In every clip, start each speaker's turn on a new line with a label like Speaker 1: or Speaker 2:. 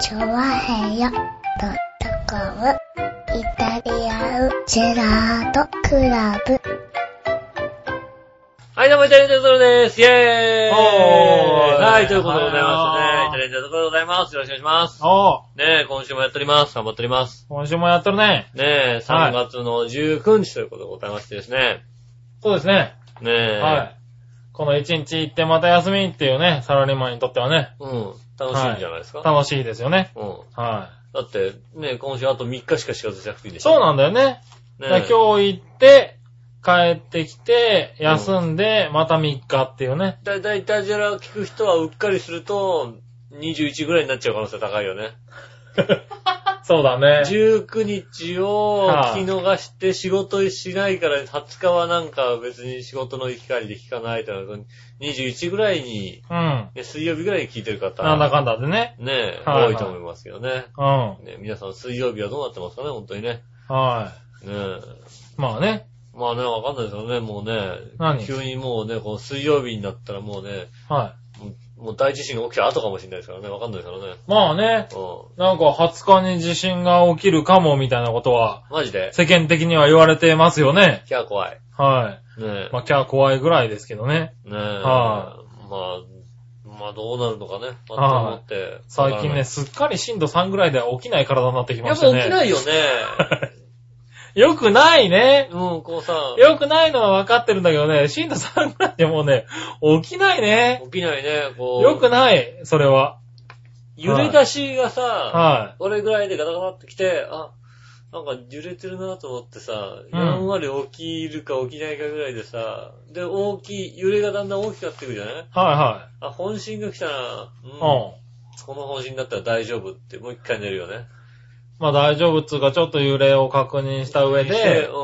Speaker 1: チョワヘヨドットコムイタリアンジェラートクラブ。
Speaker 2: はい、どうも、イタリアンジャズロです。イェーイ
Speaker 3: おー
Speaker 2: はい、ということでございまして
Speaker 3: は
Speaker 2: ね、
Speaker 3: い
Speaker 2: イタリアンジャズロでございます。よろしくお願いします。
Speaker 3: おう、
Speaker 2: ねえ、今週もやっております。頑張っております。
Speaker 3: 今週もやっとるね。
Speaker 2: ねえ、3
Speaker 3: はい
Speaker 2: 月の19日ということでございましてですね。
Speaker 3: そうですね。
Speaker 2: ねえ、
Speaker 3: はい。この一日行ってまた休みっていうね、サラリーマンにとってはね、
Speaker 2: うん、楽しいんじゃないですか。
Speaker 3: 楽しいですよね。
Speaker 2: うん。
Speaker 3: は
Speaker 2: だって、ねえ、今週あと3日しか仕事しなくていい
Speaker 3: い。
Speaker 2: でし
Speaker 3: そう
Speaker 2: ょ。
Speaker 3: なんだよね。
Speaker 2: ね
Speaker 3: だ
Speaker 2: え、
Speaker 3: から今日行って、帰ってきて、休んで、また3日っていうね。
Speaker 2: だいたいイタジェラを聞く人はうっかりすると、21ぐらいになっちゃう可能性高いよね。
Speaker 3: そうだね。
Speaker 2: 19日を
Speaker 3: はい
Speaker 2: 聞き逃して仕事しないから20日はなんか別に仕事の行き帰りで聞かないとなると21ぐらいに、
Speaker 3: うん。
Speaker 2: ね水曜日ぐらいに聞いてる方、
Speaker 3: なんだかんだでね。
Speaker 2: ねえ、
Speaker 3: はいは
Speaker 2: 多
Speaker 3: い
Speaker 2: いと思いますけどね。
Speaker 3: うん。は
Speaker 2: ね皆さん水曜日はどうなってますかね、本当にね。ねえ。
Speaker 3: い。まあね。
Speaker 2: まあね、わかんないですよね、もうね。
Speaker 3: 何
Speaker 2: 急にもうね、この水曜日になったらもうね、
Speaker 3: は
Speaker 2: もうもう大地震が起きた後かもしれないですからね、わかんないですからね。
Speaker 3: い。まあね。
Speaker 2: う
Speaker 3: なんか20日に地震が起きるかもみたいなことは、
Speaker 2: ん。マジで
Speaker 3: 世間的には言われてますよね。
Speaker 2: キャー怖い。
Speaker 3: はい。
Speaker 2: ねえ。
Speaker 3: まあ、キャー怖いぐらいですけどね。
Speaker 2: ねえ。
Speaker 3: は
Speaker 2: まあ、まあどうなるのかね。ま
Speaker 3: は
Speaker 2: あ、
Speaker 3: い
Speaker 2: 思って。
Speaker 3: 最近ね、
Speaker 2: わ
Speaker 3: すっかり震度3ぐらいでは起きない体になってき
Speaker 2: からない。や
Speaker 3: ま
Speaker 2: っ
Speaker 3: した
Speaker 2: ぱ
Speaker 3: ね。
Speaker 2: 起きないよ ね。
Speaker 3: よくないね。
Speaker 2: うん、こうさ、
Speaker 3: よくないのは分かってるんだけどね、震度3ぐらいでもうね、起きないね。
Speaker 2: 起きないね。こう、
Speaker 3: よくない、それは。
Speaker 2: 揺れ出しがさ、
Speaker 3: は
Speaker 2: これぐらいでガタガタってきて、あ、なんか揺れてるなと思ってさ、
Speaker 3: うん
Speaker 2: やんわり起きるか起きないかぐらいでさ、で、大きい、揺れがだんだん大きくなってくるじゃない
Speaker 3: い。は
Speaker 2: あ、本心が来たな。うん。
Speaker 3: いはい。うん。
Speaker 2: この本心だったら大丈夫って、もう一回寝るよね。
Speaker 3: まあ大丈夫っつうか、ちょっと揺れを確認した上
Speaker 2: して
Speaker 3: で
Speaker 2: う、ん。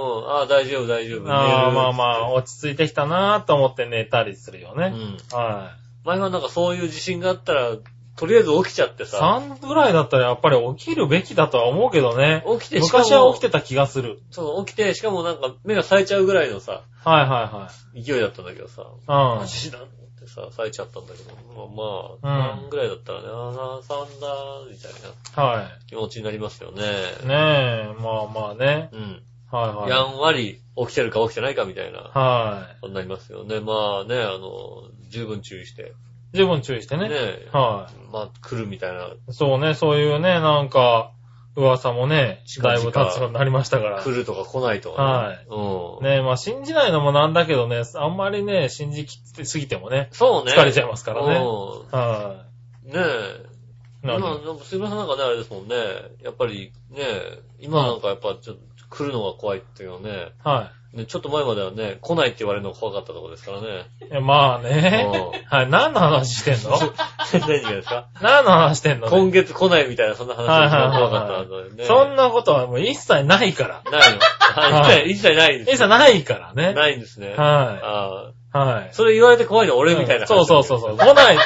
Speaker 2: あ大丈夫、大丈夫。
Speaker 3: あ
Speaker 2: 寝
Speaker 3: ー
Speaker 2: る
Speaker 3: まあまあ、落ち着いてきたなーと思って寝たりするよ
Speaker 2: う
Speaker 3: ね。
Speaker 2: ん。
Speaker 3: は
Speaker 2: 前はなんかそういう地震があったら、とりあえず起きちゃって
Speaker 3: い。
Speaker 2: さ、
Speaker 3: 3ぐらいだったらやっぱり起きるべきだとは思うけどね。
Speaker 2: 起きてしかも、
Speaker 3: 昔は起きてた気がする。
Speaker 2: そう起きて、しかもなんか目が冴えちゃうぐらいのさ、
Speaker 3: はいは
Speaker 2: 勢いだったんだけどさ、
Speaker 3: いはい。うん。
Speaker 2: 地震だってさ、冴えちゃったんだけど、まあまあ、
Speaker 3: うん
Speaker 2: 3ぐらいだったらね、ああ、3だ、みたいな
Speaker 3: は
Speaker 2: 気持ちになりますよね。
Speaker 3: い。ねえ、まあまあね。
Speaker 2: うん。
Speaker 3: はい
Speaker 2: や
Speaker 3: はい。
Speaker 2: んわり起きてるか起きてないかみたいな、
Speaker 3: は
Speaker 2: ことになりますよね。まあね、あの、十分注意して、
Speaker 3: い。十分注意して
Speaker 2: ね
Speaker 3: ね。、は
Speaker 2: まあ来るみたいな、
Speaker 3: い。そうね、そういうね、なんか、噂もね、
Speaker 2: 近々
Speaker 3: だいぶ立つようになりましたから。
Speaker 2: 来るとか来ないとかね。うん。
Speaker 3: ねえ、まあ信じないのもなんだけどね、あんまりね、信じきってすぎてもね、
Speaker 2: そうね。
Speaker 3: 疲れちゃいますからね。
Speaker 2: うん。
Speaker 3: は
Speaker 2: ねえ。
Speaker 3: い。
Speaker 2: 今、
Speaker 3: なる
Speaker 2: なんか杉村さんなんかね、あれですもんね。やっぱりね、今なんかやっぱちょっと来るのが怖いっていうのね。
Speaker 3: は
Speaker 2: ねちょっと前まではね、来ないって言われるのが怖かったところですからね。
Speaker 3: い。えまあね。
Speaker 2: う
Speaker 3: はい。何の話して んの
Speaker 2: 何がですか
Speaker 3: 何の話してんのね
Speaker 2: 今月来ないみたいな、そんな話が一番怖かったのでね。
Speaker 3: そんなことはもう一切ないから。
Speaker 2: ないの
Speaker 3: は
Speaker 2: はい
Speaker 3: い
Speaker 2: 一切ないんです
Speaker 3: 一
Speaker 2: ね。
Speaker 3: 切ないからね。
Speaker 2: ないんですね。
Speaker 3: は
Speaker 2: あ
Speaker 3: い。はい
Speaker 2: ー。それ言われて怖いの俺みたいな話。
Speaker 3: そうそうそうそう。来ない、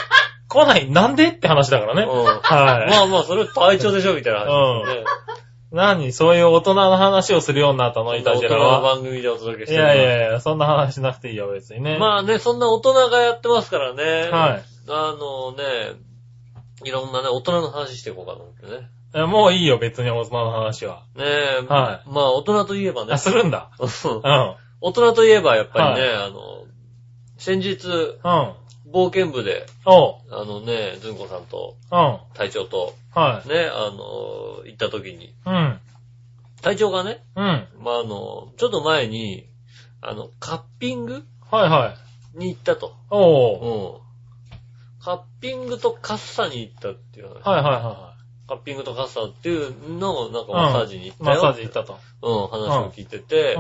Speaker 3: 来ない、なんでって話だからね。
Speaker 2: うん。
Speaker 3: は
Speaker 2: まあまあ、それ体調でしょみたいな話ですよね。
Speaker 3: い。何そういう大人の話をするようになったの
Speaker 2: 大
Speaker 3: イタジ
Speaker 2: 人
Speaker 3: ェラ
Speaker 2: の
Speaker 3: は。
Speaker 2: 番組でお届けし
Speaker 3: い
Speaker 2: てる
Speaker 3: やいやいや、そんな話しなくていいよ、別にね。
Speaker 2: まあね、そんな大人がやってますからね。
Speaker 3: はい。
Speaker 2: あのね、いろんなね、大人の話していこうかと思ってね。
Speaker 3: えもういいよ、別に大人の話は。
Speaker 2: ねえ、
Speaker 3: は
Speaker 2: まあ大人といえばね
Speaker 3: あ、、するんだ。うん。うん。
Speaker 2: 大人といえばやっぱりね、あの、先日、冒険部で、
Speaker 3: おう。
Speaker 2: あのね、ずんこさんと
Speaker 3: うん。
Speaker 2: 隊長と
Speaker 3: はい。
Speaker 2: ね、あの、行った時に、
Speaker 3: うん。
Speaker 2: 隊長がね、
Speaker 3: うん。はい
Speaker 2: まああの、ちょっと前に、あの、カッピング
Speaker 3: はい。
Speaker 2: に行ったと。
Speaker 3: おう。
Speaker 2: うん。カッピングとカッサに行ったっていう話
Speaker 3: はいはいは
Speaker 2: カッピングとカッサーっていうのをなんかマッサージに行っ
Speaker 3: い。
Speaker 2: た
Speaker 3: マ
Speaker 2: よ、
Speaker 3: ッサージ行ったと。
Speaker 2: うん、話を聞いてて
Speaker 3: う、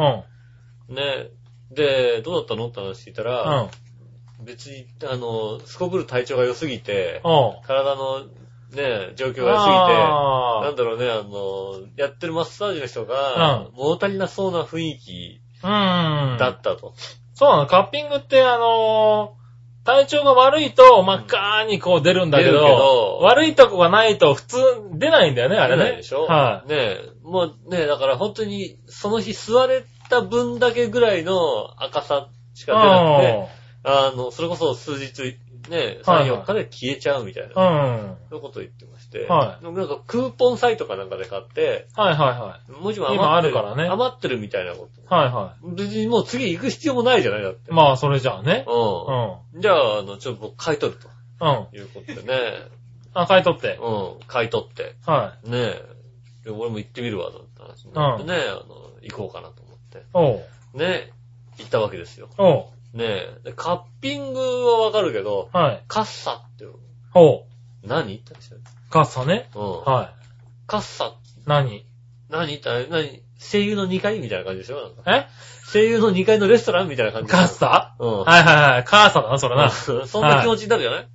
Speaker 3: ん。
Speaker 2: ね。で、どうだったのって話聞いた
Speaker 3: う
Speaker 2: ら、
Speaker 3: ん。
Speaker 2: 別に、あの、すこぶる体調が良すぎて、
Speaker 3: おう。
Speaker 2: 体のね、状況が良すぎて、な
Speaker 3: あ
Speaker 2: んだろうね、あの、やってるマッサージの人が
Speaker 3: う、
Speaker 2: 物足りなそうな雰囲気
Speaker 3: ーうん。
Speaker 2: だったと。
Speaker 3: そうなの、カッピングってあのー体調が悪いと真っ赤にこう出るんだけど、
Speaker 2: 出るけど
Speaker 3: 悪いとこがないと普通出ないんだよね、あれね。
Speaker 2: 出ないでしょ
Speaker 3: はい、
Speaker 2: ねもうね、だから本当に、その日座れた分だけぐらいの赤さしか出なくて、あの、それこそ数日ね、
Speaker 3: はい
Speaker 2: 3、4日で消えちゃうみたいな、
Speaker 3: うん。は
Speaker 2: そういうことを言ってまして、
Speaker 3: はい
Speaker 2: でもなんかクーポンサイトかなんかで買って、
Speaker 3: いはいは
Speaker 2: もちろん余ってる
Speaker 3: 今あるからね
Speaker 2: 余ってるみたいなこと。
Speaker 3: い。はいは
Speaker 2: 別にもう次行く必要もないじゃないだって。
Speaker 3: い。まあ、それじゃあね。う。
Speaker 2: うんん。じゃあ、あの、ちょっと僕買い取ると
Speaker 3: うん。
Speaker 2: いうことでね。
Speaker 3: あ、買い取って。
Speaker 2: うん、買い取って。
Speaker 3: はい。
Speaker 2: ねえ。で俺も行ってみるわ、なんて話になってね、あの、行こうかなと思って。
Speaker 3: おう。
Speaker 2: ねえ、行ったわけですよ。
Speaker 3: おう。
Speaker 2: ねえ。でカッピングはわかるけど、
Speaker 3: はい。
Speaker 2: カッサって、
Speaker 3: おう。
Speaker 2: 何言ったでしょ
Speaker 3: カッサね。
Speaker 2: うん。
Speaker 3: は
Speaker 2: カッサ、
Speaker 3: い。何
Speaker 2: 何言った何声優の2階みたいな感じでしょなんか
Speaker 3: え
Speaker 2: 声優の2階のレストランみたいな感じ。
Speaker 3: カッサ
Speaker 2: うん。
Speaker 3: はいはいはい。カッサだな、それな。
Speaker 2: うん そんな気持ちになるじゃない、
Speaker 3: う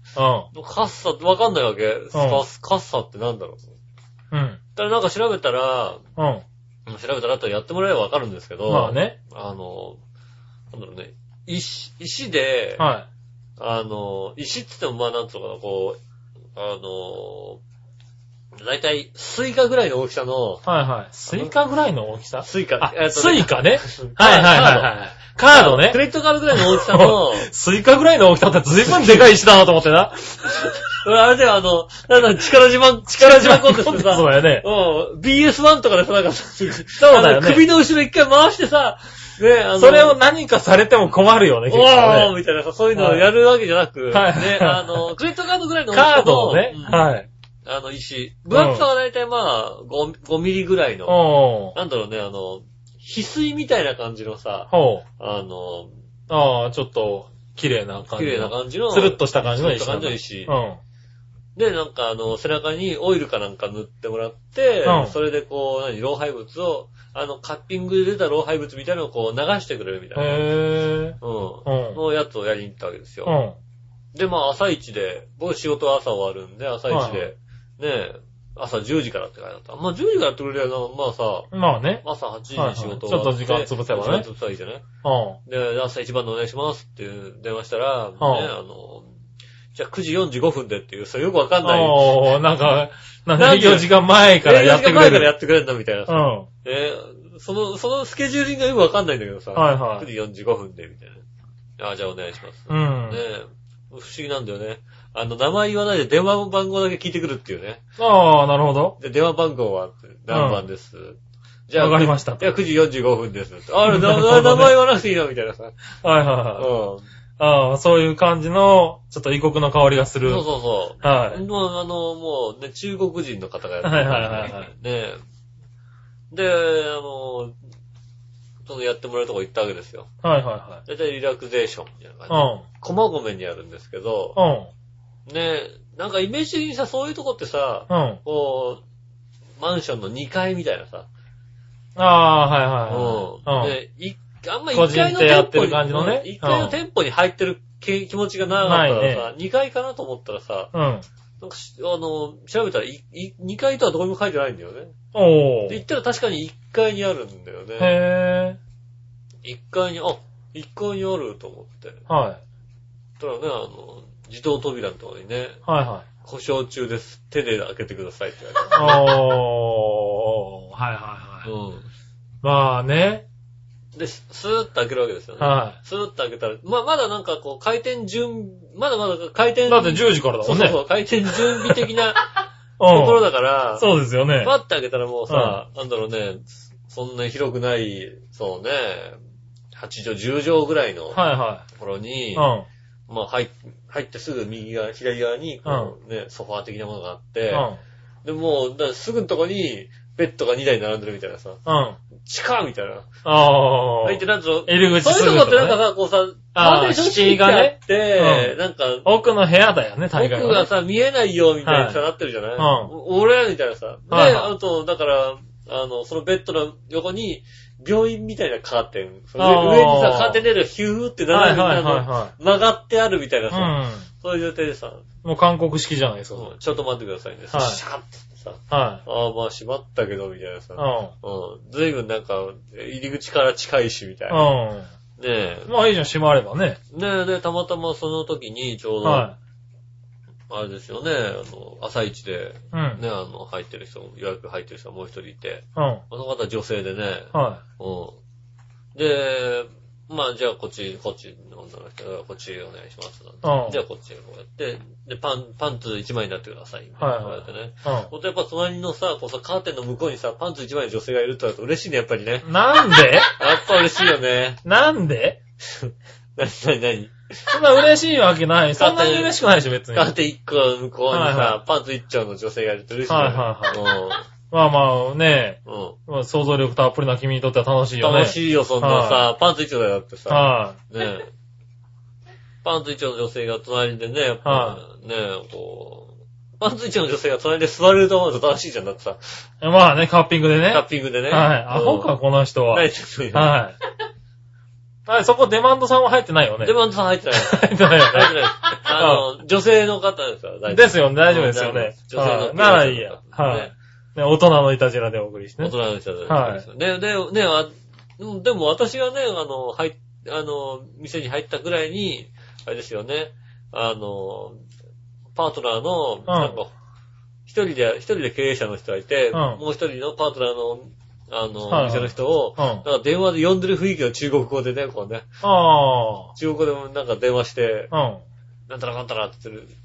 Speaker 2: カッサってわかんないわけ、カスカッサってなんだろう。
Speaker 3: ん。うん。
Speaker 2: ただなんか調べたら、
Speaker 3: うん。
Speaker 2: 調べたらとやってもらえばわかるんですけど、
Speaker 3: まあね。
Speaker 2: あの、なんだろうね、石、石で、
Speaker 3: は
Speaker 2: あの、石って言ってもまあなんとかな、こう、あの、だいたいスイカぐらいの大きさの、
Speaker 3: い。はいはい。スイカぐらいの大きさ
Speaker 2: スイカ、
Speaker 3: あ
Speaker 2: えっ、と
Speaker 3: スイカ ね。
Speaker 2: カ
Speaker 3: はいはいはいはい。カードね
Speaker 2: ク。レジットカードぐらいの大き さの、
Speaker 3: スイカぐらいの大きさって随分でかい石だなと思って な。
Speaker 2: 俺あれだよ、あの、なんだ、力自慢、力自慢コンテストでさ、
Speaker 3: そうだよね。
Speaker 2: うん、BS1 とかでさ、なんか、そう
Speaker 3: だよね
Speaker 2: 首の後ろ一回回してさ、ね、あの、
Speaker 3: それを何かされても困るよね、
Speaker 2: お
Speaker 3: 結構
Speaker 2: ー
Speaker 3: ね。
Speaker 2: みたいなさ、そういうのをやるわけじゃなく、
Speaker 3: はい
Speaker 2: ね、あの、クレジットカードぐらいの大きさ
Speaker 3: カ
Speaker 2: の
Speaker 3: ードをね
Speaker 2: うん。
Speaker 3: はい。
Speaker 2: あの、石。分厚さはだいたいまあ5、5ミリぐらいの、
Speaker 3: おー。
Speaker 2: なんだろうね、あの、翡翠みたいな感じのさ、
Speaker 3: ほう。
Speaker 2: あの、
Speaker 3: ああ、ちょっと、綺麗な感
Speaker 2: 綺
Speaker 3: じ。
Speaker 2: 麗な感じの、
Speaker 3: つるっとした感じの石
Speaker 2: つるっと感じの石
Speaker 3: う。ん。
Speaker 2: で、なんかあの、背中にオイルかなんか塗ってもらって、
Speaker 3: うん
Speaker 2: それでこう、何、老廃物を、あの、カッピングで出た老廃物みたいなのをこう流してくれるみたいな。
Speaker 3: へ
Speaker 2: うん。
Speaker 3: うん
Speaker 2: のやつをやりに行ったわけです
Speaker 3: ぇ
Speaker 2: よ。
Speaker 3: ー。うん。
Speaker 2: で、まあ、朝一で、僕仕事は朝終わるんで、朝一で、ねえ、朝10時からって書いてあった。まあ、10時からやってくれりゃな、まあさ、
Speaker 3: まあね。
Speaker 2: 朝8時に仕事終わ
Speaker 3: はいはいちょっと時間潰せばね
Speaker 2: 時間潰せばいいじゃない
Speaker 3: うん。
Speaker 2: で、朝一番でお願いしますっていう電話したら、ね、
Speaker 3: はい
Speaker 2: あの、じゃあ9時45分でっていう、それよくわかんない。
Speaker 3: おー、なんか、なん
Speaker 2: な
Speaker 3: か
Speaker 2: んで
Speaker 3: 4時間前からやってくれ
Speaker 2: 営業時間前からや
Speaker 3: る。
Speaker 2: ってくれるんだみたいな
Speaker 3: う
Speaker 2: さ。
Speaker 3: ん。は
Speaker 2: ねその、そのスケジューリングがよくわかんないんだけどさ、
Speaker 3: いはい。
Speaker 2: 9時45分でみたいな。あ、じゃあお願いします。
Speaker 3: う
Speaker 2: ね
Speaker 3: ん。
Speaker 2: え、不思議なんだよね。あの、名前言わないで電話番号だけ聞いてくるっていうね。
Speaker 3: ああ、なるほど。
Speaker 2: で、電話番号は何番です。じ
Speaker 3: わかりました
Speaker 2: いや、9時45分です。あ れ、な
Speaker 3: なるほどね
Speaker 2: 名前言わなくていいな、みたいなさ。
Speaker 3: はいはい
Speaker 2: うん。
Speaker 3: はい。
Speaker 2: そ
Speaker 3: ああ、そういう感じの、ちょっと異国の香りがす
Speaker 2: う
Speaker 3: る。
Speaker 2: そうそう。
Speaker 3: はい。
Speaker 2: もう、あの、もう、ね、中国人の方がやって
Speaker 3: はいはいはいはい
Speaker 2: ねえ。で、あの、そのやってもらうとこ行ったわけですよ。
Speaker 3: はいは
Speaker 2: だいたいリラクゼーションみたいない感
Speaker 3: は
Speaker 2: じ。駒込にあるんですけど、
Speaker 3: い。う
Speaker 2: ねえ、なんかイメージ的にさ、そういうとこってさ、
Speaker 3: ん。うん。うん。
Speaker 2: こう、マンションの2階みたいなさ、
Speaker 3: ああ、
Speaker 2: う
Speaker 3: はいはいはい。
Speaker 2: ん。で、いあんま1階の
Speaker 3: 個人でやっ
Speaker 2: 店舗
Speaker 3: てる
Speaker 2: に、
Speaker 3: 感じのね
Speaker 2: うん一階の店舗に入ってる気気持ちがなかったら
Speaker 3: な
Speaker 2: さ、2階かなと思ったらさ、
Speaker 3: うん。うん。
Speaker 2: なんかしあの、調べたらいい2階とはどこにも書いてないんだよね。
Speaker 3: お
Speaker 2: で、
Speaker 3: ー。
Speaker 2: 行ったら確かに1階にあるんだよね。
Speaker 3: へ
Speaker 2: 1階に、あ、1階にあると思って。
Speaker 3: ー。はい。
Speaker 2: たらね、あの、自動扉のところにね、
Speaker 3: はいはい。
Speaker 2: 故障中です。手で開けてくださいって言われ
Speaker 3: おー。はいはいはい。
Speaker 2: て。
Speaker 3: まあね。
Speaker 2: うん。で、ススーッと開けるわけですよね。
Speaker 3: は
Speaker 2: スーッと開けたら、ま、まだなんかこう、回転準、まだまだ回転、
Speaker 3: い。だって10時からだ
Speaker 2: そ
Speaker 3: も
Speaker 2: うんそう
Speaker 3: ね。
Speaker 2: そう、回転準備的な
Speaker 3: うん
Speaker 2: ところだから、
Speaker 3: そうですよね。
Speaker 2: パッて開けたらもうさ、なんだろうね、そんなに広くない、そうね、8畳、10畳ぐらいのと
Speaker 3: はいは
Speaker 2: ころ
Speaker 3: い。
Speaker 2: に、
Speaker 3: うん。
Speaker 2: まあ入っ入ってすぐ右側、左側に、こうね、ソファー的なものがあって、
Speaker 3: うん。
Speaker 2: で、もう、だからすぐのとこに、ベッドが2台並んでるみたいなさ、
Speaker 3: うん。
Speaker 2: 地下みたいな。
Speaker 3: あ
Speaker 2: 入ってなんと、
Speaker 3: 入り
Speaker 2: そ
Speaker 3: 口
Speaker 2: う
Speaker 3: す
Speaker 2: いう
Speaker 3: ぐ
Speaker 2: とこってなん
Speaker 3: と
Speaker 2: か
Speaker 3: かね
Speaker 2: さ、こうさ、
Speaker 3: あ
Speaker 2: ー
Speaker 3: ー
Speaker 2: テーション敷いてあって
Speaker 3: う、
Speaker 2: なんか、
Speaker 3: 奥の部屋だよね、大概
Speaker 2: 僕が
Speaker 3: はね。
Speaker 2: さ、見えないよ、みたいにさ、なってるじゃない、
Speaker 3: うん
Speaker 2: 俺みたいなさ。で、
Speaker 3: はいはい
Speaker 2: あと、だから、あの、そのベッドの横に、病院みたいなカーテン。その
Speaker 3: あー
Speaker 2: 上にさ、カーテン出るヒューって
Speaker 3: は
Speaker 2: 斜めに
Speaker 3: いはい
Speaker 2: あの
Speaker 3: は
Speaker 2: 曲がってあるみたいないさ、
Speaker 3: はい。
Speaker 2: そういう状態でさ、
Speaker 3: うん。もう韓国式じゃないですか。
Speaker 2: うんちょっと待ってくださいね。シ
Speaker 3: はい
Speaker 2: ャーってさ、
Speaker 3: は。
Speaker 2: ああ、まあ閉まったけど、みたいないさ
Speaker 3: う。ん。
Speaker 2: うん。ずいぶんなんか、入り口から近いし、みたいな。
Speaker 3: う
Speaker 2: ねえ
Speaker 3: ん。。まあいいじゃん、閉まればね。
Speaker 2: ねえ、で、たまたまその時に、ちょうど、あ
Speaker 3: は
Speaker 2: れですよね、あの、朝一で、
Speaker 3: い。うん。
Speaker 2: ね、あの、入ってる人、予約入ってる人がもう一人いて、
Speaker 3: うん。
Speaker 2: この方は女性でね、
Speaker 3: は
Speaker 2: うん。で、まあ、じゃあこっち、こっち、女の人がこっちお願いします。
Speaker 3: うん
Speaker 2: じゃあこっち、こうやって、で、パン、パンツ1枚になってください。
Speaker 3: はい
Speaker 2: こう
Speaker 3: はい
Speaker 2: やってね。
Speaker 3: う
Speaker 2: ほんとやっぱ隣のさ、こうさ、カーテンの向こうにさ、パンツ1枚の女性がいるってなると嬉しいね、やっぱりね。
Speaker 3: ん。なんで
Speaker 2: やっぱ嬉しいよ ね。
Speaker 3: なんで
Speaker 2: なになになに
Speaker 3: そんな嬉しいわけない。そんなに嬉しくないでしょ、別に。
Speaker 2: カーテン1個の向こうに
Speaker 3: はいは
Speaker 2: さ、パンツ1丁の女性がいると嬉しい
Speaker 3: はい
Speaker 2: よね。
Speaker 3: はいまあまあね、
Speaker 2: うん。うん。
Speaker 3: まあ想像力たっぷりな君にとっては楽しいよね。
Speaker 2: 楽しいよ、そんなさ、パンツ一丁だよだってさ、
Speaker 3: は
Speaker 2: ねえ。パンツ一丁の女性が隣でね、やっぱ、ねえ、こう、パンツ一丁の女性が隣で座れると思うと楽しいじゃん、だってさ、
Speaker 3: い。まあね、カッピングでね。
Speaker 2: タ
Speaker 3: は
Speaker 2: ッピングでね。
Speaker 3: い。アホか、この人
Speaker 2: うん。
Speaker 3: は。は。
Speaker 2: ないい、ちょっと
Speaker 3: はい。そこデマンドさんは入ってないよね。
Speaker 2: 出番さん入ってない。入
Speaker 3: 入ってないよ
Speaker 2: ってな
Speaker 3: ね。
Speaker 2: い。あの、女性の方です から、大丈
Speaker 3: ですよね、大丈夫ですよね。
Speaker 2: 女性
Speaker 3: は
Speaker 2: の
Speaker 3: いならいいや。はい
Speaker 2: ね。
Speaker 3: ね大人のいたじらでお送りして
Speaker 2: 大
Speaker 3: ね。
Speaker 2: 人の人だね。で、で、ね、あうんでも私がね、あの、入っ、あの、店に入ったぐらいに、あれですよね、あの、パートナーの、なんか、一人で、一人で経営者の人がいて、
Speaker 3: ん
Speaker 2: もう一人のパートナーの、あの、
Speaker 3: はい
Speaker 2: お店の人を、
Speaker 3: うん
Speaker 2: なんか電話で呼んでる雰囲気の中国語でね、こうね、
Speaker 3: あ
Speaker 2: 中国語でもなんか電話して、
Speaker 3: あ。うん。
Speaker 2: なんたらかんたらって言ってる、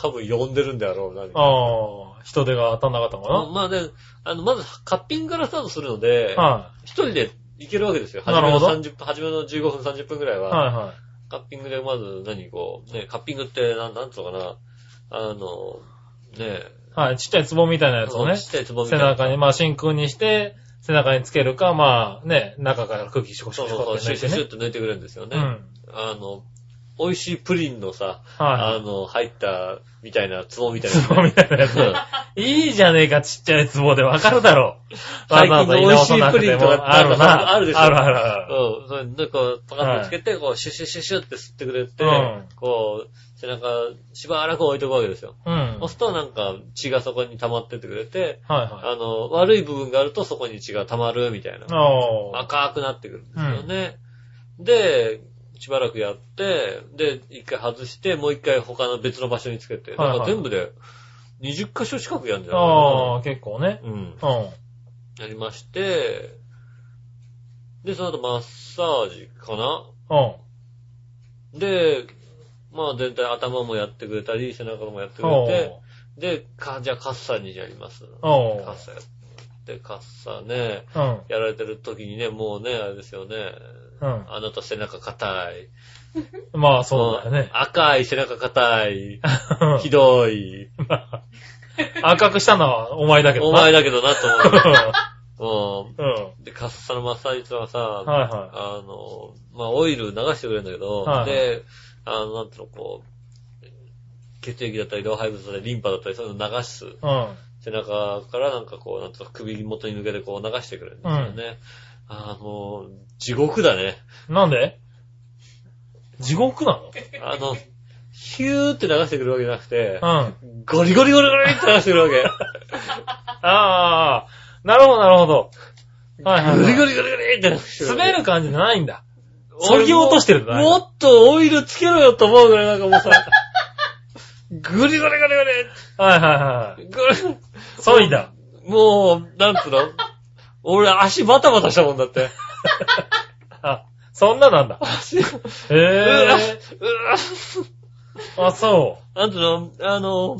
Speaker 2: 多分呼んでるんだろうな、みたいな
Speaker 3: ああ、人手が当たんなかったのか
Speaker 2: まあね、あの、まずカッピングからスタートするので、
Speaker 3: なは
Speaker 2: 一人で行けるわけですよ。初
Speaker 3: な
Speaker 2: め
Speaker 3: る
Speaker 2: の
Speaker 3: ほど
Speaker 2: 30分、初めの15分、30分ぐらい
Speaker 3: い。
Speaker 2: は、
Speaker 3: はいはい。
Speaker 2: カッピングでまず何こう、ね、カッピングってなん、なんつうのかな、あの、ね、
Speaker 3: はい、ちっちゃい壺みたいなやつをね、
Speaker 2: ちっちゃいつぼみた
Speaker 3: 背
Speaker 2: いな。
Speaker 3: 中に、まあ真空にして、背中につけるか、まあね、中から空気シコシ
Speaker 2: そ
Speaker 3: コ
Speaker 2: う
Speaker 3: シ
Speaker 2: そうそう、
Speaker 3: コっ
Speaker 2: シ
Speaker 3: て
Speaker 2: ュッシュッ
Speaker 3: 抜いて
Speaker 2: シュッ。
Speaker 3: ね
Speaker 2: と抜いてくれるんですよ
Speaker 3: う
Speaker 2: ね。
Speaker 3: ん。
Speaker 2: あの、美味しいプリンのさ、
Speaker 3: は
Speaker 2: あの、入った、みたいな、ツボみたい
Speaker 3: い。壺
Speaker 2: な、
Speaker 3: みたいなや つ。いいじゃねえか、ちっちゃい壺でわかるだろ。わざわざ言い直さなくても。あるな。
Speaker 2: あるでしょ
Speaker 3: あるあるある。
Speaker 2: うん、それで、こう、パカッとつけて、こう、シュッシュッシュッシュッって吸ってくれて、
Speaker 3: うん
Speaker 2: こう、背中、しばらく置いとくわけですよ。
Speaker 3: うん。はい
Speaker 2: 押すとなんか血がそこに溜まってってくれて、
Speaker 3: は。。
Speaker 2: あの、悪い部分があるとそこに血が溜まるみたいない
Speaker 3: おー。
Speaker 2: 赤くなってくるんですよね。で、しばらくやって、で、一回外して、もう一回他の別の場所につけて、
Speaker 3: はいはい
Speaker 2: なんか全部で20箇所近くやるんじゃない
Speaker 3: あー、結構ね。
Speaker 2: かな。うん。
Speaker 3: うん。
Speaker 2: やりまして、で、その後マッサージかな
Speaker 3: うん。
Speaker 2: で、まあ全体頭もやってくれたり、背中もやってく
Speaker 3: お
Speaker 2: れ
Speaker 3: ー
Speaker 2: て、。で、か、じゃあカッサにやります。
Speaker 3: お
Speaker 2: カッ
Speaker 3: ー。
Speaker 2: サやって、カッサね、
Speaker 3: うん。
Speaker 2: やられてる時にね、もうね、あれですよね。
Speaker 3: うん。
Speaker 2: あなた背中硬い。
Speaker 3: まあ、そうだよね。
Speaker 2: 赤い背中硬い。ひどい。
Speaker 3: 赤くしたのはお前だけど
Speaker 2: お
Speaker 3: な。
Speaker 2: 前だけどなと
Speaker 3: う
Speaker 2: 思う。
Speaker 3: ん。うん
Speaker 2: うん。で、カッサのマッサージとはさ、
Speaker 3: はいは
Speaker 2: あの、まあ、オイル流してくれるんだけど、
Speaker 3: はい
Speaker 2: で、あの、なんていうの、こう、血液だったり、老廃物だったり、リンパだったり、そういうの流す。
Speaker 3: い。うん。
Speaker 2: 背中からなんかこう、なんと首元に向けてこう流してくれるんですよね。ああ、もう、地獄だね。
Speaker 3: なんで地獄なの
Speaker 2: あの、ヒューって流してくるわけじゃなくて、
Speaker 3: うん。
Speaker 2: ゴリゴリゴリゴリって流してくるわけ。
Speaker 3: ああ、なるほどなるほど。はいはい
Speaker 2: ゴ
Speaker 3: は
Speaker 2: リ
Speaker 3: い。
Speaker 2: ゴリゴリゴリって流してくるわけ。
Speaker 3: 滑る感じじゃないんだ。
Speaker 2: 俺も
Speaker 3: そぎ落としてるんだ
Speaker 2: もっとオイルつけろよと思うぐらいなんかもうさ、ゴリゴリゴリゴ
Speaker 3: はいはいはい。
Speaker 2: リゴリ
Speaker 3: そいだ。
Speaker 2: もう、なんつうの俺足バタバタしたもんだって。
Speaker 3: あ、そんななんだ。
Speaker 2: 足、う
Speaker 3: へ
Speaker 2: わ
Speaker 3: え。
Speaker 2: うわ
Speaker 3: あ、そ
Speaker 2: なんつうの、あの、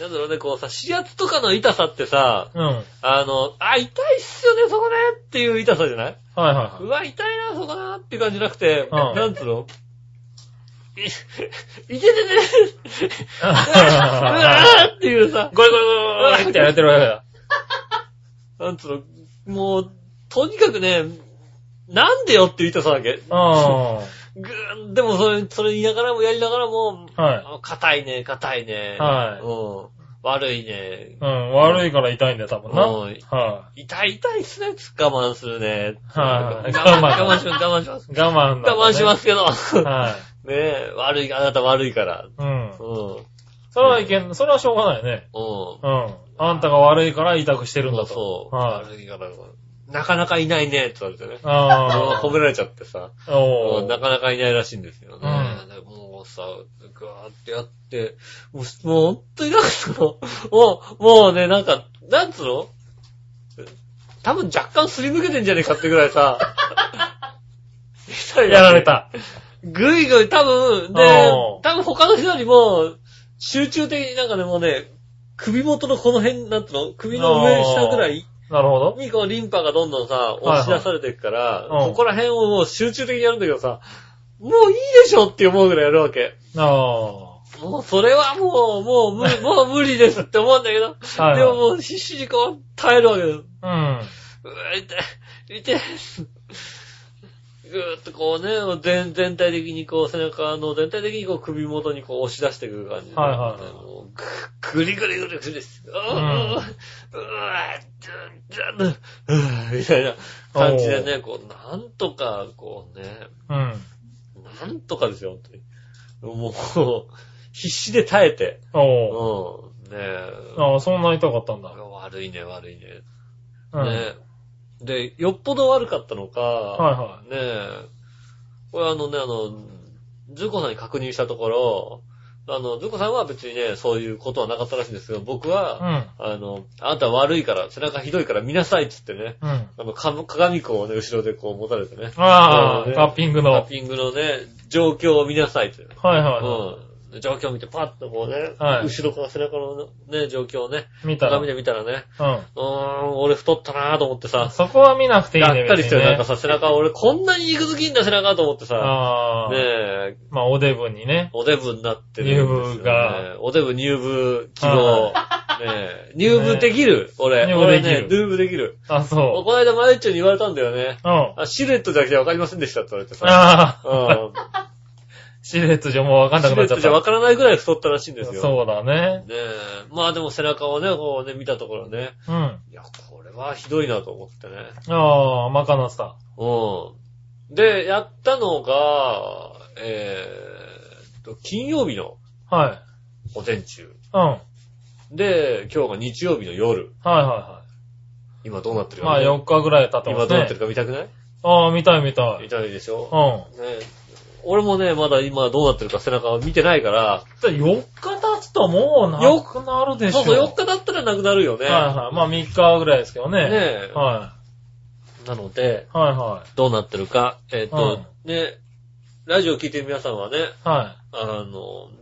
Speaker 2: なんだろうね、こうさ、指圧とかの痛さってさ、
Speaker 3: う。うん。はい
Speaker 2: あの、あ、痛いっすよね、そこねっていう痛さじゃない
Speaker 3: はいは
Speaker 2: う
Speaker 3: い。
Speaker 2: わ、痛いな、そこなっていう感じじゃなくて、
Speaker 3: うん
Speaker 2: なんつうのい、い てててて、うわーっていうさ、
Speaker 3: ゴイゴイゴイゴイってやれてるわけだ。
Speaker 2: なんつうの、もう、とにかくね、なんでよっていう痛さだけ。
Speaker 3: う
Speaker 2: ぐーでもそれ、それ言いながらもやりながらも、
Speaker 3: ん。はい。
Speaker 2: あ硬いね、硬いね、
Speaker 3: はい
Speaker 2: うん、悪いね、
Speaker 3: うん。悪いから痛いんだよ、多分な。
Speaker 2: う
Speaker 3: は
Speaker 2: ん
Speaker 3: い。
Speaker 2: 痛い痛いっすね、我慢するね。
Speaker 3: は
Speaker 2: 我
Speaker 3: い
Speaker 2: 慢、
Speaker 3: 我慢
Speaker 2: 我慢します、我慢します。
Speaker 3: 我慢なんだね
Speaker 2: 我慢しますけど。
Speaker 3: は
Speaker 2: ねえ、悪い、あなた悪いから。
Speaker 3: い。う
Speaker 2: う。ん。う
Speaker 3: ん
Speaker 2: ん。
Speaker 3: それはいけん、それはしょうがないよね。うん。あんたが悪いから委託してるんだと。
Speaker 2: そう。
Speaker 3: はい
Speaker 2: 悪いから。なかなかいないね、って言われてね。
Speaker 3: ああ。
Speaker 2: 褒められちゃってさ。
Speaker 3: お
Speaker 2: うん
Speaker 3: ー
Speaker 2: なかなかいないらしいんですよね。
Speaker 3: うん
Speaker 2: でもうさ、ぐわーってやって、もう、もう本当になんかその、もう、もうね、なんか、なんつうの多分若干すり抜けてんじゃねえかってぐらいさ、ちゃうよ。
Speaker 3: やら れ。た。
Speaker 2: ぐいぐい多分、で
Speaker 3: お、ー
Speaker 2: 多分他の人よりも、集中的になんかね、もうね、首元のこの辺、なんていうの首の上
Speaker 3: おー
Speaker 2: 下ぐらい
Speaker 3: なるほど。
Speaker 2: にこうリンパがどんどんさ、押し出されていくから、
Speaker 3: はいうん
Speaker 2: ここら辺をもう集中的にやるんだけどさ、もういいでしょって思うぐらいやるわけ。
Speaker 3: あ
Speaker 2: もうそれはもう、もう無理、もう無理ですって思うんだけど、
Speaker 3: あ。はいはい
Speaker 2: でももう必死にこう耐えるわけです。
Speaker 3: うん。
Speaker 2: うわ、痛い、痛い。ぐーっとこうね、全全体的にこう背中の全体的にこう首元にこう押し出してくる感じで。
Speaker 3: はいはいはい
Speaker 2: もうぐぐりぐりぐりぐりです。うわ、うわ、うわ、うわ、みたいな感じでね、こう、なんとか、こうね、
Speaker 3: うん。
Speaker 2: なんとかですよ、本当に。もうこう、必死で耐えて。う
Speaker 3: おー。
Speaker 2: ん。ねえ。
Speaker 3: ああ、そんな痛かったんだ。
Speaker 2: 悪いね、悪いね。
Speaker 3: うん。
Speaker 2: ねで、よっぽど悪かったのか、
Speaker 3: は
Speaker 2: ねえ、これあのね、あの、ズッコさんに確認したところ、あの、ズッコさんは別にね、そういうことはなかったらしいんですけど、僕
Speaker 3: い
Speaker 2: は、
Speaker 3: はい。
Speaker 2: あの、あなた悪いから、背中ひどいから見なさいっつってね、
Speaker 3: うん。うん。
Speaker 2: あの、か鏡子をね、後ろでこう持たれてね、
Speaker 3: あ
Speaker 2: う
Speaker 3: あ、
Speaker 2: ん
Speaker 3: カッピング
Speaker 2: タ
Speaker 3: の。は
Speaker 2: ッ
Speaker 3: い
Speaker 2: ピングのね、状況を見なさいって。
Speaker 3: はいは
Speaker 2: うん。状況を見て、パッとこうね、
Speaker 3: はい
Speaker 2: 後ろから背中のね、状況をね、
Speaker 3: い。見たら。う
Speaker 2: 鏡
Speaker 3: ん。
Speaker 2: で見たらね、うーん、俺太ったなぁと思ってさ、
Speaker 3: そこは見なくていいね。
Speaker 2: がっかりしてる。
Speaker 3: 別に
Speaker 2: な
Speaker 3: ね
Speaker 2: んかさ、背中、俺こんなに肉好きんだ背中と思ってさ、
Speaker 3: ああ。
Speaker 2: ねえ、
Speaker 3: まあ、おでぶにね。
Speaker 2: おデブになってるんですよ、ね。
Speaker 3: 入部が
Speaker 2: おデブ入部希望。ねえ、入部できる、俺。
Speaker 3: 入部
Speaker 2: 俺
Speaker 3: でき
Speaker 2: ね
Speaker 3: る、
Speaker 2: 入部できる。
Speaker 3: あ、
Speaker 2: こ
Speaker 3: そ
Speaker 2: の間マユッチョに言われたんだよね。
Speaker 3: う。うん。
Speaker 2: あ、シルエットだけじゃわかりませんでしたって言われてさ。
Speaker 3: ああ、
Speaker 2: うん。
Speaker 3: シルエットじゃもうわかんな
Speaker 2: シ
Speaker 3: く
Speaker 2: ル
Speaker 3: な
Speaker 2: エ
Speaker 3: っ
Speaker 2: ット
Speaker 3: ちゃっ
Speaker 2: じゃわ
Speaker 3: た。
Speaker 2: からないくらい太ったらしいんですよ。ね
Speaker 3: そうだね。
Speaker 2: え、まあでも背中をね、こうね、見たところね、
Speaker 3: うん。
Speaker 2: いや、これはひどいなと思ってね。
Speaker 3: ああ、マカナさ
Speaker 2: うん。で、やったのが、えーっと、金曜日の
Speaker 3: ん。はい。
Speaker 2: 午前中。
Speaker 3: うん。はい
Speaker 2: で、今日が日曜日の夜。
Speaker 3: は
Speaker 2: 今どうなって
Speaker 3: いはい。
Speaker 2: る
Speaker 3: ま
Speaker 2: か
Speaker 3: あ、
Speaker 2: ね、
Speaker 3: 4日ぐらい経ってま
Speaker 2: 今
Speaker 3: す
Speaker 2: どうなって
Speaker 3: ね
Speaker 2: る。か見たくない
Speaker 3: ああ、見たい見た
Speaker 2: 見
Speaker 3: い。
Speaker 2: たいでし
Speaker 3: うん。
Speaker 2: ょ、
Speaker 3: 4
Speaker 2: ね俺もね、まだ今どうなってるか背中を見てないから、
Speaker 3: 日経つともうなくなるでし
Speaker 2: そ
Speaker 3: ょ。
Speaker 2: うそう、4日だったらなくなるよね。
Speaker 3: はいはい。まあ、3日ぐらいですけど
Speaker 2: ね
Speaker 3: ね。
Speaker 2: え
Speaker 3: は
Speaker 2: なので、
Speaker 3: い。はいは
Speaker 2: どうなってるか。えーっと、ね、ラジオ聞いてる皆さんはね、
Speaker 3: い。は
Speaker 2: あの、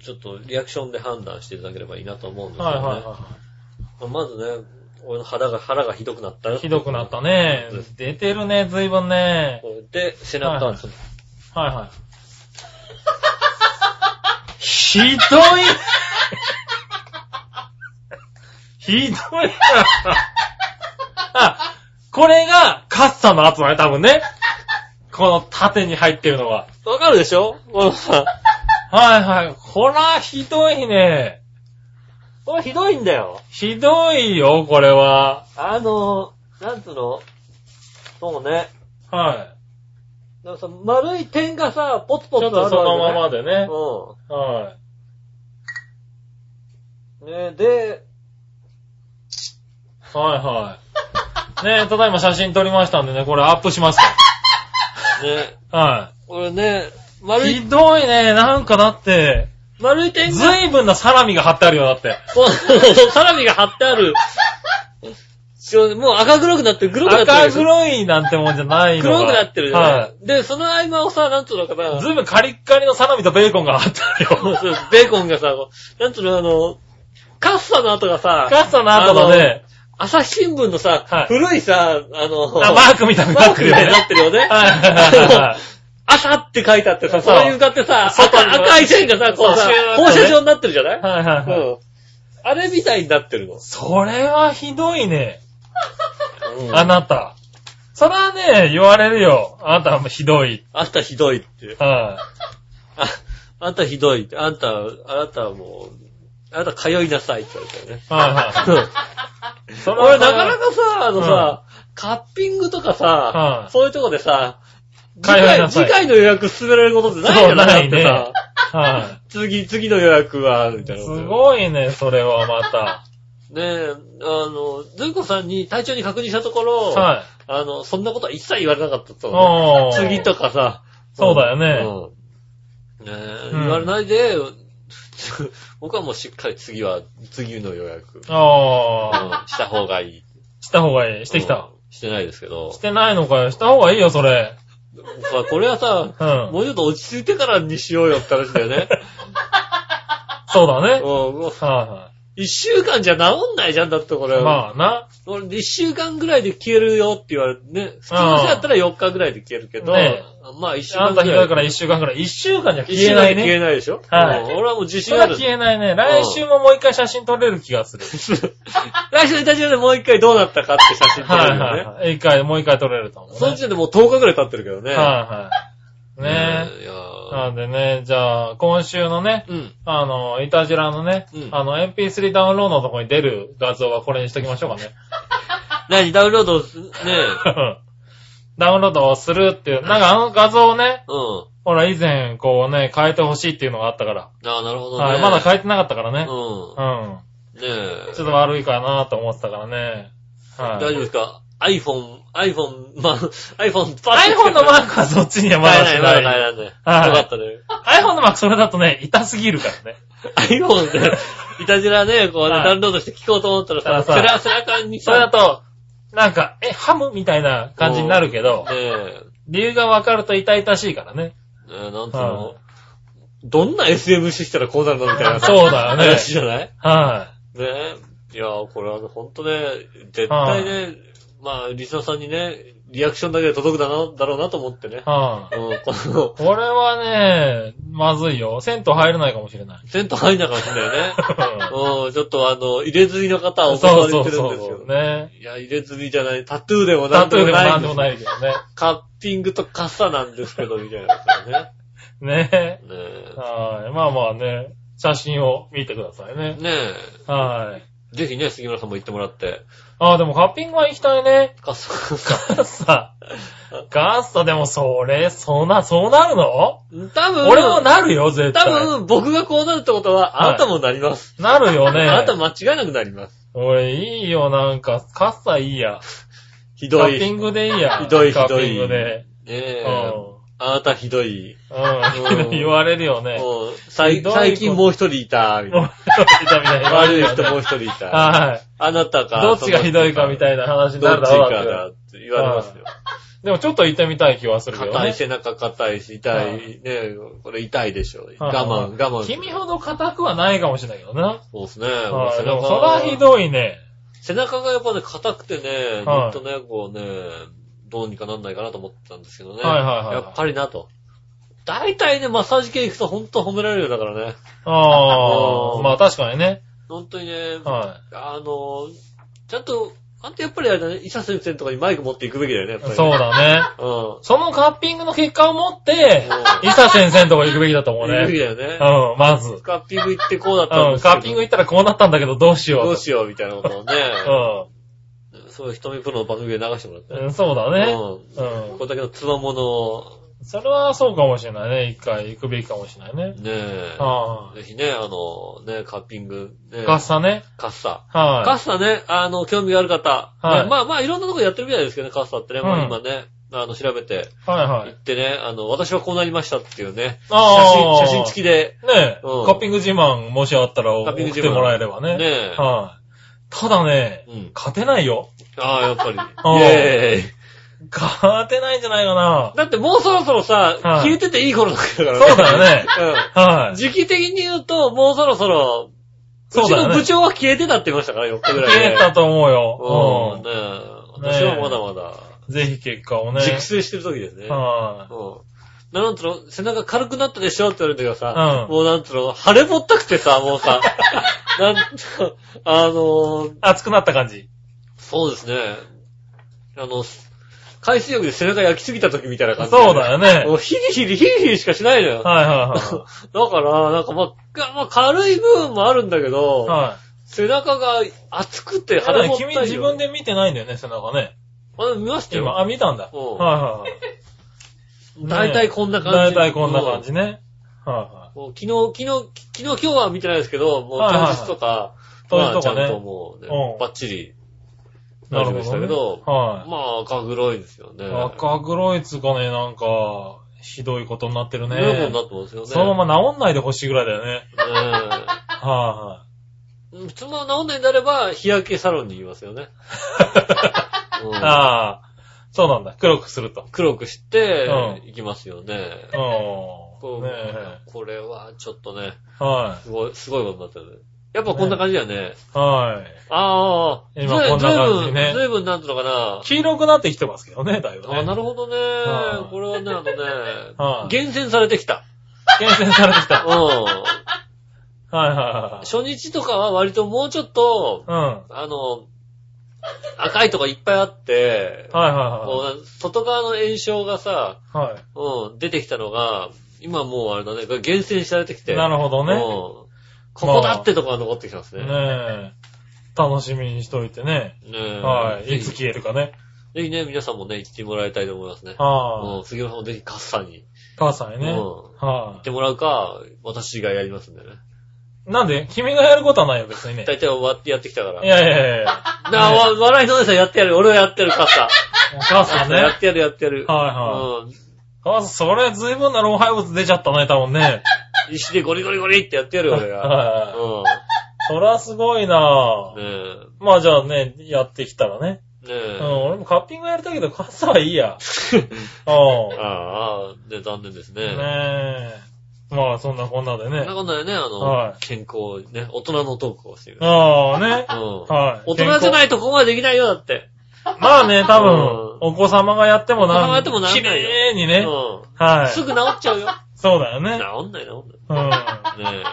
Speaker 2: ちょっとリアクションで判断していただければいいなと思うんです
Speaker 3: い。
Speaker 2: けどね。
Speaker 3: はいはいは
Speaker 2: まあまずね、俺の腹が、腹がひどくなったよ
Speaker 3: い。ひどくなったね
Speaker 2: そうです。
Speaker 3: 出てるね、随分ね。
Speaker 2: で、背中は、そう
Speaker 3: はいはい。ひどいひどいなあ、これがカッサの後だね、多分ね。この縦に入ってるのは。
Speaker 2: わかるでしょ このさ、
Speaker 3: はいはい。こら、ひどいね。
Speaker 2: これひどいんだよ。
Speaker 3: ひどいよ、これは。
Speaker 2: あの、なんつうのそうね。
Speaker 3: は
Speaker 2: なんかさ、丸い点がさ、ポツ
Speaker 3: い。
Speaker 2: ポ
Speaker 3: ち
Speaker 2: ツ
Speaker 3: ょ
Speaker 2: あるわ
Speaker 3: っと
Speaker 2: け
Speaker 3: そのままでね。
Speaker 2: ま
Speaker 3: は
Speaker 2: うん。ね、で、
Speaker 3: い。はいはい。ねえ、ただいま写真撮りましたんでね、これアップします
Speaker 2: ね、
Speaker 3: から。はい。
Speaker 2: 俺ね、丸い、
Speaker 3: ひどいね。なんかだって、
Speaker 2: 丸い点
Speaker 3: ず
Speaker 2: が、
Speaker 3: いぶんなサラミが貼ってあるよ、だって。
Speaker 2: そうそうそう、 サラミが貼ってある。しょもう赤黒くなってる、黒くなってる
Speaker 3: 赤
Speaker 2: でしょ。
Speaker 3: 黒いなんてもんじゃないのが。
Speaker 2: 黒くなってるじゃな。
Speaker 3: はい
Speaker 2: で、その合間をさ、なんつうのかな。
Speaker 3: い。ずいぶんカリッカリのサラミとベーコンが貼ってある
Speaker 2: そう
Speaker 3: よ。
Speaker 2: そうベーコンがさ、こうなんつうの、あの、カッサの後がさ、
Speaker 3: カッサの後のね、
Speaker 2: 朝日新聞のさ、
Speaker 3: はい
Speaker 2: 古いさ、あの、
Speaker 3: あマークみたいに
Speaker 2: マ
Speaker 3: な
Speaker 2: ー
Speaker 3: って
Speaker 2: ク
Speaker 3: る
Speaker 2: み
Speaker 3: よ
Speaker 2: たい
Speaker 3: ね
Speaker 2: に。なってるよね。
Speaker 3: はいはいはいはい
Speaker 2: 朝って書いてあってさ、そ
Speaker 3: そ
Speaker 2: れ
Speaker 3: う
Speaker 2: に向かってさ、
Speaker 3: 外に
Speaker 2: 赤赤い線がさ、こうさ
Speaker 3: そうシューッ、とね
Speaker 2: 放射状になってるじゃない、
Speaker 3: はいはいはい。
Speaker 2: うん。あれみたいになってるの。
Speaker 3: それはひどいね、
Speaker 2: うん
Speaker 3: あなた。それはね、言われるよ。あなたはひどい。
Speaker 2: あんたひどいって。あ、
Speaker 3: は
Speaker 2: あんたひどいって。あんた、あなたはもう、あなた通いなさいって言われたよね。
Speaker 3: い。はいはい。それは
Speaker 2: 俺、なかなかさ、あのさ、カッピングとかさ
Speaker 3: う、ん
Speaker 2: そういうとこでさ、次
Speaker 3: 通い
Speaker 2: 回、
Speaker 3: な
Speaker 2: 次
Speaker 3: さい
Speaker 2: 回の予約進められることってないじ
Speaker 3: そ
Speaker 2: ゃ
Speaker 3: う
Speaker 2: ない
Speaker 3: ないね
Speaker 2: だってさ
Speaker 3: は
Speaker 2: 次、次の予約は、みたい
Speaker 3: い。
Speaker 2: な
Speaker 3: す
Speaker 2: こと。
Speaker 3: ごいね、それはまた。
Speaker 2: ねえ、あの、ずんこさんに体調に確認したところ、
Speaker 3: はい。
Speaker 2: あの、そんなことは一切言われなかったと、
Speaker 3: おー
Speaker 2: 次とかさ。
Speaker 3: そうだよね
Speaker 2: うん。ねえ、
Speaker 3: うん
Speaker 2: 言われないで、 僕はもうしっかり次は、次の予約、 うん
Speaker 3: ああ。
Speaker 2: した方がいい。
Speaker 3: した方がいい。してきた。
Speaker 2: うん。してないですけど
Speaker 3: し。てないのかよ。した方がいいよ、それ。
Speaker 2: まあこれはさ、
Speaker 3: う ん
Speaker 2: もうちょっと落ち着いてからにしようよって話だよ ね。
Speaker 3: そうだ
Speaker 2: うん
Speaker 3: ね。
Speaker 2: もう
Speaker 3: は
Speaker 2: 一週間じゃ治んないじゃんだってこ
Speaker 3: い
Speaker 2: れ
Speaker 3: はい。まあな。
Speaker 2: 俺、一週間ぐらいで消えるよって言われてね。普通の人だったら4日ぐらいで消えるけど、
Speaker 3: ね
Speaker 2: まあ一週
Speaker 3: あ
Speaker 2: 間
Speaker 3: んた
Speaker 2: ぐ
Speaker 3: ひ
Speaker 2: ら
Speaker 3: ど
Speaker 2: い
Speaker 3: いから一週間くらい。一週間じゃ
Speaker 2: 一
Speaker 3: 消
Speaker 2: 週間
Speaker 3: えな
Speaker 2: で
Speaker 3: い
Speaker 2: 消
Speaker 3: ね。
Speaker 2: えないでしょ、
Speaker 3: はい
Speaker 2: うん俺はもう自
Speaker 3: そ
Speaker 2: 信あ
Speaker 3: れは
Speaker 2: る。
Speaker 3: 消えないね。来週ももう一回写真撮れる気がする。
Speaker 2: 来週のイタジオでもう一回どうなったかって写真撮
Speaker 3: は
Speaker 2: れる
Speaker 3: い
Speaker 2: よ
Speaker 3: は
Speaker 2: ね。
Speaker 3: いはい。一回、もう一回撮れると思うね。
Speaker 2: その時点でもう10日ぐらい経ってるけどね。
Speaker 3: はいはい。ね
Speaker 2: え。いや
Speaker 3: え。
Speaker 2: ー
Speaker 3: なんでね、じゃあ、今週のね、
Speaker 2: うん。
Speaker 3: あの、イタジラのね
Speaker 2: うん、
Speaker 3: あの、MP3 ダウンロードのとこに出る画像はこれにしときましょうかね。
Speaker 2: 何、ダウンロードす、ね
Speaker 3: ダウンロードをするっていう、なんかあの画像をね、
Speaker 2: うん。
Speaker 3: ほら以前こうね、変えてほしいっていうのがあったから。
Speaker 2: ああ、なるほどね。
Speaker 3: はい、まだ変えてなかったからね。
Speaker 2: う
Speaker 3: うん。
Speaker 2: ん。ねえ。
Speaker 3: ちょっと悪いかなと思ってたからね。はい。
Speaker 2: 大丈夫ですか ?iPhone、iPhone、まあ、iPhone、パッ
Speaker 3: iPhone のマークはそっちにはま
Speaker 2: 変え
Speaker 3: だ
Speaker 2: ない、
Speaker 3: し
Speaker 2: まだ
Speaker 3: な
Speaker 2: 変え
Speaker 3: い。
Speaker 2: らんない。よ
Speaker 3: はい
Speaker 2: かったね。
Speaker 3: iPhone のマークそれだとね、痛すぎるからね。
Speaker 2: iPhone で、いたじらね、こうね、
Speaker 3: はい
Speaker 2: ダウンロードして聞こうと思ったらさ、
Speaker 3: た
Speaker 2: セ
Speaker 3: だ
Speaker 2: ラセ
Speaker 3: さ
Speaker 2: ラ感に
Speaker 3: それ
Speaker 2: さ、
Speaker 3: だと、なんか、え、ハムみたいな感じになるけ
Speaker 2: ね、
Speaker 3: ど
Speaker 2: え、
Speaker 3: 理由がわかると痛々しいからね。
Speaker 2: えーなんつう
Speaker 3: は
Speaker 2: の、どんな SM してきたらこうなるのみたいなさ
Speaker 3: そうだよね。
Speaker 2: 話じゃない
Speaker 3: は
Speaker 2: ねえ。いやー、これはね、ほんとね、絶対ね、まあ、リスナーさんにね、リアクションだけで届くだな、だろうなと思ってね
Speaker 3: い。。はい。
Speaker 2: うん、この、
Speaker 3: これはね、まずいよ。銭湯入れないかもしれない。
Speaker 2: 銭湯入んなかったんだよ ね。うん、ちょっとあの、入れ墨の方 はお
Speaker 3: そ
Speaker 2: 断
Speaker 3: う
Speaker 2: り
Speaker 3: そ
Speaker 2: して
Speaker 3: う
Speaker 2: るん
Speaker 3: そ
Speaker 2: ですけ
Speaker 3: う。
Speaker 2: どね。
Speaker 3: ね。
Speaker 2: いや、入れ墨じゃない、タトゥーでもな
Speaker 3: タ
Speaker 2: んと
Speaker 3: トゥー
Speaker 2: もな
Speaker 3: でもないんでもないけどね。
Speaker 2: カッピングと傘なんですけど、みたいなことね。
Speaker 3: ね
Speaker 2: ね
Speaker 3: はい。まあまあね、写真を見てください
Speaker 2: え。
Speaker 3: ね。
Speaker 2: ね
Speaker 3: はい。
Speaker 2: え。ぜひね、杉村さんも行ってもらって。
Speaker 3: ああ、でもカッピングは行きたいね。
Speaker 2: 傘、
Speaker 3: ガッサ。ガッサでもそれ、そんな、そうなるの
Speaker 2: 多分、
Speaker 3: 俺もなるよ、絶対。
Speaker 2: 多分、僕がこうなるってことは、
Speaker 3: はい
Speaker 2: あなたもなります。
Speaker 3: なるよね。
Speaker 2: あなた間違いなくなります。
Speaker 3: 俺、いいよ、なんか、カッサいいや。
Speaker 2: ひ
Speaker 3: カ
Speaker 2: どい。
Speaker 3: ッピン
Speaker 2: ね
Speaker 3: グでいいや。
Speaker 2: ひどいひどい
Speaker 3: カッピングで。う
Speaker 2: え。
Speaker 3: ん。
Speaker 2: あなたひどい。
Speaker 3: う
Speaker 2: うん
Speaker 3: ん。言われるよね。
Speaker 2: もう最
Speaker 3: ひどいこと
Speaker 2: 最近もう一人いた、みたい
Speaker 3: もう
Speaker 2: な。、
Speaker 3: ひどいみたいな。
Speaker 2: 悪い人もう一人いた。
Speaker 3: はい。
Speaker 2: あなたか。
Speaker 3: どっちがひどいかみたいな話に
Speaker 2: ど
Speaker 3: な
Speaker 2: っ
Speaker 3: る
Speaker 2: ち
Speaker 3: だろう
Speaker 2: か
Speaker 3: な
Speaker 2: だ
Speaker 3: って
Speaker 2: って言われますよ。
Speaker 3: でもちょっと行ってみたい気はするけど
Speaker 2: 硬い、
Speaker 3: ね。
Speaker 2: 背中硬いし、痛い。
Speaker 3: は
Speaker 2: ねえこれ痛いでしょ。
Speaker 3: はい
Speaker 2: 我慢、我慢。
Speaker 3: 君ほど硬くはないかもしれないけどな。
Speaker 2: そうですね。
Speaker 3: はい。
Speaker 2: 背
Speaker 3: でも
Speaker 2: 中
Speaker 3: それはひどいね。
Speaker 2: 背中がやっぱね、硬くてね、ず
Speaker 3: は
Speaker 2: っ
Speaker 3: い
Speaker 2: とね、こうね、どうにかなんないかなと思ってたんですけどね。
Speaker 3: はいはいはい
Speaker 2: やっぱりなと。大体ね、マッサージ系行くとほんと褒められるようだからね。
Speaker 3: あ
Speaker 2: う
Speaker 3: あ。
Speaker 2: ん
Speaker 3: まあ確かにね。
Speaker 2: ほんとにね、
Speaker 3: は
Speaker 2: あの、ちゃんと、あんたやっぱりあれだね、医者先生のとかにマイク持っていくべきだよね、やっぱ
Speaker 3: い。
Speaker 2: り。
Speaker 3: そう
Speaker 2: う。
Speaker 3: だね。
Speaker 2: う
Speaker 3: そのカッピングの結果を持って
Speaker 2: う、。
Speaker 3: 伊佐先生のとこ行くべきだと思うん
Speaker 2: いくべき
Speaker 3: ね。
Speaker 2: だよね。
Speaker 3: うん、まず。うん、
Speaker 2: カッピング行ってこうだったんですけど
Speaker 3: カッピング行ったらこうなったんだけどどうしよ
Speaker 2: ど
Speaker 3: う
Speaker 2: うしようみたいなことをね、
Speaker 3: と。
Speaker 2: そういう瞳プロの番組で流してもらって。
Speaker 3: うんうん、そうだね。
Speaker 2: う。
Speaker 3: うん
Speaker 2: こ。
Speaker 3: ん
Speaker 2: れだけのつまものを、
Speaker 3: それはそうかもしれないね。一回行くべきかもしれないね。
Speaker 2: ねえ。
Speaker 3: は
Speaker 2: ぜひね、あの、ね、カッピング、ね、
Speaker 3: い。ガッサね。
Speaker 2: カッサ。カッ
Speaker 3: は
Speaker 2: サね、あの、興味がある方。
Speaker 3: はい
Speaker 2: ねまあまあ、いろんなとこやってるみたいですけどね、カッサってね。まあ
Speaker 3: うん
Speaker 2: 今ね、あの、調べて、
Speaker 3: い。はいは
Speaker 2: 行っ
Speaker 3: い。
Speaker 2: てね、あの、私はこうなりましたっていうね、写
Speaker 3: あ
Speaker 2: 真、写
Speaker 3: あ。
Speaker 2: 真付きで、
Speaker 3: ねえ、
Speaker 2: うん
Speaker 3: カッピング自慢、もしあったら
Speaker 2: カッ
Speaker 3: 送っ
Speaker 2: ピング自慢
Speaker 3: てもらえればね。
Speaker 2: ねえ
Speaker 3: はい。ただね、
Speaker 2: うん。
Speaker 3: 勝てないよ。
Speaker 2: ああ、やっぱり。
Speaker 3: ん
Speaker 2: イェーイ。
Speaker 3: 勝てないんじゃないかな。
Speaker 2: だってもうそろそろさ、
Speaker 3: はい
Speaker 2: 消えてていい頃だから
Speaker 3: そうだよね。
Speaker 2: うん。
Speaker 3: は
Speaker 2: 時期的に言うと、もうそろそろ、
Speaker 3: い。そう
Speaker 2: ち
Speaker 3: だよ
Speaker 2: の部
Speaker 3: ね。
Speaker 2: 長は消えてたって言いましたから、4日ぐらい
Speaker 3: 消
Speaker 2: ね。
Speaker 3: えたと思うよ。
Speaker 2: うん、
Speaker 3: う
Speaker 2: ねえ。
Speaker 3: ねえ
Speaker 2: 私はまだまだ。
Speaker 3: ん。ぜひ結果をね。
Speaker 2: 熟成してる時ですね。
Speaker 3: はい。
Speaker 2: うん。なんつうの、背中軽くなったでしょって言われたけどさ、
Speaker 3: うん
Speaker 2: もうなんつうの、腫れぼったくてさ、もう さ、なん、あのー、
Speaker 3: 熱くなった感じ。
Speaker 2: そうですね。あの、海水浴で背中焼きすぎた時みたいな感じ、
Speaker 3: そうだよね
Speaker 2: もうヒリヒリヒリヒリしかしないのよ。
Speaker 3: はいは
Speaker 2: だから、なんかまあ、がまあ、軽い部分もあるんだけど、
Speaker 3: いはい。は
Speaker 2: 背中が熱くて
Speaker 3: い。
Speaker 2: 腫れぼったい
Speaker 3: 君
Speaker 2: よ。
Speaker 3: 自分で見てないんだよね、背中ね。
Speaker 2: あでも見ました
Speaker 3: 今、
Speaker 2: よ。
Speaker 3: あ、見たんだ。はい
Speaker 2: うん
Speaker 3: はいはい。
Speaker 2: 大体こんな感じ。
Speaker 3: 大体こんな感じね。はいはい。
Speaker 2: もう昨日、昨日、昨日今日は見てないですけど、もう
Speaker 3: はいはいは
Speaker 2: 当
Speaker 3: い
Speaker 2: 日とか、
Speaker 3: 当
Speaker 2: ま
Speaker 3: 日
Speaker 2: あ
Speaker 3: と
Speaker 2: ちゃ
Speaker 3: か
Speaker 2: ん
Speaker 3: ね
Speaker 2: ともうね
Speaker 3: う、ん
Speaker 2: バッチリ、
Speaker 3: な
Speaker 2: 大丈夫で
Speaker 3: るほど、ね。
Speaker 2: したけど、
Speaker 3: はい。
Speaker 2: まあ赤黒いですよね。
Speaker 3: 赤黒いつかね、なんか、ひどいことになってるね。
Speaker 2: 黒いもんなってますよね。
Speaker 3: そのまま治んないでほしいぐらいだよね。
Speaker 2: ね
Speaker 3: は
Speaker 2: え普通 の治んないんであれば、日焼けサロンに行きますよね。
Speaker 3: いはい。
Speaker 2: うん
Speaker 3: ああ。そうなんだ。黒くすると。
Speaker 2: 黒くして
Speaker 3: う、
Speaker 2: 行きますよね。
Speaker 3: うん。
Speaker 2: こう
Speaker 3: ね
Speaker 2: これはちょっとね、
Speaker 3: え。は
Speaker 2: すごい、すごいことになってる。やっぱこんな感じだよね。
Speaker 3: い。はい。
Speaker 2: ああ、
Speaker 3: 今
Speaker 2: ずい
Speaker 3: こんな感じ
Speaker 2: ずいぶ
Speaker 3: ね
Speaker 2: ん、ずいぶんなんとかな。
Speaker 3: 黄色くなってきてますけどね、だいぶ
Speaker 2: あ、
Speaker 3: ね。
Speaker 2: なるほどね
Speaker 3: は。い
Speaker 2: これはね、あの
Speaker 3: は
Speaker 2: ね、
Speaker 3: い
Speaker 2: 厳選されてきた。
Speaker 3: 厳選されて きた。
Speaker 2: うん。
Speaker 3: はいは
Speaker 2: 初日とかは割ともうちょっと
Speaker 3: い、はい。
Speaker 2: あの、赤いとかいっぱいあって
Speaker 3: うん。、はいは
Speaker 2: こう外側の炎症がさ、
Speaker 3: いはい。は
Speaker 2: うん、出てきたのが、今もうあれだね、厳選されてきて。
Speaker 3: い。なるほどね。
Speaker 2: うんここだってとこが残ってきてますね。
Speaker 3: ねえ。楽しみにしといてね。
Speaker 2: ねえ
Speaker 3: はい。
Speaker 2: ぜ
Speaker 3: いつ
Speaker 2: ひ
Speaker 3: 消えるかね。
Speaker 2: ぜひね、皆さんもね、行ってもらいたいと思いますね。
Speaker 3: は
Speaker 2: うん杉村さんもぜひカッサに
Speaker 3: い。母さんにね。
Speaker 2: うん
Speaker 3: は
Speaker 2: 行ってもらうか、私がやりますんでね。
Speaker 3: い。なんで君がやることはないよ、別 にね。
Speaker 2: 大体終わってやってきたから。
Speaker 3: いやいやいやいや。
Speaker 2: なあ、わ笑いのお姉さんやってやる。俺はやってる、カッサ。
Speaker 3: 母さんね。
Speaker 2: やってやる、やってやる。
Speaker 3: は
Speaker 2: うん
Speaker 3: 母さん、それ随分な老廃物出ちゃったね、多分ね。
Speaker 2: 石でゴリゴリゴリってやってやるよ、俺が。
Speaker 3: はい。
Speaker 2: うん。
Speaker 3: そりゃすごいなぁ。
Speaker 2: ね
Speaker 3: まあじゃあね、やってきたらね。
Speaker 2: え。ねえ
Speaker 3: うん、。俺もカッピングやりたいけど、母さんはいい や。う
Speaker 2: ああ、ね、残念です
Speaker 3: ん。
Speaker 2: ね。
Speaker 3: ねえ。まあそんなこんなで
Speaker 2: そ
Speaker 3: ね
Speaker 2: んな。ことでね、あ
Speaker 3: は
Speaker 2: の
Speaker 3: い、
Speaker 2: 健康、ね、大人のトークをしてる。
Speaker 3: ああね
Speaker 2: う。ん。
Speaker 3: はい。
Speaker 2: 大人じゃないとここまでできないよ、だって。
Speaker 3: まあね、多
Speaker 2: うん
Speaker 3: 分、お子様がやっても
Speaker 2: お子様がや
Speaker 3: な
Speaker 2: ってもなんない
Speaker 3: 綺
Speaker 2: よ
Speaker 3: 麗に
Speaker 2: う
Speaker 3: ね。
Speaker 2: ん。
Speaker 3: はい
Speaker 2: す。ぐ治っちゃうよ。
Speaker 3: そうだよね。
Speaker 2: 治んない治ん
Speaker 3: う
Speaker 2: ない。ねえ。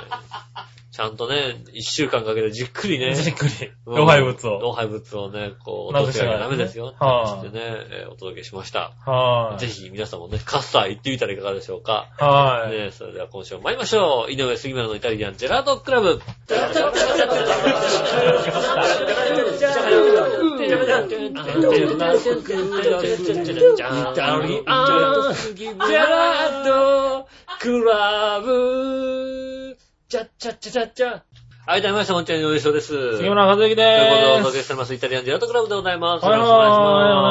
Speaker 2: ちゃんとね、一週間かけてじっくりね
Speaker 3: ん。。じっくり、
Speaker 2: うん
Speaker 3: 老廃物を。
Speaker 2: 老廃物をね、こう、
Speaker 3: な
Speaker 2: 落と
Speaker 3: く
Speaker 2: し
Speaker 3: し
Speaker 2: な
Speaker 3: な
Speaker 2: き
Speaker 3: が
Speaker 2: ゃ
Speaker 3: ら
Speaker 2: ダメですよ。って
Speaker 3: は
Speaker 2: 話
Speaker 3: い
Speaker 2: でね、えーお届けしました。
Speaker 3: はい。
Speaker 2: ぜひ皆さんもね、カッサー行ってみたらいかがでしょうか。
Speaker 3: はい。
Speaker 2: ねえ、それでは今週も参りましょう。井上杉村のイタリアンジェラートクラブ。はい、どうも皆さん、こんにちは、井上翔です。
Speaker 3: 杉村和之
Speaker 2: ということでお
Speaker 3: でー
Speaker 2: 届
Speaker 3: す。
Speaker 2: けしております、イタリアンジェラートクラブでございます。
Speaker 3: はいはい、お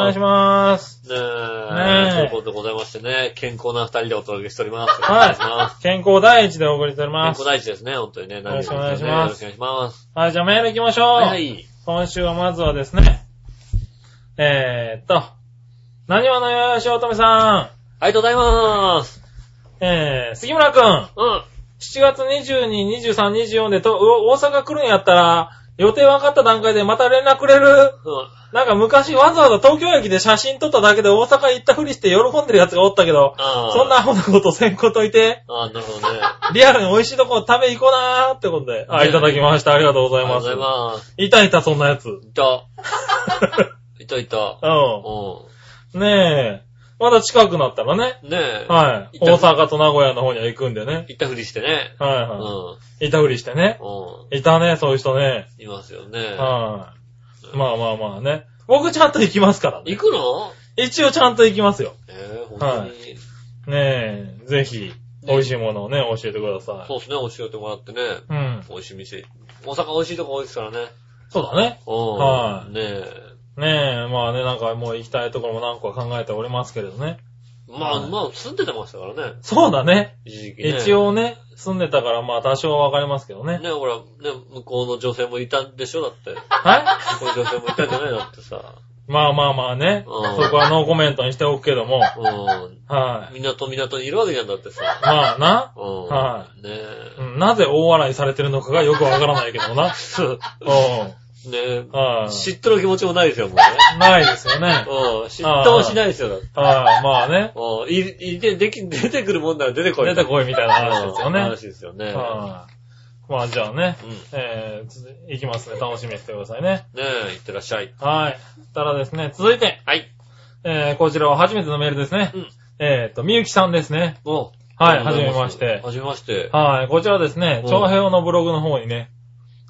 Speaker 3: 願いし
Speaker 2: ま
Speaker 3: ます。
Speaker 2: す。ねえ、
Speaker 3: ねえ
Speaker 2: ということでございましてね、健康な二人でお届けしております。お願いします。
Speaker 3: はい。健康第一でお送りしており
Speaker 2: 健
Speaker 3: ます
Speaker 2: 康。第一ですね、本当にね。よ
Speaker 3: ろしくお願いします
Speaker 2: よろしくお願いします。
Speaker 3: はい、じゃあメール行きましょう。
Speaker 2: はい。
Speaker 3: 今週はまずはですね、えーっと、何わのよよしおとめさ
Speaker 2: ありがとうございます。
Speaker 3: ん、えー、杉村くん、
Speaker 2: うん。
Speaker 3: 7月22、23、24でと、う大阪来るんやったら、予定分かった段階でまた連絡くれる
Speaker 2: うん。
Speaker 3: なんか昔わざわざ東京駅で写真撮っただけで大阪行ったふりして喜んでるやつがおったけど、
Speaker 2: あー
Speaker 3: そんなアホなことせんこといて、
Speaker 2: あーなるほどね。
Speaker 3: リアルに美味しいとこ食べ行こうなーってことで。あ、いただきました。ありがとうご
Speaker 2: あり
Speaker 3: ざい
Speaker 2: がとう
Speaker 3: ま
Speaker 2: ござ
Speaker 3: す。
Speaker 2: います。
Speaker 3: いたいた、そんなやつ。う。
Speaker 2: いた。いたいた。うん
Speaker 3: ねえ。まだ近くなったらね。
Speaker 2: ん。ねえ。
Speaker 3: はい。
Speaker 2: い
Speaker 3: 大
Speaker 2: た
Speaker 3: 阪と名古屋の方には行くんでね。
Speaker 2: 行ったふりしてね。
Speaker 3: はいうは
Speaker 2: ん。
Speaker 3: い。いたふりしてね。
Speaker 2: う
Speaker 3: いたね、そういう人ね。
Speaker 2: ん。いますよね。
Speaker 3: はい。まあまあまあね。僕ちゃんと行きますからね。
Speaker 2: 行くの
Speaker 3: 一応ちゃんと行きますよ。
Speaker 2: ええ、本当に。
Speaker 3: ねえ、ぜひ、美味しいものをね、教えてくださ
Speaker 2: そうですね、教えてもらってね。
Speaker 3: い。うん。
Speaker 2: 美味しい店。大阪美味しいとこ多いですからね。
Speaker 3: そうだね。
Speaker 2: うん。
Speaker 3: はい
Speaker 2: ねえ。
Speaker 3: ねえ、まあね、なんかもう行きたいところも何個か考えておりますけれどね。
Speaker 2: まあ、
Speaker 3: はい
Speaker 2: まあ、住んでてましたからね。
Speaker 3: そうだね。
Speaker 2: 一時期ね。
Speaker 3: 一。応ね、住んでたからまあ多少はわかりますけどね。
Speaker 2: ね、ほら、ね、向こうの女性もいたんでしょだって。
Speaker 3: は
Speaker 2: 向こうの女性もいたんじゃないだってさ。
Speaker 3: いまあまあまあね、
Speaker 2: うん
Speaker 3: そこはノーコメントにしておくけども、はい。
Speaker 2: うん。港、港にいるわけじゃんだってさ。
Speaker 3: まあな、
Speaker 2: うん。
Speaker 3: は
Speaker 2: ねえ。
Speaker 3: うんなぜ大笑いされてるのかがよくわからないけどもな。う
Speaker 2: ねえ
Speaker 3: ん。。はい。
Speaker 2: 嫉妬の気持ちもないですよ、もうね。
Speaker 3: ないですよね。
Speaker 2: うん。嫉妬もしないですよ、だって。
Speaker 3: はい、まあね。
Speaker 2: うん。い、いて、でき、出てくるもんなら出てこい。
Speaker 3: 出てこいみたいな話
Speaker 2: うん
Speaker 3: ですよね。
Speaker 2: 話ですよね。
Speaker 3: はい。まあじゃあね、
Speaker 2: うん。ね
Speaker 3: えー続い、いきますね。楽しみにしてくださいね。
Speaker 2: え、いってらっしゃい。
Speaker 3: はい。そしたらですね、続いて、
Speaker 2: はい。
Speaker 3: えー、こちらは初めてのメールですね。
Speaker 2: うん
Speaker 3: えーと、みゆきさんですね。
Speaker 2: お
Speaker 3: はい、はじめまして。
Speaker 2: はじめまして。
Speaker 3: はい、こちらですね
Speaker 2: う、ん
Speaker 3: 長平のブログの方にね、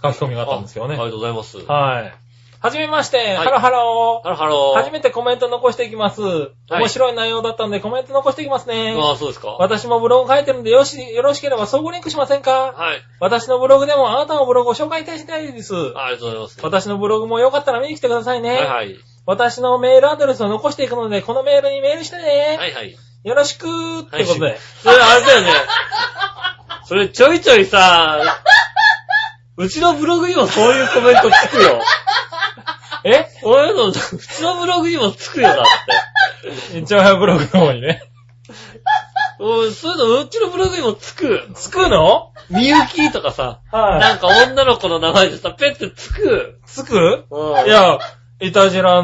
Speaker 3: 書き込みがあったんですけど
Speaker 2: あ
Speaker 3: ね。
Speaker 2: あ
Speaker 3: は
Speaker 2: りがとうございます。ハ
Speaker 3: い。はじめまして、
Speaker 2: はい
Speaker 3: ハロハロー。
Speaker 2: ロハロー。
Speaker 3: 初めてコメント残していきます。面白い内容だったんでコメント残していきますね。
Speaker 2: ああ、そうですか。は
Speaker 3: 私もブログ書いてるんでよし、よろしければ相互リンクしませんか
Speaker 2: い。
Speaker 3: 私のブログでもあなたのブログを紹介いたしたいです。
Speaker 2: ありがとうございます。
Speaker 3: 私のブログもよかったら見に来てくださいね。
Speaker 2: はいはい。
Speaker 3: 私のメールアドレスを残していくので、このメールにメールしてね。
Speaker 2: はいはい。
Speaker 3: よろしくーってこと
Speaker 2: はい
Speaker 3: で。
Speaker 2: それあれだよね。それちょいちょいさ、うちのブログにもそういうコメント聞くよ。
Speaker 3: え
Speaker 2: 俺の、普通のブログにもつくよ、だって。
Speaker 3: 一応早ブログの方に ね。
Speaker 2: うん、そういうの、うちのブログにもつく。
Speaker 3: つくの
Speaker 2: みゆきとかさ、
Speaker 3: は
Speaker 2: なんか女の子の名前でさ、ペってつく。
Speaker 3: い。つく
Speaker 2: うん。
Speaker 3: い、や、イタジラのあ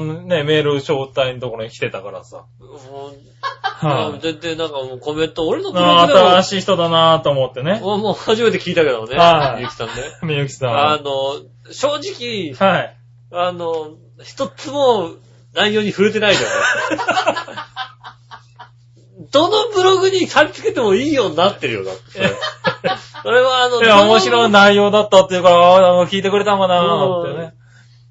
Speaker 3: のね、メール招待のところに来てたからさ。
Speaker 2: もう、
Speaker 3: はい、
Speaker 2: 全然なんかもうコメント、俺のブロ
Speaker 3: あ
Speaker 2: グ
Speaker 3: ー
Speaker 2: でも
Speaker 3: 新しい人だなぁと思ってね。
Speaker 2: もう、もう初めて聞いたけどね。
Speaker 3: はい
Speaker 2: ゆうきさんね。
Speaker 3: みゆきさん。
Speaker 2: あの、正直、
Speaker 3: はい。
Speaker 2: あの、一つも内容に触れてない じゃない。どのブログに貼り付けてもいいようになってるよ、 だってそれ。それはあの、
Speaker 3: いや、面白い
Speaker 2: な。
Speaker 3: 内容だったっていうから、ああ聞いてくれたんかなーってね。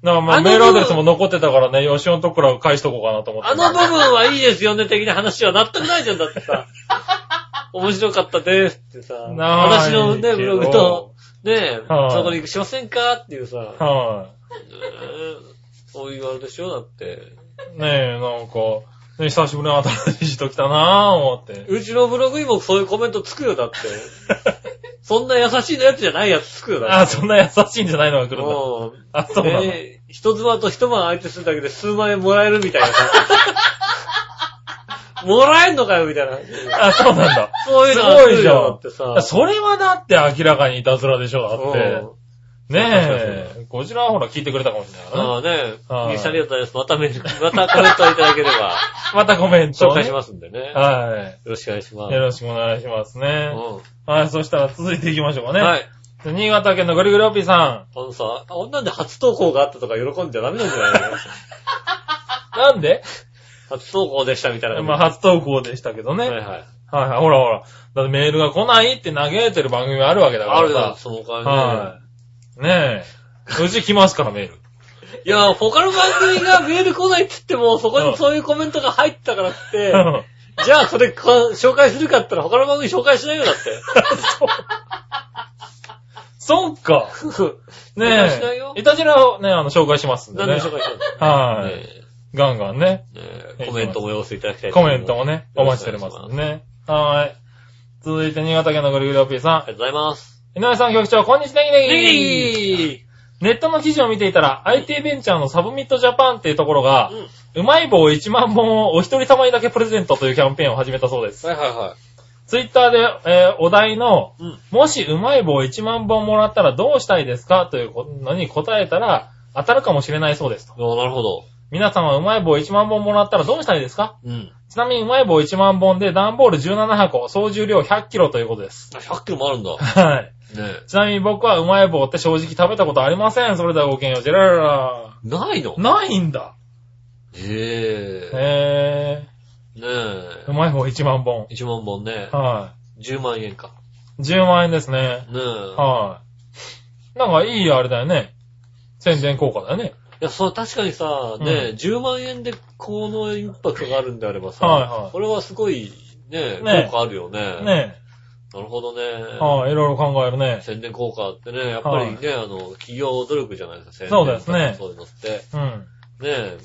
Speaker 3: だからまあ
Speaker 2: あの
Speaker 3: メールアドレスも残ってたからね、吉尾のとこから返しとこうかなと思って。
Speaker 2: あの部分はいいですよね、的な話は納得ないじゃん、だって さ。面白かったですってさ。
Speaker 3: ない
Speaker 2: 私
Speaker 3: けど
Speaker 2: のね、ブログと、ねえ、
Speaker 3: はい
Speaker 2: そこにしませんかっていうさ。
Speaker 3: は
Speaker 2: そういうあれでしょだって。
Speaker 3: い。ねえ、なんか、ね、久しぶりに新しい人来たなぁ思って。
Speaker 2: うちのブログにもそういうコメントつくよ、 だって。そんな優しいのやつじゃないやつつくよ、だって。
Speaker 3: あ、そんな優しいんじゃないのが来るんだ。
Speaker 2: もう
Speaker 3: あ、そうなの。
Speaker 2: ね一妻と一晩相手するだけで数万円もらえるみたい なさ。もらえんのかよ、みたいな。
Speaker 3: あ、そうなんだ。
Speaker 2: そういう
Speaker 3: す
Speaker 2: のが来
Speaker 3: ご
Speaker 2: る
Speaker 3: いじ
Speaker 2: よ、だって
Speaker 3: ゃ
Speaker 2: さ。
Speaker 3: ん。それはだって明らかにいたずらでしょ、だって。ねえ、こちらはほら聞いてくれたかもしれないからね。
Speaker 2: ああね、
Speaker 3: は
Speaker 2: ミ
Speaker 3: い
Speaker 2: キさんありがとうございます。またメール、またコメントいただけれ ば、
Speaker 3: またコメントを
Speaker 2: 紹
Speaker 3: ね。
Speaker 2: 介しますんでね。よ
Speaker 3: は
Speaker 2: ろしくお願いしま
Speaker 3: い。
Speaker 2: す。
Speaker 3: よろしくお願いしますね。
Speaker 2: う
Speaker 3: はい、そしたら続いていきましょうか
Speaker 2: ん
Speaker 3: ね。。
Speaker 2: はいい。
Speaker 3: 新潟県のぐりぐりおっぴーさ
Speaker 2: あのさ、あ女で初投稿があったとか喜んじゃダメなんじゃないの
Speaker 3: ん。なんで
Speaker 2: 初投稿でしたみたいな。
Speaker 3: まあ、初投稿でしたけどね。
Speaker 2: はい
Speaker 3: はい
Speaker 2: はい。
Speaker 3: はい、ほらほら。だってメールが来ないって嘆いてる番組があるわけだから
Speaker 2: ある
Speaker 3: さ
Speaker 2: よ、。その感じ。
Speaker 3: はい。ねえ。うち来ますから、メール。
Speaker 2: いや、他の番組がメール来ないって言っても、そこにそういうコメントが入ったからって、じゃあそれか紹介するかって言ったら他の番組紹介しないよだ って。
Speaker 3: そっか。
Speaker 2: 紹
Speaker 3: ね
Speaker 2: 介しないよ
Speaker 3: え。いたじらをね、あの、紹介しますんで
Speaker 2: 何
Speaker 3: ね
Speaker 2: で。紹介したんだ
Speaker 3: は
Speaker 2: ね
Speaker 3: い。ガンガンね。
Speaker 2: えねえコメントも寄せていただきたいと
Speaker 3: コ
Speaker 2: 思い
Speaker 3: メ
Speaker 2: ま
Speaker 3: ン
Speaker 2: す
Speaker 3: トもね、お待ちしておりますんでね。はい。続いて、新潟県のぐりぐりおっぴーさ
Speaker 2: ありがとうございます。
Speaker 3: ん。井上さん、局長、こんにちは、ネギ
Speaker 2: ネ
Speaker 3: ネギ
Speaker 2: ギ
Speaker 3: ネットの記事を見ていたら、IT ベンチャーのサブミットジャパンっていうところが、うまい棒1万本をお一人様にだけプレゼントというキャンペーンを始めたそうです。
Speaker 2: はいはいは
Speaker 3: ツイッターで、えーお題の、
Speaker 2: い。うん。
Speaker 3: もしうまい棒1万本もらったらどうしたいですかというのに答えたら、当たるかもしれないそうですと。
Speaker 2: あなるほど。
Speaker 3: 皆さんはうまい棒1万本もらったらどうしたいですか
Speaker 2: うん。
Speaker 3: ちなみにうまい棒1万本で段ボール17箱、総重量100キロということです。
Speaker 2: 100キロもあるんだ。ね
Speaker 3: はい。
Speaker 2: え。
Speaker 3: ちなみに僕はうまい棒って正直食べたことありません。それではごきげんよう。ジェラララ。
Speaker 2: ないの
Speaker 3: ないんだ。
Speaker 2: へえ。
Speaker 3: へ
Speaker 2: ね
Speaker 3: ぇー。うまい棒1万本。
Speaker 2: え。1万本ね。
Speaker 3: は
Speaker 2: 10万円か。
Speaker 3: い。10万円ですね。
Speaker 2: ねえ。
Speaker 3: はい。なんかいいあれだよね。宣伝効果だよね。
Speaker 2: いや、そう、確かにさ、
Speaker 3: うん
Speaker 2: ね、10万円でこのインパクトがあるんであればさ、
Speaker 3: はいはい
Speaker 2: これはすごい、ね、
Speaker 3: ね
Speaker 2: 効果あるよね。
Speaker 3: ね
Speaker 2: なるほどね
Speaker 3: え。。はい。いろいろ考えるね。
Speaker 2: 宣伝効果ってね、やっぱりね、あの、企業努力じゃないですか、宣伝
Speaker 3: そうですね
Speaker 2: そういうのって。
Speaker 3: うん。
Speaker 2: ね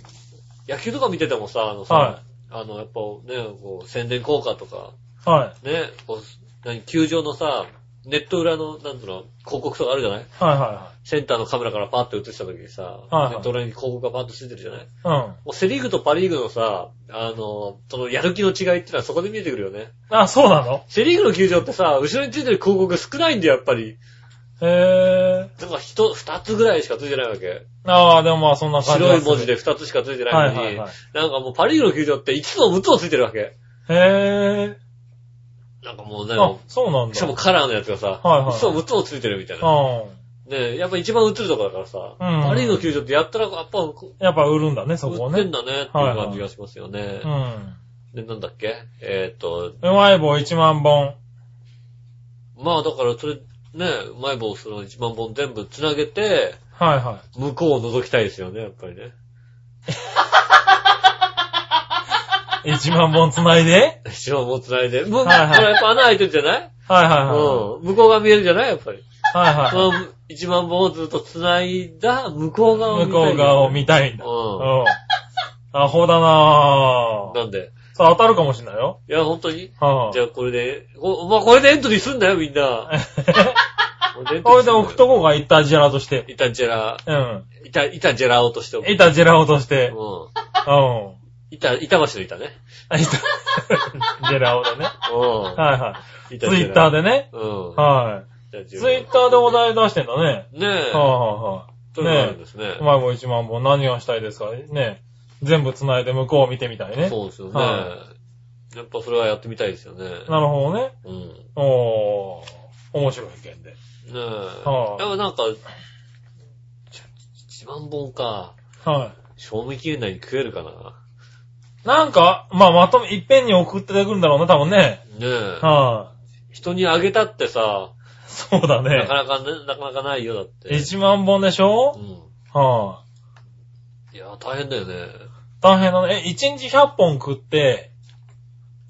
Speaker 2: 野球とか見ててもさ、あのさ、
Speaker 3: は
Speaker 2: あの、やっぱね、こう、宣伝効果とか、
Speaker 3: い。は
Speaker 2: ね、こう、何、球場のさ、ネット裏の、なんつうの、広告とかあるじゃない
Speaker 3: い。は
Speaker 2: センターのカメラからパッと映した時にさ、
Speaker 3: はい
Speaker 2: ネット裏に広告がパッとついてるじゃない
Speaker 3: いはい。うん。
Speaker 2: もうセリーグとパリーグのさ、あの、そのやる気の違いってのはそこで見えてくるよね。
Speaker 3: あ、そうなの
Speaker 2: セリーグの球場ってさ、後ろについてる広告少ないんだよ、やっぱり。
Speaker 3: へぇ
Speaker 2: なんか一、二つぐらいしかついてないわけ。
Speaker 3: ー。ああ、でもまあそんな感じが
Speaker 2: 白
Speaker 3: す
Speaker 2: い
Speaker 3: る
Speaker 2: 文字で二つしかついてな
Speaker 3: はい
Speaker 2: のに、
Speaker 3: いはいはい。
Speaker 2: なんかもうパリーグの球場って5つも6つもついてるわけ。
Speaker 3: へ
Speaker 2: なんかもう
Speaker 3: ぇ
Speaker 2: ね
Speaker 3: ー。、あ、そうなんだ。
Speaker 2: しかもカラーのやつがさ、
Speaker 3: はいはい
Speaker 2: 5つも6つもついてるみたいな。
Speaker 3: う
Speaker 2: ねやっぱ一番映るとこだからさ、パリーグの球場ってやったら、やっぱ、こ
Speaker 3: ん。やっぱ売るんだね、そこ
Speaker 2: 売
Speaker 3: を
Speaker 2: って
Speaker 3: ね
Speaker 2: ん。だねっていう感じがしますよね。
Speaker 3: うん。
Speaker 2: で、なんだっけえーっと、
Speaker 3: うまい棒1万本。
Speaker 2: まあだからそれ、ね、うまい棒その1万本全部つなげて、
Speaker 3: はいはい。
Speaker 2: 向こうを覗きたいですよね、やっぱりね。
Speaker 3: 1万本つないで
Speaker 2: 1万本つないで。もう、これ
Speaker 3: はいはい
Speaker 2: やっぱ穴開いてるじゃない
Speaker 3: はいは
Speaker 2: う
Speaker 3: い
Speaker 2: ん
Speaker 3: は。
Speaker 2: 向こうが見えるじゃないやっぱり。
Speaker 3: い。はいはい。
Speaker 2: その1万本をずっとつないだ向こう側を見た
Speaker 3: 向
Speaker 2: い
Speaker 3: こう側を見たいんだ。
Speaker 2: うん。
Speaker 3: うん。アホだなぁ。
Speaker 2: なんで。
Speaker 3: さあ当たるかもしれないよ。
Speaker 2: いや、本当に
Speaker 3: は
Speaker 2: じゃあこれで、おまあこれでエントリーすんだよ、みんな。
Speaker 3: それで奥 とこがイタジェラとして。
Speaker 2: イタジェラ、
Speaker 3: うん。
Speaker 2: イタ、イタジェラオとしておく。
Speaker 3: イタジェラオとして。うん。
Speaker 2: うん。イタ、板橋の板ね。
Speaker 3: あイタ ジェラオでね。
Speaker 2: う
Speaker 3: はいは
Speaker 2: ん。イ
Speaker 3: い。ツイッター
Speaker 2: で。
Speaker 3: でね。
Speaker 2: うん。
Speaker 3: は
Speaker 2: イタジ
Speaker 3: い。
Speaker 2: ェ
Speaker 3: ツ
Speaker 2: ラ
Speaker 3: イッターでお題出してんだね。
Speaker 2: ねえ。
Speaker 3: はいは
Speaker 2: ということなんですね
Speaker 3: いはい。う。まい棒1万本何がしたいですかね。全部繋いで向こうを見てみたいね。
Speaker 2: そうですよね。
Speaker 3: は
Speaker 2: やっぱそれはやってみたいですよね。
Speaker 3: なるほどね。
Speaker 2: うん。ね
Speaker 3: おー。面白い意見で。
Speaker 2: え。
Speaker 3: はい
Speaker 2: やっぱなんか、ちょ一万本か。
Speaker 3: は
Speaker 2: 賞味期限内に食えるかな。
Speaker 3: い。なんか、まあ、まとめ、いっぺんに送ってくるんだろうな、多分ね。
Speaker 2: ねえ。
Speaker 3: は
Speaker 2: 人にあげたってさ、
Speaker 3: い。そうだ
Speaker 2: な
Speaker 3: ね
Speaker 2: か。なかね、なかなかないよ、だって。
Speaker 3: 1万本でし
Speaker 2: う
Speaker 3: ょ
Speaker 2: ん。
Speaker 3: はい
Speaker 2: や、大変だよね。
Speaker 3: い。大変だね。え、1日100本食って、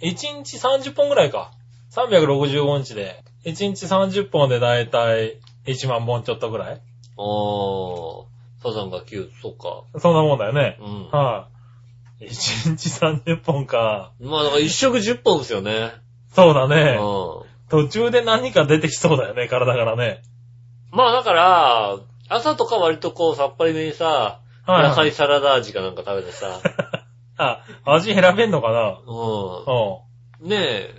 Speaker 3: 1日30本ぐらいか。365日で。1日30本でだいたい1万本ちょっとぐらい
Speaker 2: あー、サザンが9、そっか。
Speaker 3: そんなもんだよね。
Speaker 2: うん。
Speaker 3: はい。1日30本か。
Speaker 2: まあ、だから一食10本ですよね。
Speaker 3: そうだ
Speaker 2: う
Speaker 3: ね。
Speaker 2: ん。
Speaker 3: 途中で何か出てきそうだよね、体からね。
Speaker 2: まあ、だから、朝とか割とこう、さっぱりめにさ、
Speaker 3: はい、
Speaker 2: 野菜サラダ味かなんか食べてさ、
Speaker 3: あ、味選べんのかな
Speaker 2: う。
Speaker 3: うん
Speaker 2: ねえ。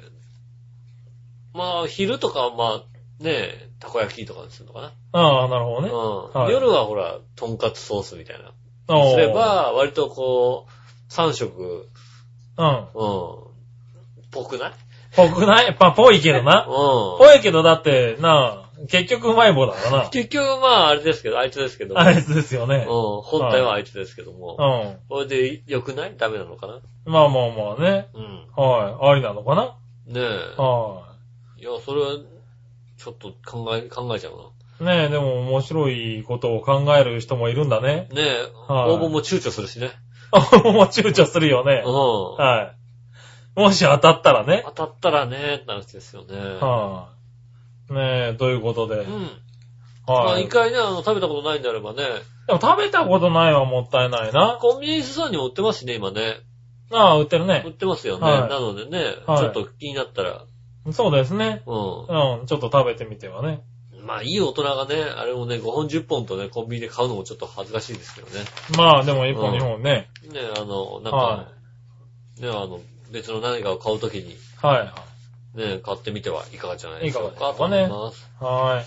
Speaker 2: まあ、昼とかはまあ、ねえ、たこ焼きとかにするのかな。
Speaker 3: ん。ああ、なるほどね。
Speaker 2: うん。
Speaker 3: はい
Speaker 2: 夜はほら、とんかつソースみたいな。
Speaker 3: おー
Speaker 2: すれ、ば、割とこう、3食、
Speaker 3: うん。
Speaker 2: うん。ぽくない
Speaker 3: ぽくないまあ、ぽいけどな。
Speaker 2: うん。。
Speaker 3: ぽいけど、だって、なあ、結局うまい棒だからな
Speaker 2: 結局、まあ、あれですけど、あいつですけども。
Speaker 3: あ
Speaker 2: うん
Speaker 3: い。つですよね。
Speaker 2: 本体はあいつですけど
Speaker 3: う
Speaker 2: も。
Speaker 3: ん。
Speaker 2: これで、良くないダメなのかな
Speaker 3: まあまあまあね。
Speaker 2: うん。
Speaker 3: はい。ありなのかな
Speaker 2: ねえ。
Speaker 3: はい
Speaker 2: や、それは、ちょっと考え、考えちゃうな。
Speaker 3: い。ねえ、でも面白いことを考える人もいるんだね。
Speaker 2: ねえ、
Speaker 3: はい
Speaker 2: 応募も躊躇するしね。
Speaker 3: あもう躊躇するよね
Speaker 2: う。ん。
Speaker 3: はい。もし当たったらね。
Speaker 2: 当たったらね、って話ですよね。
Speaker 3: はい。ねえ、ということで
Speaker 2: う。ん。まあ、
Speaker 3: はい。
Speaker 2: 一
Speaker 3: で
Speaker 2: 回ね、あの、食べたことないんであればね、
Speaker 3: も食べたことないはもったいないな。
Speaker 2: コンビニエンスストアにも売ってますしね、今ね。
Speaker 3: ああ、売ってる
Speaker 2: 売っ
Speaker 3: ね。
Speaker 2: てますよね。
Speaker 3: はい
Speaker 2: なのでね、
Speaker 3: はい
Speaker 2: ちょっと気になったら、
Speaker 3: そうですね。
Speaker 2: う
Speaker 3: うん、ちょっと食べてみてはね。
Speaker 2: ん。まあ、いい大人がね、あれもね、5本10本とね、コンビニで買うのもちょっと恥ずかしいですけどね。
Speaker 3: まあ、でも一
Speaker 2: うん
Speaker 3: 本二本ね。
Speaker 2: ね、あの、なんか、
Speaker 3: は
Speaker 2: ね、あの、別の何かを買うときに、
Speaker 3: はい
Speaker 2: ね、買ってみてはいかがじゃないでしょう
Speaker 3: い
Speaker 2: か、
Speaker 3: か
Speaker 2: と
Speaker 3: が
Speaker 2: 思
Speaker 3: でし
Speaker 2: い
Speaker 3: ょうかね
Speaker 2: ます。
Speaker 3: はい。
Speaker 2: う
Speaker 3: はい。
Speaker 2: ん。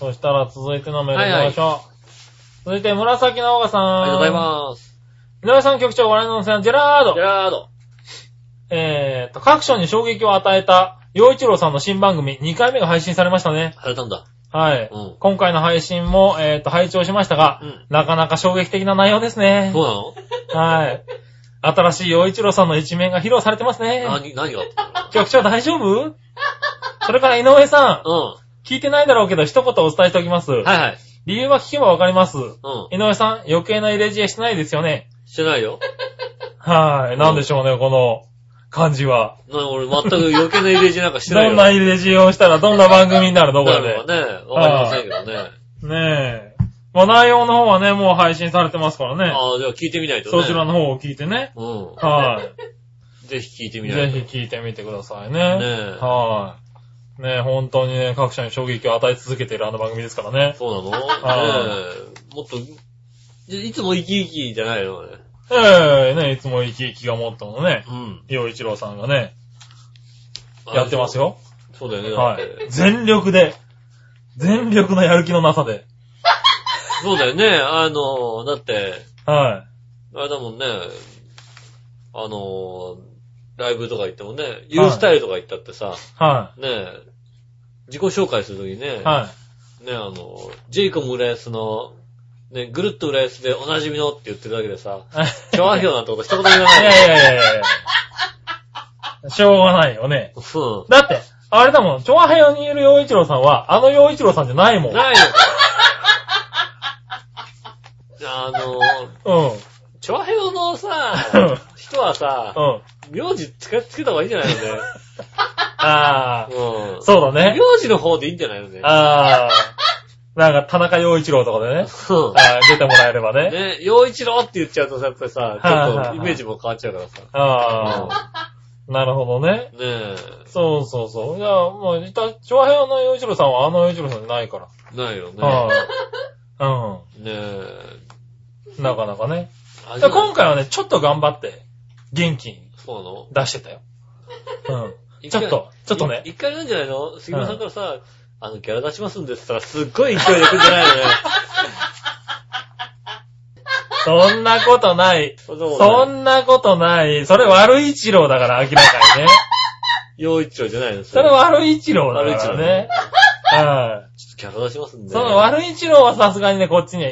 Speaker 3: そしたら続いてのメール行きましょう。続いて、紫の岡さん。
Speaker 2: ありがとうございます。
Speaker 3: す。井上さん局長、我々のさん、ジェラード
Speaker 2: ジェ。ラード。
Speaker 3: えーと、各所に衝撃を与えた、洋一郎さんの新番組、2回目が配信されましたね。
Speaker 2: 晴れたんだ。
Speaker 3: はい。
Speaker 2: うん
Speaker 3: 今回の配信も、えーと、拝聴しましたが、
Speaker 2: うん
Speaker 3: なかなか衝撃的な内容ですね
Speaker 2: そ。うなの
Speaker 3: はい。新しい洋一郎さんの一面が披露されてますね。
Speaker 2: 何、何があった
Speaker 3: 局長大丈夫それから井上さん、
Speaker 2: の
Speaker 3: 聞いてないだろうけど一言お伝えしておきます。
Speaker 2: うん。はいはい。
Speaker 3: 理由は聞けばわかります。
Speaker 2: う
Speaker 3: 井上さん、余計な入れ知恵してないですよね。
Speaker 2: ん。してないよ。
Speaker 3: はい。なんでしょうね、この感じは。
Speaker 2: な俺全く余計な入れ知恵なんかしてない
Speaker 3: ど
Speaker 2: よ。
Speaker 3: んな入れ知恵をしたらどんな番組になるのこれ
Speaker 2: なるほどね。わかりませんけどね。
Speaker 3: で。ねえ。まあ内容の方はね、もう配信されてますからね。
Speaker 2: ああ、じゃあ聞いてみないとね。
Speaker 3: そちらの方を聞いてね。
Speaker 2: うん。
Speaker 3: は
Speaker 2: ぜひ聞いて
Speaker 3: い。
Speaker 2: みない
Speaker 3: ぜ
Speaker 2: と。
Speaker 3: ひ聞いてみてくださいね。
Speaker 2: ねえ
Speaker 3: はい。ねえ、本当にね、各社に衝撃を与え続けているあの番組ですからね。
Speaker 2: そうなの
Speaker 3: は
Speaker 2: ねえもっと、いいつも生き生きじゃないのね。
Speaker 3: ええね、いつも生き生きがもっとのね、
Speaker 2: うん。
Speaker 3: 洋一郎さんがね、やってます。よ。
Speaker 2: そうだよね。だっ
Speaker 3: は
Speaker 2: て
Speaker 3: い。全力で、全力のやる気のなさで。
Speaker 2: そうだよね。あの、だって、
Speaker 3: は
Speaker 2: あれだもんね。あの、ライブとか行ってもね、ユースタイルとか行ったってさ、
Speaker 3: い。は
Speaker 2: ねえ、自己紹介するときにね
Speaker 3: い。、は
Speaker 2: ねえ、あの、ジェイコム浦安の、ね、ぐるっと浦安でおなじみのって言ってるだけでさ、
Speaker 3: い。
Speaker 2: 調和票なんてこと一言も言わ
Speaker 3: いやいや
Speaker 2: ないよ。
Speaker 3: いやいやしょうがないよね。
Speaker 2: う
Speaker 3: だって、あれだもん、チョアヘヨにいる洋一郎さんは、あの洋一郎さんじゃないもん。
Speaker 2: ん。
Speaker 3: うん。
Speaker 2: ないよ。あの、
Speaker 3: うん。
Speaker 2: チョアヘヨのさ
Speaker 3: うん、
Speaker 2: 人はさ、名字つけつけた方がいいんじゃないのね。
Speaker 3: ああ、
Speaker 2: うん。
Speaker 3: そうだ
Speaker 2: 名
Speaker 3: ね。
Speaker 2: 字の方でいいんじゃないのね。
Speaker 3: ああ、なんか田中洋一郎とかでね、
Speaker 2: うん
Speaker 3: あー出てもらえればね。
Speaker 2: ね、洋一郎って言っちゃうとさ、やっぱりさ、ち
Speaker 3: はい
Speaker 2: ょ
Speaker 3: はい
Speaker 2: っ
Speaker 3: は
Speaker 2: と
Speaker 3: い
Speaker 2: イメージも変わっちゃうからさ。
Speaker 3: ああ、なるほどね。
Speaker 2: ねえ。
Speaker 3: そうそうそう。いや、もう、いた、長平の洋一郎さんはあの洋一郎さんじゃないから。
Speaker 2: ないよね。
Speaker 3: は
Speaker 2: ねえ。
Speaker 3: い。うん。なかなかね。
Speaker 2: あ
Speaker 3: だから今回はね、ちょっと頑張って、元気に
Speaker 2: そうなの
Speaker 3: 出してたよ。うん。
Speaker 2: 一
Speaker 3: ちょ
Speaker 2: 回
Speaker 3: っと、ちょっとね
Speaker 2: い。一回なんじゃないの杉村さんからさ、あの、ギャラ出しますんですって言ったら、すっごい勢いで来るんじゃないの ね。
Speaker 3: そんなことない。
Speaker 2: そんなこと
Speaker 3: そ
Speaker 2: ない
Speaker 3: んなことない。それ悪い一郎だから、明らかにね。
Speaker 2: 陽一丁じゃないの
Speaker 3: それ
Speaker 2: は、
Speaker 3: 悪い一郎だ
Speaker 2: 悪い
Speaker 3: か
Speaker 2: 一郎
Speaker 3: らね。は
Speaker 2: ちょっとギャラ出しますん
Speaker 3: い。
Speaker 2: で。
Speaker 3: その悪い一郎はさすがにね、こっちには、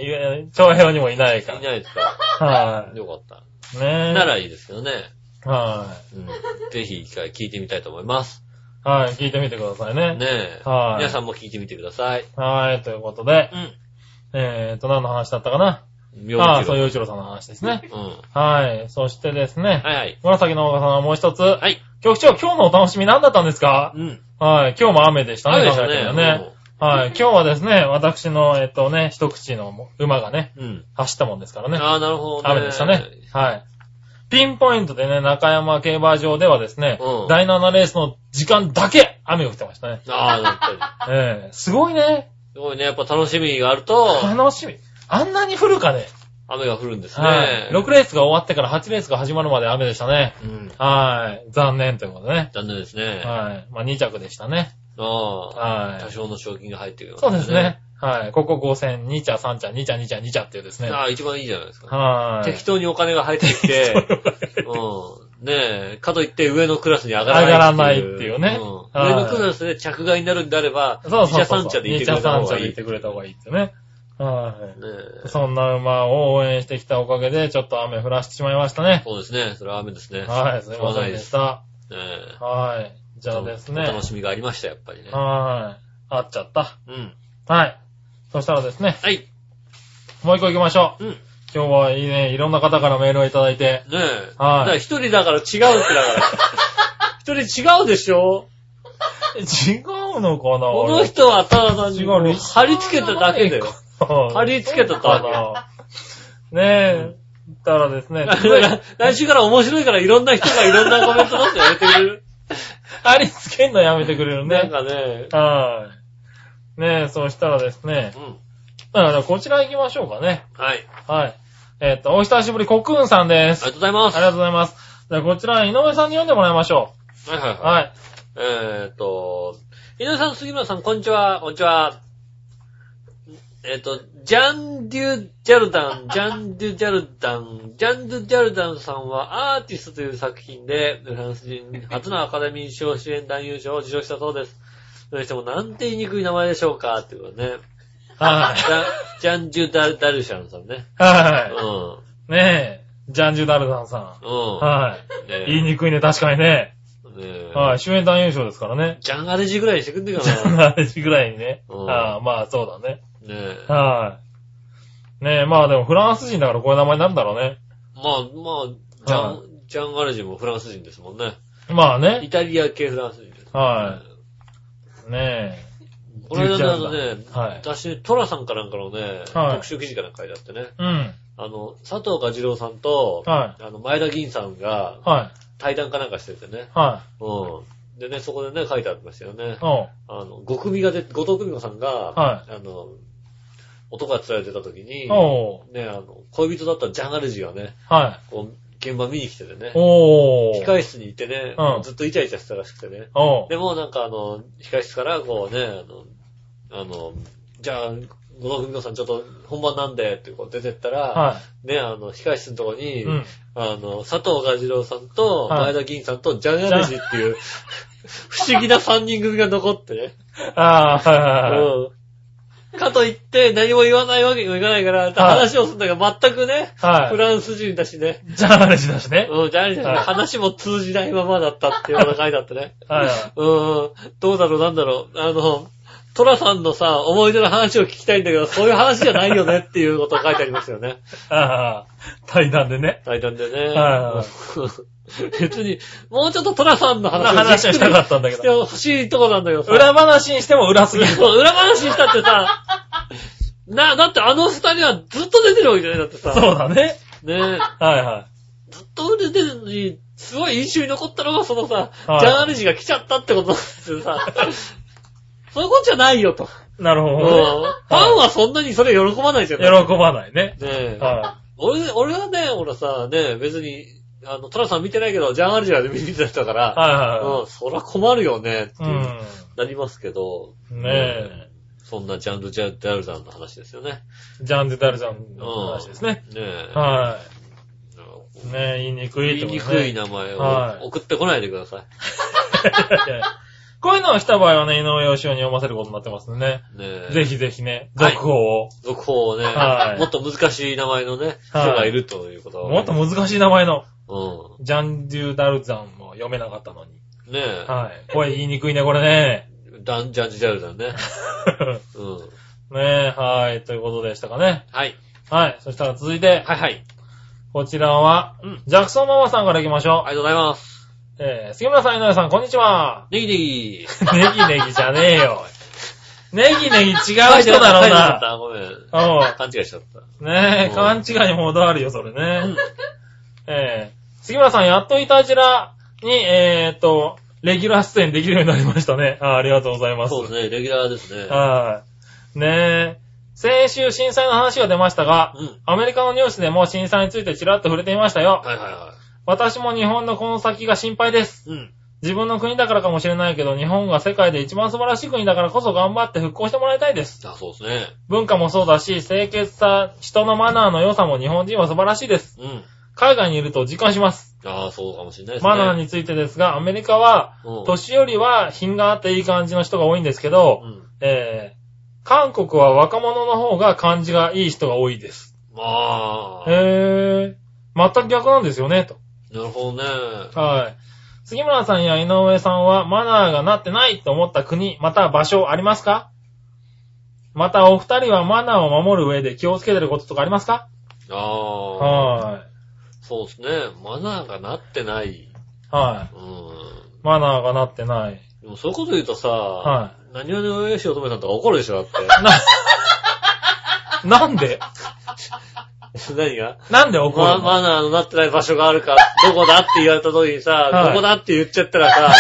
Speaker 3: 長平にもいないか。
Speaker 2: いないですから
Speaker 3: は
Speaker 2: よかった。
Speaker 3: い。ねえ。
Speaker 2: ならいいですけどね。
Speaker 3: は
Speaker 2: うん。ぜひ一回聞いてみたいと思います。
Speaker 3: い。はい、聞いてみてくださいね。
Speaker 2: ねえ。
Speaker 3: はい
Speaker 2: 皆さんも聞いてみてください。
Speaker 3: はい、ということで、
Speaker 2: うん。
Speaker 3: えーと、何の話だったかな
Speaker 2: 妙
Speaker 3: ああ、
Speaker 2: 一
Speaker 3: そう、
Speaker 2: 郎。
Speaker 3: 洋一郎さんの話ですね。
Speaker 2: うん。
Speaker 3: はい、そしてですね、
Speaker 2: はいはい。
Speaker 3: 紫の岡さんはもう一つ、
Speaker 2: はい。
Speaker 3: 局長、今日のお楽しみ何だったんですか
Speaker 2: うん。
Speaker 3: はい、今日も雨でした
Speaker 2: あ
Speaker 3: ね、
Speaker 2: れでし
Speaker 3: 考
Speaker 2: た
Speaker 3: えてみ
Speaker 2: ね
Speaker 3: たら。ね。はい、今日はですね、私の、えっとね、一口の馬がね、
Speaker 2: うんうん。
Speaker 3: 走ったもんですからね。
Speaker 2: ああ、なるほどね。
Speaker 3: 雨でしたね。はい。ピンポイントでね、中山競馬場ではですね、
Speaker 2: うん
Speaker 3: 第7レースの時間だけ雨が降ってましたね。
Speaker 2: ああ、やっぱり。
Speaker 3: ええすごいね。
Speaker 2: すごいね。やっぱ楽しみがあると、
Speaker 3: 楽しみ。あんなに降るかね。
Speaker 2: 雨が降るんです
Speaker 3: は
Speaker 2: ね。
Speaker 3: い。6レースが終わってから8レースが始まるまで雨でしたね。
Speaker 2: うん。
Speaker 3: はい。残念ということでね。
Speaker 2: 残念ですね。あ
Speaker 3: はい。まあ、2着でしたね。
Speaker 2: あ。
Speaker 3: は
Speaker 2: 多
Speaker 3: い。
Speaker 2: 少の賞金が入ってくる、
Speaker 3: そうですね。。はい。ここ5戦、2着、3着、2着、2着、2着っていうですね。
Speaker 2: ああ、一番いいじゃないですか。
Speaker 3: はい。
Speaker 2: 適当にお金が入ってきて、 うん。ねえ、かといって上のクラスに上がらない。
Speaker 3: 上がらないっていうね
Speaker 2: うん
Speaker 3: はい
Speaker 2: 上のクラスで着外になるんであれば、
Speaker 3: そうそうそう。
Speaker 2: 2茶3茶で行ってくれた
Speaker 3: 2着、
Speaker 2: 方が
Speaker 3: 3着
Speaker 2: い
Speaker 3: で
Speaker 2: い。
Speaker 3: 行ってくれた方がいいってね。はい。
Speaker 2: ねえ
Speaker 3: そんな馬を応援してきたおかげで、ちょっと雨降らしてしまいましたね。
Speaker 2: そうですね。それは雨ですね。
Speaker 3: はい、すいませんでした。
Speaker 2: ねえ
Speaker 3: はい。じゃあですね。
Speaker 2: お楽しみがありました、やっぱりね。
Speaker 3: はい。あっちゃった。
Speaker 2: うん。
Speaker 3: はい。そしたらですね、
Speaker 2: はい。
Speaker 3: もう一個行きましょう。
Speaker 2: うん。ね
Speaker 3: 今日はいいね、いろんな方からメールをいただいて。
Speaker 2: え。だから
Speaker 3: はい。
Speaker 2: 一人だから違うってだ から。一人違うでしょ
Speaker 3: 違うのかな
Speaker 2: この人はただ単に
Speaker 3: 違うリス
Speaker 2: 貼り付けただけだよ。
Speaker 3: 俺
Speaker 2: 貼り付けただけ。
Speaker 3: ねえ。たらですね、続いて
Speaker 2: 来週から面白いからいろんな人がいろんなコメント出してやめてくれる。
Speaker 3: 貼り付けんのやめてくれる
Speaker 2: なん
Speaker 3: ね。
Speaker 2: かね。
Speaker 3: はい。ねえ、そしたらですね
Speaker 2: う、ん。
Speaker 3: だからこちら行きましょうかね。
Speaker 2: はい。
Speaker 3: はい。えっと、お久しぶり、コックーンさんで
Speaker 2: ありがと
Speaker 3: す。
Speaker 2: うございま
Speaker 3: あり
Speaker 2: す。
Speaker 3: がとうございます。じゃあ、こちら、井上さんに読んでもらいましょ。
Speaker 2: はいはいうはい。
Speaker 3: はい。
Speaker 2: えーっと、井上さん、杉村さん、こんにちは。こんにちは。えーっと、ジャンデュ・ジャルダン、ジャンデュ・ジャルダン、ジャンデュ・ジャルダンさんはアーティストという作品で、フランス人初のアカデミー賞主演男優賞を受賞したそうです。それにしても、なんて言いにくい名前でしょうかっていうことね。
Speaker 3: はい
Speaker 2: ジ。ャンジャンデュ・ダルダルシャンさんね。うん。
Speaker 3: は
Speaker 2: うん。
Speaker 3: い。ねえ、ジャンジュダルダンさん。は
Speaker 2: ね
Speaker 3: い。言いにくいね、確かにね。
Speaker 2: ね
Speaker 3: はい。主演男優賞ですからね。
Speaker 2: ジャンアレジぐらいにしてくんねえか
Speaker 3: ジ
Speaker 2: な。
Speaker 3: ャ ン
Speaker 2: ね
Speaker 3: ダルジぐらいにね。
Speaker 2: うん
Speaker 3: ああ、まあ、そうだね。
Speaker 2: え。
Speaker 3: はい。ねえ、まあでもフランス人だからこういう名前になるんだろうね。
Speaker 2: まあまあ、ジャン、ジャンアレジもフランス人ですもんね。
Speaker 3: まあ
Speaker 2: イ
Speaker 3: ね。
Speaker 2: タリア系フランス人です。
Speaker 3: はね
Speaker 2: この間ねあの
Speaker 3: 11
Speaker 2: ね、
Speaker 3: はい
Speaker 2: 私、トラさんかなんかのね、
Speaker 3: はい
Speaker 2: 特集記事かなんか書いてあってね、
Speaker 3: え。うん。
Speaker 2: あの、佐藤か次郎さんと、
Speaker 3: は
Speaker 2: あの、前田銀さんが
Speaker 3: はい。
Speaker 2: 対談かなんかしててね、
Speaker 3: は
Speaker 2: うん。でね、そこでね、書いてありましたよね
Speaker 3: い。。おう。
Speaker 2: あの、五組がで、後藤久美子さんが、
Speaker 3: は
Speaker 2: あの、男が釣られてた時に、
Speaker 3: おう。
Speaker 2: ね、あの、恋人だったジャンアレジがね、
Speaker 3: は
Speaker 2: こう、現場見に来ててね
Speaker 3: い。、おう。
Speaker 2: 控室にいてね、
Speaker 3: うん
Speaker 2: ずっとイチャイチャしてたらしくてね。
Speaker 3: おう。
Speaker 2: でもなんかあの、控室からこうね、あの、あの、じゃあ、五郎文子さんちょっと本番なんで、ってこう出てったら、
Speaker 3: は
Speaker 2: ね、あの、控室のとこ
Speaker 3: い。
Speaker 2: に、
Speaker 3: うん。
Speaker 2: あの、佐藤蛾次郎さんと、
Speaker 3: はい
Speaker 2: 前田銀さんと、ジャンヤネジっていう、 不思議な3人組が残ってね。
Speaker 3: ああ、はいはいはい。
Speaker 2: うん。かといって、何も言わないわけにもいかないから、話をするんだけど、全くね、
Speaker 3: はい
Speaker 2: フランス人だしね、
Speaker 3: じゃあ話だしね。
Speaker 2: うん、ジャンヤネジの
Speaker 3: はい
Speaker 2: 話も通じないままだったっていうような書いてあってね。
Speaker 3: はい。
Speaker 2: うーん、どうだろう、なんだろう。あの、トラさんのさ、思い出の話を聞きたいんだけど、そういう話じゃないよねっていうことを書いてありますよね。
Speaker 3: ああ、対談でね。
Speaker 2: 大胆でね。
Speaker 3: は
Speaker 2: 別に、もうちょっとトラさんの話を
Speaker 3: 話をしたかったんだ
Speaker 2: じっ
Speaker 3: け
Speaker 2: くりして
Speaker 3: ど。
Speaker 2: ほしいとこなんだけどさ。
Speaker 3: 裏話にしても裏すぎる。
Speaker 2: そう 裏話したってさ、な、だってあの二人はずっと出てるわけじゃないだってさ。
Speaker 3: そうだね。
Speaker 2: ね
Speaker 3: はいは
Speaker 2: ずっと出てるのに、すごい印象に残ったのが、そのさ、
Speaker 3: はい
Speaker 2: ジャーナルジが来ちゃったってことなんですよ さ。そういうことじゃないよと。
Speaker 3: なるほ
Speaker 2: うんフ
Speaker 3: どね。
Speaker 2: ァンはそんなにそれ喜ばないじゃない。ね
Speaker 3: 喜ばないね。
Speaker 2: え。
Speaker 3: は
Speaker 2: 俺、俺はね、ほらさ、ねえ、別に、あの、トラさん見てないけど、ジャーナルジが見てたか
Speaker 3: い。
Speaker 2: ら、
Speaker 3: はいは
Speaker 2: うん、そら困るよね、って
Speaker 3: いはい。
Speaker 2: なりますけど、
Speaker 3: うん。ねえ。
Speaker 2: そんなジャンルジャルジャンの話ですよね。
Speaker 3: ジャン・デ・ダルジャンの話ですね。
Speaker 2: ねえ。
Speaker 3: は
Speaker 2: なんかこ
Speaker 3: い。ねえ、言いにく
Speaker 2: う
Speaker 3: い
Speaker 2: 言
Speaker 3: っ
Speaker 2: い
Speaker 3: てこ
Speaker 2: に
Speaker 3: とね。
Speaker 2: くい名前
Speaker 3: はい
Speaker 2: を送ってこないでくださ
Speaker 3: いやいや こういうのが来た場合はね、井上義雄に読ませることになってますんでね。
Speaker 2: い。ねえ。
Speaker 3: ぜひぜひね、
Speaker 2: はい
Speaker 3: 続報を。
Speaker 2: 続報をね、
Speaker 3: はい
Speaker 2: もっと難しい名前のね、人
Speaker 3: はい
Speaker 2: がいるということは。
Speaker 3: もっと難しい名前の、
Speaker 2: う
Speaker 3: ジャン・デュ・ダルジャンも読めなかったのに。
Speaker 2: ん。ねえ。
Speaker 3: はい。これ言いにくいね、これ ね。
Speaker 2: ダンジャンジャルだね。うん。
Speaker 3: ねえ、はい。ということでしたかね。
Speaker 2: はい。
Speaker 3: はい。そしたら続いて、
Speaker 2: はいはい。
Speaker 3: こちらは、
Speaker 2: うん。
Speaker 3: ジャクソンママさんから行きましょう。
Speaker 2: ありがとうございます。
Speaker 3: えー、杉村さん、井上さん、こんにちは。
Speaker 2: ネギネギ。
Speaker 3: ネギネギじゃねえよ。ネギネギ違う人だろう
Speaker 2: な
Speaker 3: な。
Speaker 2: ごめん。
Speaker 3: おう
Speaker 2: 勘違いしちゃった。
Speaker 3: ね
Speaker 2: うん
Speaker 3: え、勘違いにも程あるよ、それ
Speaker 2: う
Speaker 3: ね
Speaker 2: ん。
Speaker 3: えー、杉村さん、やっといたじらに、えーっと、レギュラー出演できるようになりましたね。あーありがとうございます。
Speaker 2: そうですね、レギュラーですね。
Speaker 3: はい。ねえ、先週震災の話が出ましたが、
Speaker 2: うん。
Speaker 3: アメリカのニュースでも震災についてちらっと触れていましたよ。
Speaker 2: はいはいは
Speaker 3: 私も日本のこの先が心配です。
Speaker 2: い。うん。
Speaker 3: 自分の国だからかもしれないけど、日本が世界で一番素晴らしい国だからこそ頑張って復興してもらいたいです。
Speaker 2: あ、そうですね。
Speaker 3: 文化もそうだし、清潔さ、人のマナーの良さも日本人は素晴らしいです。
Speaker 2: うん。
Speaker 3: 海外にいると実感します。
Speaker 2: ああ、そうかもしれないですね。
Speaker 3: マナーについてですが、アメリカは、
Speaker 2: うん、
Speaker 3: 年寄りは品があっていい感じの人が多いんですけ
Speaker 2: う
Speaker 3: ど、
Speaker 2: ん。
Speaker 3: えー、韓国は若者の方が感じがいい人が多いです。
Speaker 2: まあ、
Speaker 3: へー、全く逆なんですよね、と。
Speaker 2: なるほどね。
Speaker 3: はい。杉村さんや井上さんはマナーがなってないと思った国、または場所ありますかまたお二人はマナーを守る上で気をつけてることとかありますか
Speaker 2: ああ、
Speaker 3: は
Speaker 2: そうですね。マナーがなってない。
Speaker 3: い。は
Speaker 2: うん。
Speaker 3: い。マナーがなってない。
Speaker 2: でもそういうこと言うとさ、
Speaker 3: は
Speaker 2: 何をのよしおとめさんとか怒るでしょ、だって。
Speaker 3: い。なん で
Speaker 2: 何が
Speaker 3: なんで怒る
Speaker 2: ま、
Speaker 3: の、
Speaker 2: マナーのなってない場所がある から、どこだって言われた時にさ、
Speaker 3: はい
Speaker 2: どこだって言っちゃったら さ、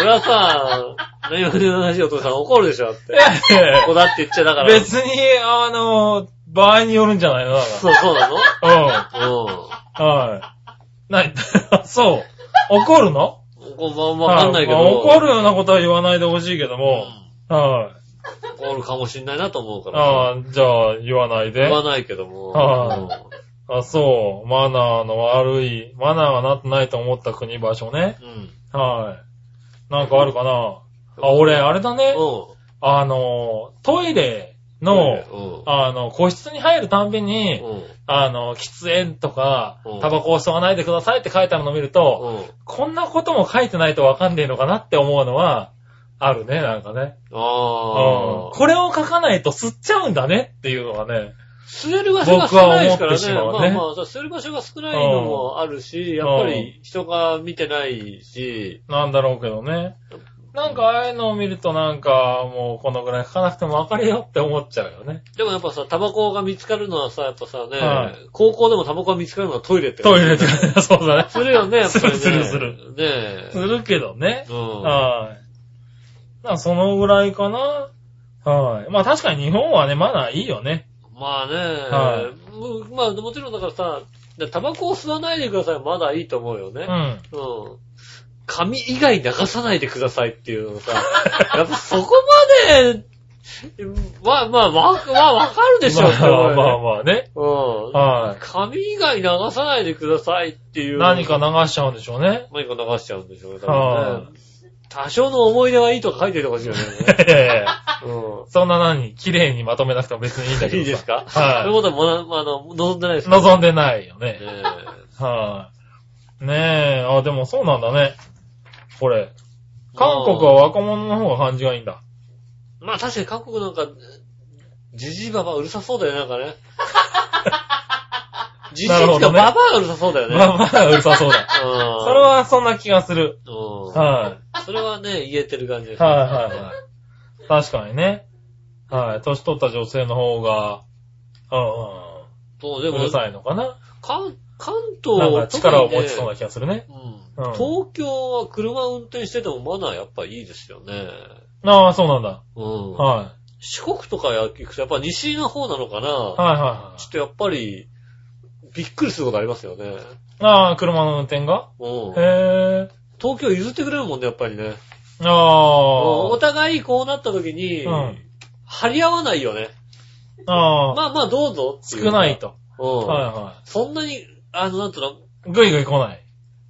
Speaker 2: 俺はさ、何々の話をお父さん怒るでしょって。
Speaker 3: いやいや
Speaker 2: ここだって言っちゃだから。
Speaker 3: 別に、あの、場合によるんじゃないのだか
Speaker 2: そう、そうなの
Speaker 3: ら。
Speaker 2: う
Speaker 3: うん。はい。ない、 そう。怒るの
Speaker 2: ん。こまあ、わかんないけど。
Speaker 3: はまあ怒るようなことは言わないでほしいけど
Speaker 2: う
Speaker 3: も。はい。
Speaker 2: ん怒るかもしんないなと思うから。
Speaker 3: ああ、じゃあ、言わないで
Speaker 2: 言。わないけども。
Speaker 3: はあ、そう。マナーの悪い、マナーがなってないと思った国場所ね。
Speaker 2: うん。うん。
Speaker 3: はい。なんかあるかなあ、俺、あれだね。
Speaker 2: う
Speaker 3: あの、トイレ
Speaker 2: ん。
Speaker 3: の、
Speaker 2: うん。
Speaker 3: あの、個室に入るたんびに、
Speaker 2: うん。
Speaker 3: あの、喫煙とか
Speaker 2: うん、
Speaker 3: タバコを吸わないでくださいって書いてあるのを見る
Speaker 2: うん。
Speaker 3: と、こんなことも書いてないとわかんねえのかなって思うのは、あるね、なんかね。
Speaker 2: あ
Speaker 3: うん
Speaker 2: あ。
Speaker 3: これを書かないと吸っちゃうんだねっていうのがね。
Speaker 2: 吸える場所が少ないですからね。
Speaker 3: 僕は思ってしまうね
Speaker 2: まあまあ、吸える場所が少ないのもあるし、やっぱり人が見てないし、
Speaker 3: なんだろうけどね。なんかああいうのを見るとなんかもうこのぐらい書かなくてもわかるよって思っちゃうよね。
Speaker 2: でもやっぱさ、タバコが見つかるのはさ、やっぱさね、
Speaker 3: は
Speaker 2: 高校でもタバコが見つかるのはトイレって。
Speaker 3: トイレって。 そうだね。
Speaker 2: するよね、やっぱり、ね。
Speaker 3: するする
Speaker 2: ねえ
Speaker 3: す。るけどね。
Speaker 2: うん。
Speaker 3: はい。まあそのぐらいかな。はい。まあ確かに日本はね、まだいいよね。
Speaker 2: まあね、
Speaker 3: は
Speaker 2: うんまあもちろんだからさ、でタバコを吸わないでください、まだいいと思うよ
Speaker 3: う
Speaker 2: ね。
Speaker 3: ん。
Speaker 2: うん。髪以外流さないでくださいっていうのさ、 やっぱそこまで、まあまあ、わ、まあ、わかるでしょ、
Speaker 3: まあまあ
Speaker 2: あ。
Speaker 3: まあね。
Speaker 2: うん。
Speaker 3: はい。
Speaker 2: 髪以外流さないでくださいっていう。
Speaker 3: 何か。流しちゃうんでしょうね。
Speaker 2: 何か流しちゃうんでしょうね。多分
Speaker 3: は
Speaker 2: ね多少の思い出はいいとか書いておいてほしいよね。
Speaker 3: いやいやいや
Speaker 2: う
Speaker 3: そんな何綺麗にまとめなくても別にいいんだけどさ。
Speaker 2: ん。いいですか
Speaker 3: はい
Speaker 2: そういうことはもな、あの、望んでないですか
Speaker 3: 望んでないよね。
Speaker 2: ね
Speaker 3: はい、ねえ、あ、でもそうなんだね。これ。韓国は若者の方が感じがいいんだ。
Speaker 2: まあ確かに韓国なんか、ジジイババアうるさそうだよね、なん かね。ジジイ
Speaker 3: なるほ
Speaker 2: とか
Speaker 3: どね
Speaker 2: ババアがうるさそうだよね。
Speaker 3: まあまあ、うるさそうだ。
Speaker 2: うん
Speaker 3: それ、はそんな気がする。
Speaker 2: う
Speaker 3: は
Speaker 2: ん。それはね、言えてる感じで
Speaker 3: い。はい
Speaker 2: す。
Speaker 3: はいはい。確かにね。はい。年取った女性の方が、うん
Speaker 2: そう、で
Speaker 3: うん、う
Speaker 2: も
Speaker 3: る、さいのかな。
Speaker 2: 韓関
Speaker 3: なん
Speaker 2: 東
Speaker 3: か力を持ちそうな気がするね。
Speaker 2: 特にね
Speaker 3: う
Speaker 2: うん
Speaker 3: ん
Speaker 2: 東京は車運転しててもマナーやっぱいいですよね。
Speaker 3: ああ、そうなんだ。
Speaker 2: うん。
Speaker 3: は
Speaker 2: 四国とか行くとやっぱ西の方なのかな、
Speaker 3: い。はいは
Speaker 2: ちょっとやっぱり、びっくりすることありますよね。
Speaker 3: いはい。ああ、車の運転が
Speaker 2: うん。
Speaker 3: へえ。
Speaker 2: 東京譲ってくれるもんね、やっぱりね。
Speaker 3: あ
Speaker 2: うん
Speaker 3: あ。
Speaker 2: お互いこうなった時に、
Speaker 3: うん
Speaker 2: 張り合わないよね。
Speaker 3: ああ、
Speaker 2: まあまあどうぞっていう
Speaker 3: 少ない。と。
Speaker 2: うん。
Speaker 3: は
Speaker 2: そんなに、あの、なんとな、
Speaker 3: いはい。ぐいぐい来ない。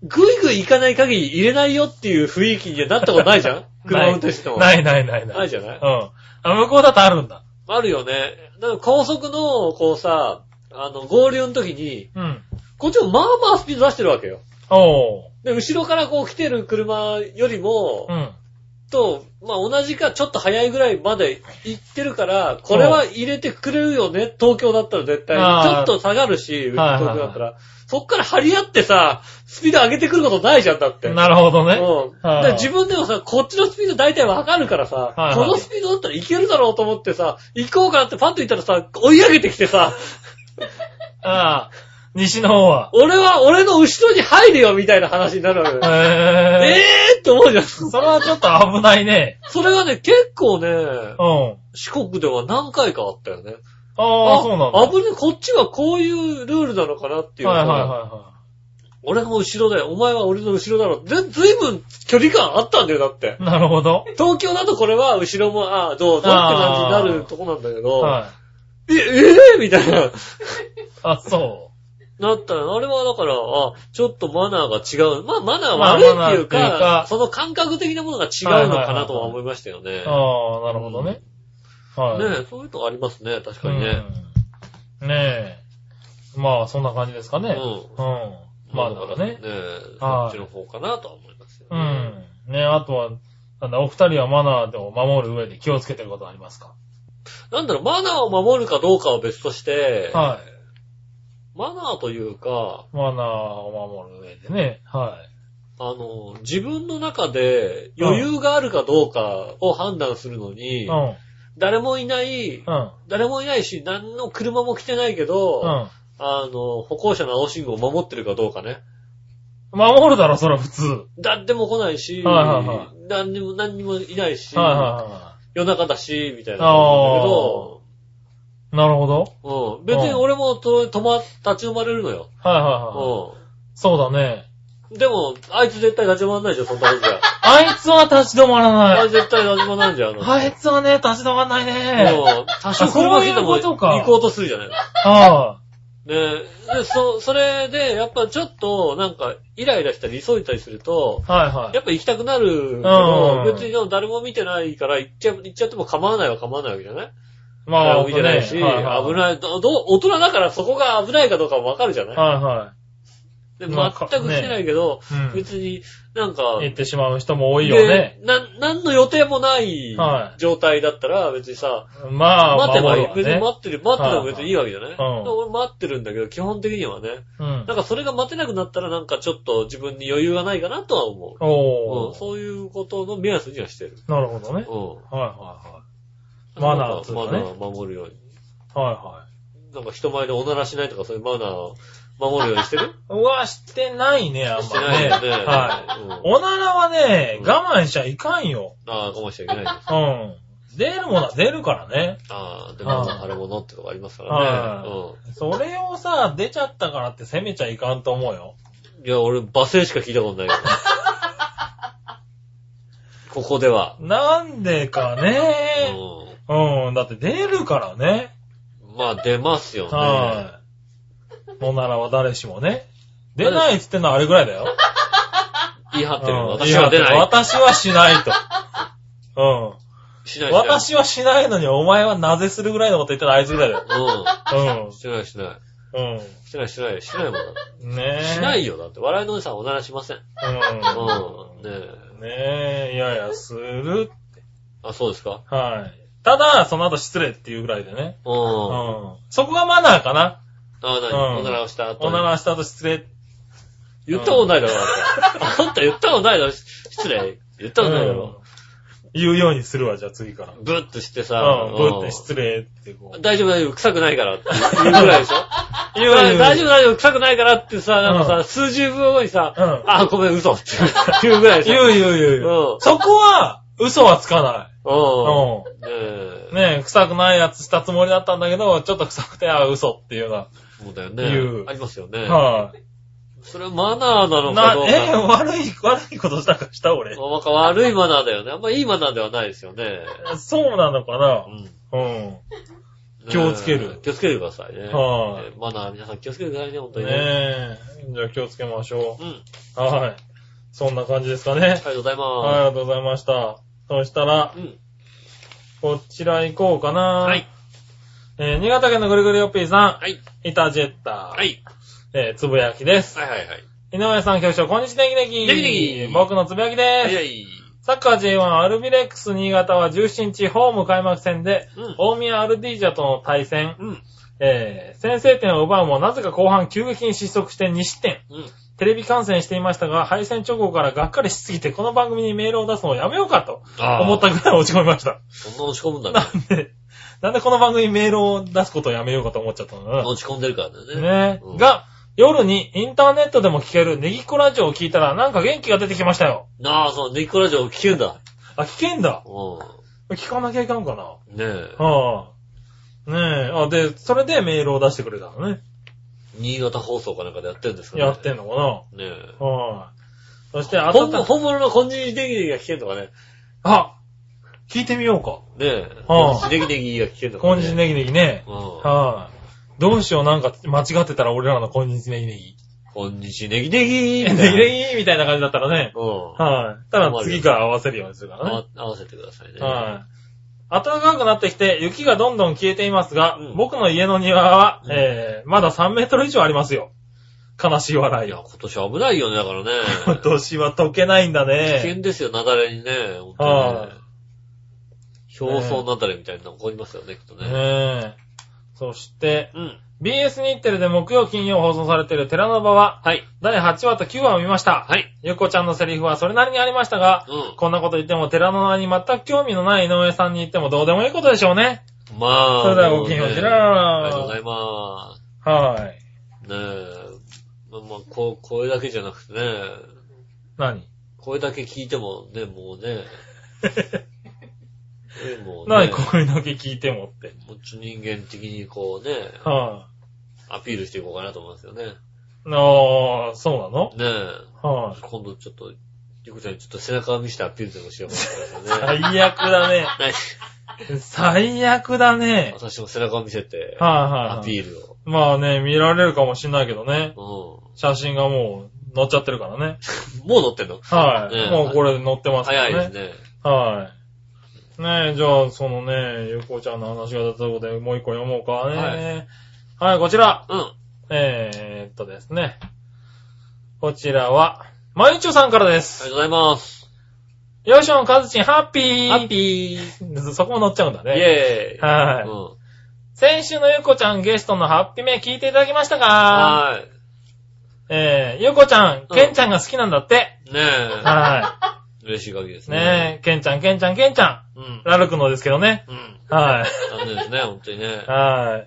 Speaker 2: ぐいぐい行かない限り入れないよっていう雰囲気にはなったことない じゃん車運転しても。。
Speaker 3: ないいないない
Speaker 2: な
Speaker 3: ないい。
Speaker 2: じゃない
Speaker 3: うん。あ、向こうだとあるんだ。
Speaker 2: あるよね。だから高速の、こうさ、あの、合流の時に、
Speaker 3: うん。
Speaker 2: こっちもまあまあスピード出してるわけよ。
Speaker 3: おー。
Speaker 2: で、後ろからこう来てる車よりも
Speaker 3: う、ん。
Speaker 2: と、まあ同じかちょっと早いぐらいまで行ってるから、これは入れてくれるよね、東京だったら絶対に。
Speaker 3: あ
Speaker 2: ち
Speaker 3: ー
Speaker 2: ょっと下がるし、東京
Speaker 3: はいはいはい
Speaker 2: だったら。そっから張り合ってさ、スピード上げてくることないじゃん、だって。
Speaker 3: なるほどね。
Speaker 2: うん。だ
Speaker 3: は
Speaker 2: か
Speaker 3: い
Speaker 2: ら自分でもさ、こっちのスピード大体わかるからさ、
Speaker 3: はいはい
Speaker 2: このスピードだったらいけるだろうと思ってさ、行こうかなってパッと行ったらさ、追い上げてきてさ、
Speaker 3: ああ、西の 方は。
Speaker 2: 俺は俺の後ろに入るよみたいな話になるわけだよ。
Speaker 3: へえ。
Speaker 2: えーって思うじゃん。そ
Speaker 3: それはちょっと危ないね。
Speaker 2: れがね、結構ね、
Speaker 3: うん。
Speaker 2: 四国では何回かあったよね。
Speaker 3: ああ、そうなんだ。
Speaker 2: 危ね、こっちはこういうルールなのかなっていう。
Speaker 3: はいはいはいは
Speaker 2: 俺の後ろだよ。お前は俺の後ろだろ。ず、ずいぶん距離感あったんだよ、だって。
Speaker 3: い。なるほど。
Speaker 2: 東京だとこれは後ろも、ああ、どうぞって感じになるとこなんだけど、
Speaker 3: はい。
Speaker 2: え、ええみたいな。
Speaker 3: あ、そ
Speaker 2: なったら、あれはだから、あ、ちょっとマナーが違う。まあ、マナー悪いっていうか、
Speaker 3: まあマナーっていうか
Speaker 2: その感覚的なものが違うのかなとは思いましたよね
Speaker 3: う。。ああ、なるほどね。はい。
Speaker 2: ねえ、そういうとこありますね、確かにね。
Speaker 3: うんねえ。まあ、そんな感じですかね。
Speaker 2: う
Speaker 3: うんまあ、だからね
Speaker 2: ね。え、そ
Speaker 3: は
Speaker 2: っ
Speaker 3: い
Speaker 2: ちの方かなとは思いますよ
Speaker 3: う
Speaker 2: ね。
Speaker 3: ん。ねえ、あとは、なんだ、お二人はマナーを守る上で気をつけてることはありますか
Speaker 2: なんだろう、マナーを守るかどうかは別として、
Speaker 3: は
Speaker 2: マナーというか、
Speaker 3: マナーを守る上でね。は
Speaker 2: あの、自分の中で余裕があるかどうかを判断するの
Speaker 3: い。
Speaker 2: に
Speaker 3: う、ん。
Speaker 2: 誰もいない、
Speaker 3: うん。
Speaker 2: 誰もいないし、何の車も来てないけど、
Speaker 3: うん。
Speaker 2: あの、歩行者の青信号を守ってるかどうかね。
Speaker 3: 守るだろ、それは普通。はい
Speaker 2: 誰でも来ないし、
Speaker 3: はいはいは
Speaker 2: 何にも、何にもいないし、
Speaker 3: はいは
Speaker 2: 夜中だし、みたいなこと
Speaker 3: い。なるほど。
Speaker 2: なんだけど、うん、別に俺もと止ま、立ち止まれるのよ。
Speaker 3: はいはいは
Speaker 2: う
Speaker 3: い。そうだね。
Speaker 2: ん。でも、あいつ絶対立ち止まらないじゃん、そんなことじゃ。
Speaker 3: あいつは立ち止まら
Speaker 2: あ
Speaker 3: ないい
Speaker 2: つ。絶対立ち止まらないじゃん、あの人。
Speaker 3: あいつはね、立ち止まらないね。
Speaker 2: もう、多少
Speaker 3: あそういう
Speaker 2: 車来ても
Speaker 3: ことか
Speaker 2: 行こうとするじゃない。
Speaker 3: は
Speaker 2: ねで、そ、それで、やっぱちょっと、なんか、イライラしたり急いだりすると、
Speaker 3: い。はいはい
Speaker 2: や。っぱ行きたくなるけ
Speaker 3: う
Speaker 2: ど
Speaker 3: ん、
Speaker 2: 別にでも誰も見てないから行っちゃ、行っちゃっても構わないは構わないわけじゃない
Speaker 3: ま
Speaker 2: 誰
Speaker 3: あ、
Speaker 2: も見てないし、危
Speaker 3: ねはいはい
Speaker 2: ない、どどう大人だからそこが危ないかどうかもわかるじゃない
Speaker 3: はいは
Speaker 2: で
Speaker 3: まあ
Speaker 2: 全くしてないけど、
Speaker 3: い。うん
Speaker 2: 別になんか、
Speaker 3: 行ってしまう人も多いよね。
Speaker 2: でな、何の予定もない
Speaker 3: はい
Speaker 2: 状態だったら、別にさ、
Speaker 3: まあ、
Speaker 2: 待てばいい。
Speaker 3: 守
Speaker 2: 別
Speaker 3: る
Speaker 2: に
Speaker 3: わね
Speaker 2: 待ってる、待ってても別にいいわけじゃない、
Speaker 3: はいはいうん
Speaker 2: で俺待ってるんだけど、基本的にはね。
Speaker 3: うん
Speaker 2: な。んかそれが待てなくなったらなんかちょっと自分に余裕がないかなとは思う。
Speaker 3: お
Speaker 2: うん、
Speaker 3: ー。
Speaker 2: そういうことの目安にはしてる。
Speaker 3: なるほどね。
Speaker 2: う
Speaker 3: はいはい
Speaker 2: ん。
Speaker 3: はい。マナーと
Speaker 2: マ
Speaker 3: か
Speaker 2: ナ
Speaker 3: ね。
Speaker 2: ーを守るように。
Speaker 3: は
Speaker 2: なんか人前でおならしないとかそういうマナーを守るようにして る
Speaker 3: いはい。うわ、してないね、あん
Speaker 2: して
Speaker 3: ま
Speaker 2: ない
Speaker 3: ね。
Speaker 2: よね。
Speaker 3: はい。
Speaker 2: い。うん、
Speaker 3: おならはね、
Speaker 2: うん
Speaker 3: 我慢しちゃいかんよ。
Speaker 2: ああ、かもしれないです。
Speaker 3: うん。出るものは出るからね。
Speaker 2: ああ、でも
Speaker 3: はい
Speaker 2: あれものってとこありますからね。
Speaker 3: は
Speaker 2: う
Speaker 3: それをさ、出ちゃったからって責めちゃいかんと思うよ。
Speaker 2: ん。いや、俺、罵声しか聞いたことないけど。 ここでは。
Speaker 3: なんでか
Speaker 2: う
Speaker 3: ね。
Speaker 2: ん
Speaker 3: うん。だって出るからね。
Speaker 2: まあ出ますよね。
Speaker 3: はい。おならは誰しもね。出ないっつってんのはあれぐらいだよ。
Speaker 2: 言い張ってる。
Speaker 3: うん
Speaker 2: 私は出
Speaker 3: や
Speaker 2: ない。
Speaker 3: 私はしないと。
Speaker 2: し
Speaker 3: う。
Speaker 2: なんいしない。
Speaker 3: 私はしないのに、お前はなぜするぐらいのこと言ったらあいつぐらいだよ。
Speaker 2: う
Speaker 3: うん
Speaker 2: ん。。しないしな
Speaker 3: う
Speaker 2: い。しないしない。しないもんだっ
Speaker 3: ん。ね
Speaker 2: て。
Speaker 3: え。
Speaker 2: しないよ。だって、笑いのおじさんおならしません。うん。ねえ。
Speaker 3: うん。ねえ、いやいや、する。
Speaker 2: あ、そうですか
Speaker 3: はい。ただ、その後失礼っていうぐらいでね。
Speaker 2: うん。
Speaker 3: うん
Speaker 2: あ、。
Speaker 3: そこがマナーかな。
Speaker 2: 何
Speaker 3: うん
Speaker 2: おならをした後に。
Speaker 3: おならした後失礼。
Speaker 2: 言ったことないだろ、あ んた。あんた言ったことないだろ。し失礼。言ったことないだろ。
Speaker 3: うん言うようにするわ、じゃあ次から。
Speaker 2: ブッとしてさ。
Speaker 3: うん。ぶって
Speaker 2: うん
Speaker 3: 失礼ってこう。
Speaker 2: 大丈夫大丈夫。臭くないから。って言うぐらいでしょ
Speaker 3: いやいやいや
Speaker 2: 大丈夫大丈夫、臭くないからってさ、なんかさ、
Speaker 3: うん
Speaker 2: 数十分後にさ、
Speaker 3: うん
Speaker 2: あ、ごめん、嘘って言うぐらいさ。
Speaker 3: 言う言う言う言う
Speaker 2: うん
Speaker 3: そこは、嘘はつかない。
Speaker 2: うん。
Speaker 3: う
Speaker 2: え
Speaker 3: ん。ねえ、臭くないやつしたつもりだったんだけど、ちょっと臭くて、あ、嘘っていうよ
Speaker 2: えそうだよね。
Speaker 3: 言う
Speaker 2: ありますよ
Speaker 3: う
Speaker 2: ね。
Speaker 3: な。はい。
Speaker 2: それはマナーなのか
Speaker 3: な
Speaker 2: どう、か。
Speaker 3: え、悪い、 悪いことしたかした俺。
Speaker 2: なんか悪いマナーだよね。あんまいいマナーではないですよね。
Speaker 3: そうなのかな
Speaker 2: うん
Speaker 3: うん。 気をつける
Speaker 2: ねえ気をつけてくださいね。
Speaker 3: はい
Speaker 2: ねマナー皆さん気をつけてくださいね、本当にね。
Speaker 3: ねえ。じゃあ気をつけましょ
Speaker 2: うん。
Speaker 3: う。はい。そんな感じですか
Speaker 2: あ
Speaker 3: ね
Speaker 2: り。がとうござい
Speaker 3: はい、あり
Speaker 2: ま
Speaker 3: がとうございました。そしたら
Speaker 2: す。、うん。
Speaker 3: こちら行こうかな。
Speaker 2: はい。。
Speaker 3: えー新潟県のぐるぐるよっぴーさ
Speaker 2: はい。
Speaker 3: ん、イタジェッター、
Speaker 2: は、い。
Speaker 3: えーつぶやきです。
Speaker 2: はいはいはい。
Speaker 3: 井上さん局長、こんにちは、ネギネギ。
Speaker 2: ネギネギ
Speaker 3: 僕のつぶやきです。
Speaker 2: はいはい。
Speaker 3: サッカー J1 アルビレックス新潟は17日ホーム開幕戦で、
Speaker 2: うん
Speaker 3: 大宮アルディージャとの対戦、
Speaker 2: うん。
Speaker 3: えー先制点を奪うも、なぜか後半急激に失速して2失点。
Speaker 2: うん。
Speaker 3: テレビ観戦していましたが、敗戦直後からがっかりしすぎて、この番組にメールを出すのをやめようかと
Speaker 2: あー
Speaker 3: 思ったぐらい落ち込みました。
Speaker 2: そんな落ち込むんだ ね
Speaker 3: な。んで、なんでこの番組にメールを出すことをやめようかと思っちゃったのだな。
Speaker 2: 落ち込んでるからだよね。
Speaker 3: ね
Speaker 2: うん
Speaker 3: が、夜にインターネットでも聞けるネギっ子ラジオを聞いたらなんか元気が出てきましたよ。
Speaker 2: なあ、そう、ネックラジオ聞けんだ。
Speaker 3: あ、聞けんだ。
Speaker 2: う
Speaker 3: 聞かなきゃいかんかな。
Speaker 2: ん。ねえ。
Speaker 3: はあ。ねえ。あ、で、それでメールを出してくれたのね。
Speaker 2: 新潟放送かなんかでやってるんですかね。
Speaker 3: やってんのか
Speaker 2: ねえ。
Speaker 3: な。はい。そして、あ
Speaker 2: 本物
Speaker 3: たた、
Speaker 2: 本物のこんにちネギネギが聞けんのかね。
Speaker 3: あ、聞いてみようか。
Speaker 2: ねえ。
Speaker 3: はあ
Speaker 2: こんにちネギネギが聞けんのかね。
Speaker 3: 今日ネギネギね。
Speaker 2: うん。
Speaker 3: はい。どうしよう、なんか間違ってたら俺らの今日ネギネギ。
Speaker 2: こんにちネギネギみ
Speaker 3: ネギ
Speaker 2: たいな
Speaker 3: ネギみたいな感じだったらね。
Speaker 2: うん。
Speaker 3: はい。ただ次から合わせるようにするからね。
Speaker 2: あ合わせてくださいね。
Speaker 3: はい。暖かくなってきて、雪がどんどん消えていますが、
Speaker 2: うん
Speaker 3: 僕の家の庭は、
Speaker 2: うん
Speaker 3: えー、まだ3メートル以上ありますよ。悲しい笑
Speaker 2: い
Speaker 3: い
Speaker 2: や、
Speaker 3: を。
Speaker 2: 今年危ないよね、だからね。
Speaker 3: 今年は溶けないんだ
Speaker 2: 危
Speaker 3: ね。
Speaker 2: 険ですよ、雪崩にね。本
Speaker 3: は
Speaker 2: 当
Speaker 3: い
Speaker 2: にね。表層雪崩みたいなの起こりますよね、きっとね。
Speaker 3: ねえ。そして、
Speaker 2: うん。
Speaker 3: BS 日テレで木曜金曜放送されている寺の場は、
Speaker 2: はい。
Speaker 3: 第8話と9話を見ました。
Speaker 2: はい。
Speaker 3: ゆっこちゃんのセリフはそれなりにありましたが、
Speaker 2: う
Speaker 3: こんなこと言っても寺の名に全く興味のない井上さんに言ってもどうでもいいことでしょうね。
Speaker 2: ん。まあ。
Speaker 3: それではごきげんよう
Speaker 2: もね
Speaker 3: ジェラー
Speaker 2: ありがとうございます。
Speaker 3: はい。
Speaker 2: ねえ。まあ、まあ、こう、声だけじゃなくてね、
Speaker 3: 何
Speaker 2: 声だけ聞いてもね、もうね、ねもうね
Speaker 3: 何、こういうのけ聞いてもって。
Speaker 2: もっと人間的にこうね、
Speaker 3: はい。
Speaker 2: アピールしていこうかなと思うんですよね。
Speaker 3: ああ、そうなの
Speaker 2: ねえ。
Speaker 3: はい、
Speaker 2: 今度ちょっと、ゆこちゃんにちょっと背中を見せてアピールでもしようかと思いますよね。
Speaker 3: 最悪だ ね。
Speaker 2: ない
Speaker 3: 最悪だね。
Speaker 2: 私も背中を見せて、ア
Speaker 3: はいはいはい、
Speaker 2: ピール
Speaker 3: まあね、見られるかもしんないけどね。
Speaker 2: を。
Speaker 3: 写真がもう載っちゃってるからね。
Speaker 2: うん。もう乗ってんの
Speaker 3: はい、
Speaker 2: ね
Speaker 3: もうこれ載ってますか
Speaker 2: 早
Speaker 3: ら
Speaker 2: い
Speaker 3: ね。
Speaker 2: ですね。
Speaker 3: はい。ねえ、じゃあ、そのね、ゆうこちゃんの話が出たところでもう一個読もうかね。はい、こちら。
Speaker 2: うん。
Speaker 3: えー、っとですね。こちらは、まゆちょさんからで
Speaker 2: ありがとう
Speaker 3: す。
Speaker 2: ございます。
Speaker 3: よいしょん、かずちん、ハッピー
Speaker 2: ハッピーイ
Speaker 3: そこも載っちゃうんだ
Speaker 2: ェー
Speaker 3: ね。
Speaker 2: イ
Speaker 3: はい、
Speaker 2: うん。
Speaker 3: 先週のゆうこちゃんゲストのハッピー目聞いていただきましたか
Speaker 2: は
Speaker 3: えー、ゆうこちゃん、
Speaker 2: うん
Speaker 3: けんちゃんが好きなんだって。
Speaker 2: い。ねえ。
Speaker 3: は
Speaker 2: 嬉しい限りで
Speaker 3: い。
Speaker 2: す
Speaker 3: ね
Speaker 2: ね。
Speaker 3: え、けんちゃん、けんちゃん、けんちゃ
Speaker 2: え。うん
Speaker 3: ん。。ラルクのですけどね。
Speaker 2: うん。
Speaker 3: は
Speaker 2: 残念ですね、本当にね
Speaker 3: い。。は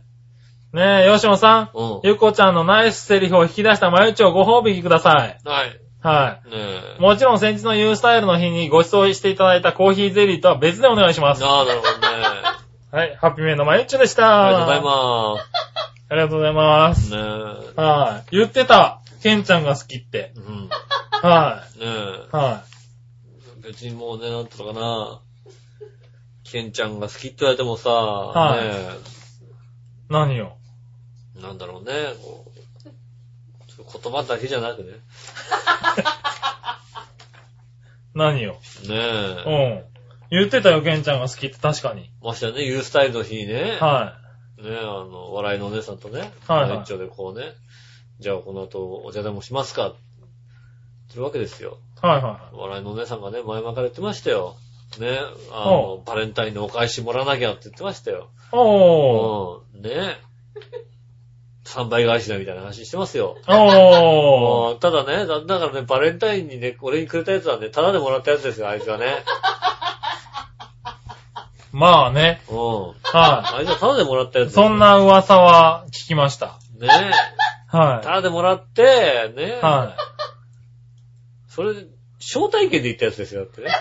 Speaker 3: い。ねえ、よしもさん。
Speaker 2: うん。
Speaker 3: ゆうこちゃんのナイスセリフを引き出したまゆちをご褒美ください。
Speaker 2: はい。
Speaker 3: は
Speaker 2: ねえ
Speaker 3: い。。もちろん先日のユースタイルの日にご馳走していただいたコーヒーゼリーとは別でお願いします。
Speaker 2: ああ、なるほどね。
Speaker 3: はい。ハッピーメイのまゆちでした。
Speaker 2: ありがとうございま。
Speaker 3: ありがとうございますす。
Speaker 2: ね
Speaker 3: はい。言ってた。けんちゃんが好きって
Speaker 2: え。。うん。ね
Speaker 3: はい。
Speaker 2: え。
Speaker 3: は
Speaker 2: 別にもうね、なんとかな、ケンちゃんが好きって言われてもさ、
Speaker 3: い
Speaker 2: ね
Speaker 3: い。何を
Speaker 2: え、なんだろうね、こう、言葉だけじゃなくね、ね
Speaker 3: 何を
Speaker 2: え、
Speaker 3: うん。言ってたよ、ケンちゃんが好きって、確かに。
Speaker 2: ましてやね、ユースタイルの日にね、
Speaker 3: は
Speaker 2: ねえ、あの、笑いのお姉さんとね、
Speaker 3: はいはい
Speaker 2: 一丁でこうね、じゃあこの後お茶でもしますか、するわけですよ。
Speaker 3: い。はいは
Speaker 2: 笑いのお姉さんがね、前々から言ってましたよ。ねえ、あの、バレンタインのお返しもらわなきゃって言ってましたよ。
Speaker 3: い。おー。
Speaker 2: うん、ねえ。3倍返しだみたいな話してますよ。
Speaker 3: おー。
Speaker 2: うんただねだ、だからね、バレンタインにね、俺にくれたやつはね、タダでもらったやつですよ、あいつはね。
Speaker 3: まあね。
Speaker 2: うん。
Speaker 3: は
Speaker 2: あいつはタダでもらったや
Speaker 3: い。
Speaker 2: つ。
Speaker 3: そん。な噂は聞きました。
Speaker 2: ねえ。タ
Speaker 3: は
Speaker 2: ダでもらって、ねえ。
Speaker 3: い。は
Speaker 2: それ、招待券で行ったやつですよ、だ ってね。
Speaker 3: い。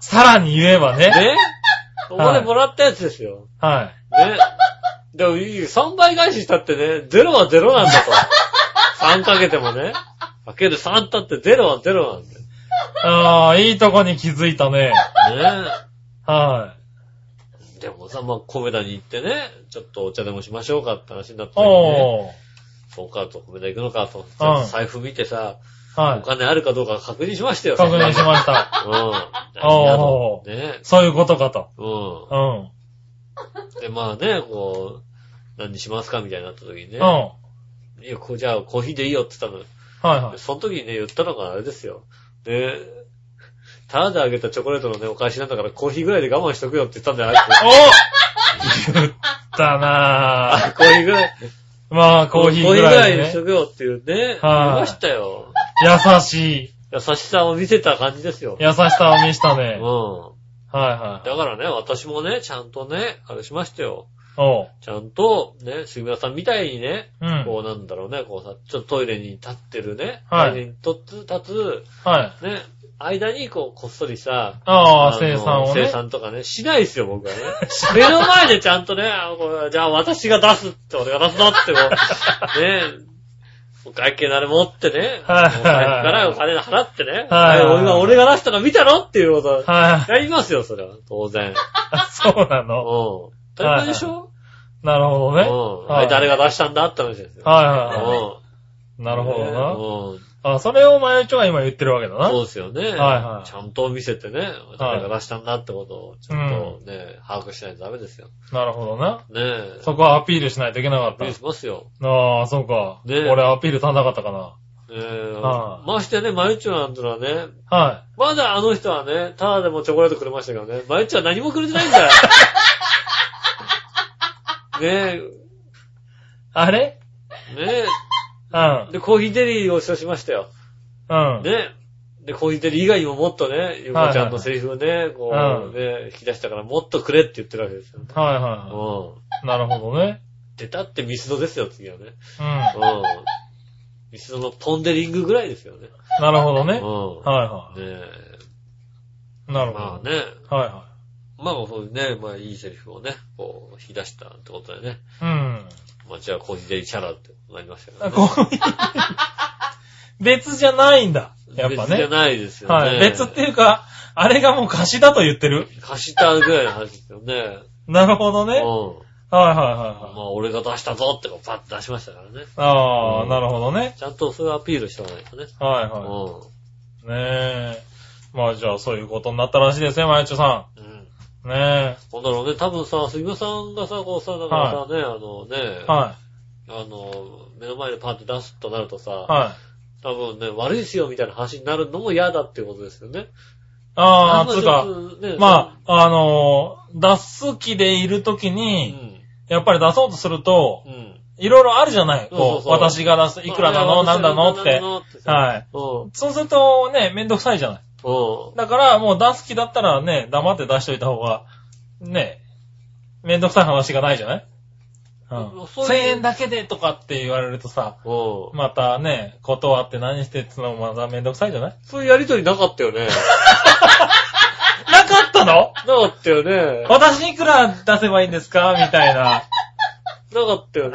Speaker 3: さらに言えばね。
Speaker 2: ねここでもらったやつですよ。
Speaker 3: は
Speaker 2: ね。でもいい、3倍返ししたってね、0は0なんだ と。3かけてもね。かける3だって0は0なんだよ。
Speaker 3: い。ああ、いいとこに気づいたね。
Speaker 2: ね
Speaker 3: は
Speaker 2: え。でもさ、まあ、米田に行ってね、ちょっとお茶でもしましょうかって話になっ
Speaker 3: い。
Speaker 2: た時にね、
Speaker 3: おー。
Speaker 2: そうかと、米田行くのかと、
Speaker 3: うん
Speaker 2: 財布見てさ、
Speaker 3: は
Speaker 2: お金あるかどうか確認しました
Speaker 3: い。
Speaker 2: よ。
Speaker 3: 確認しました。
Speaker 2: うん。大事だと。ね
Speaker 3: そういうことかと。
Speaker 2: うん。
Speaker 3: うん。
Speaker 2: で、まあね、こう、何にしますかみたいになった時にね
Speaker 3: うん。、はい
Speaker 2: や、こうじゃあコーヒーでいいよって言ったの。
Speaker 3: いは
Speaker 2: その時にね、言ったのがあれですよ。ね、タダであげたチョコレートのね、お返しなんだからコーヒーぐらいで我慢しとくよって言ったんだよ、あい つ
Speaker 3: い。お言ったなぁ。
Speaker 2: コーヒーぐらい、
Speaker 3: まあ、コーヒーぐらい
Speaker 2: コーヒーぐらい
Speaker 3: で
Speaker 2: にし
Speaker 3: ね
Speaker 2: と。くよっていうね、言いましたよ。
Speaker 3: 優しい。
Speaker 2: 優しさを見せた感じですよ。
Speaker 3: 優しさを見した
Speaker 2: う
Speaker 3: ね。
Speaker 2: ん。
Speaker 3: はいはい。
Speaker 2: だからね、私もね、ちゃんとね、あれしましたよ。
Speaker 3: おう。
Speaker 2: ちゃんと、ね、杉村さんみたいにね、
Speaker 3: うん。
Speaker 2: こうなんだろうね、こうさ、ちょっとトイレに立ってるね、
Speaker 3: はい
Speaker 2: トイレにとつ、立
Speaker 3: はい。
Speaker 2: つ、ね、間にこう、こっそりさ、
Speaker 3: ああ、
Speaker 2: の
Speaker 3: 生産をね。
Speaker 2: 生産とかね、しないですよ、僕はね。 目の前でちゃんとね、あこれじゃあ私が出すって、俺が出すなってこ う、ね、お会計なれ持ってね、お
Speaker 3: はい
Speaker 2: 財布からお金払ってね、
Speaker 3: はい
Speaker 2: 俺が俺が出したの見たろっていうこと、
Speaker 3: はい。
Speaker 2: やりますよ、それは、当然。
Speaker 3: あ そうな
Speaker 2: うん。
Speaker 3: の。
Speaker 2: 当たり前でしょ
Speaker 3: なるほど
Speaker 2: う
Speaker 3: ね。
Speaker 2: ん。
Speaker 3: は
Speaker 2: あ
Speaker 3: い
Speaker 2: れ誰が出したんだって話ですよ。
Speaker 3: はいうはいは
Speaker 2: ん。
Speaker 3: い。なるほどな。
Speaker 2: ど
Speaker 3: あ、それをまゆちょが今言ってるわけだな。
Speaker 2: そううですよね。
Speaker 3: はいはい
Speaker 2: ちゃんと見せてね、誰が出したんだってことを、ちゃんとね、把握しないとダメですよ。
Speaker 3: なるほどな。
Speaker 2: ねえ。
Speaker 3: そこはアピールしないといけなかっ
Speaker 2: びっくり
Speaker 3: た。
Speaker 2: しますよ。
Speaker 3: ああ、そうか。
Speaker 2: ね
Speaker 3: 俺アピール足んなかったかな。
Speaker 2: ええ
Speaker 3: は
Speaker 2: ましてね、マユッチョなんてのはね、
Speaker 3: は
Speaker 2: まだあの人はね、ただでもチョコレートくれましたけどね、マユッチョは何もくれてないん だよ。ね
Speaker 3: い。あれ
Speaker 2: え、ね
Speaker 3: うん
Speaker 2: え。。で、コーヒーデリーを使用しましたよ。
Speaker 3: うん。
Speaker 2: ねえ。で、コーヒーデリー以外にももっとね、ゆかちゃんのセリフをね、こ
Speaker 3: うん
Speaker 2: う、ね、引き出したからもっとくれって言ってるわけですよね。
Speaker 3: はいは
Speaker 2: うん。
Speaker 3: い。なるほどね。
Speaker 2: 出たってミスドですよ、次はね。
Speaker 3: うん。
Speaker 2: うん。ミスドのポンデリングぐらいですよね。
Speaker 3: なるほど
Speaker 2: うん。
Speaker 3: ね。はいは
Speaker 2: ねえ。
Speaker 3: い。なるほど。
Speaker 2: ま
Speaker 3: は
Speaker 2: あね、
Speaker 3: いは
Speaker 2: まあそういうね、まあいいセリフをね、こう、引き出したってことでね。
Speaker 3: い。うん。
Speaker 2: まあじゃあ、コーヒーデリチャラってなりましたから
Speaker 3: あ
Speaker 2: ね。
Speaker 3: こういう別じゃないんだ。やっぱ
Speaker 2: 別じゃ
Speaker 3: ね。
Speaker 2: ないですよね。
Speaker 3: はい。別っていうか、あれがもう貸しだと言ってる
Speaker 2: 貸したぐらいの話ですよね。
Speaker 3: なるほど
Speaker 2: うん
Speaker 3: ね。。はいはいはいは
Speaker 2: まあ俺が出したぞってこうパッと出しましたからね。
Speaker 3: い。あ
Speaker 2: う
Speaker 3: あ、
Speaker 2: ん
Speaker 3: なるほどね。
Speaker 2: ちゃんとそれをアピールしておかないとね。
Speaker 3: はいは
Speaker 2: う
Speaker 3: い。ねえ。まあじゃあそういうことになったらしいですね、まゆちょさ
Speaker 2: ん。うん。
Speaker 3: ん。ね
Speaker 2: ほんだろうね、多分さ、杉村さんがさ、こうさ、だからさ、ね、あのね
Speaker 3: え。、は
Speaker 2: あの、目の前でパッと出すとなると
Speaker 3: い。
Speaker 2: さ、
Speaker 3: はい。
Speaker 2: 多分ね、悪いですよみたいな話になるのも嫌だっていうことですよね。
Speaker 3: ああ、つうか、
Speaker 2: んまりちょっとね
Speaker 3: まあ、あのー、脱す気でいるとき
Speaker 2: う
Speaker 3: に、
Speaker 2: ん。
Speaker 3: やっぱり出そうとすると、
Speaker 2: うん。
Speaker 3: いろいろあるじゃない
Speaker 2: そうそ
Speaker 3: こ
Speaker 2: う
Speaker 3: う、
Speaker 2: そう
Speaker 3: 私が出す、いくらなのなんだのって。
Speaker 2: はい。
Speaker 3: はい。
Speaker 2: うん。
Speaker 3: そうするとね、めんどくさいじゃない。
Speaker 2: うん。
Speaker 3: だから、もう出す気だったらね、黙って出しといた方が、ね、めんどくさい話がないじゃないうん。
Speaker 2: そういう
Speaker 3: 1000円だけでとかって言われるとさ、
Speaker 2: うん。
Speaker 3: またね、断って何してってのもまためんどくさいじゃない
Speaker 2: そういうやりとりなかったよね。
Speaker 3: なかったの
Speaker 2: なかったよね。な
Speaker 3: 私いくら出せばいいんですかみたいな。
Speaker 2: かったよね。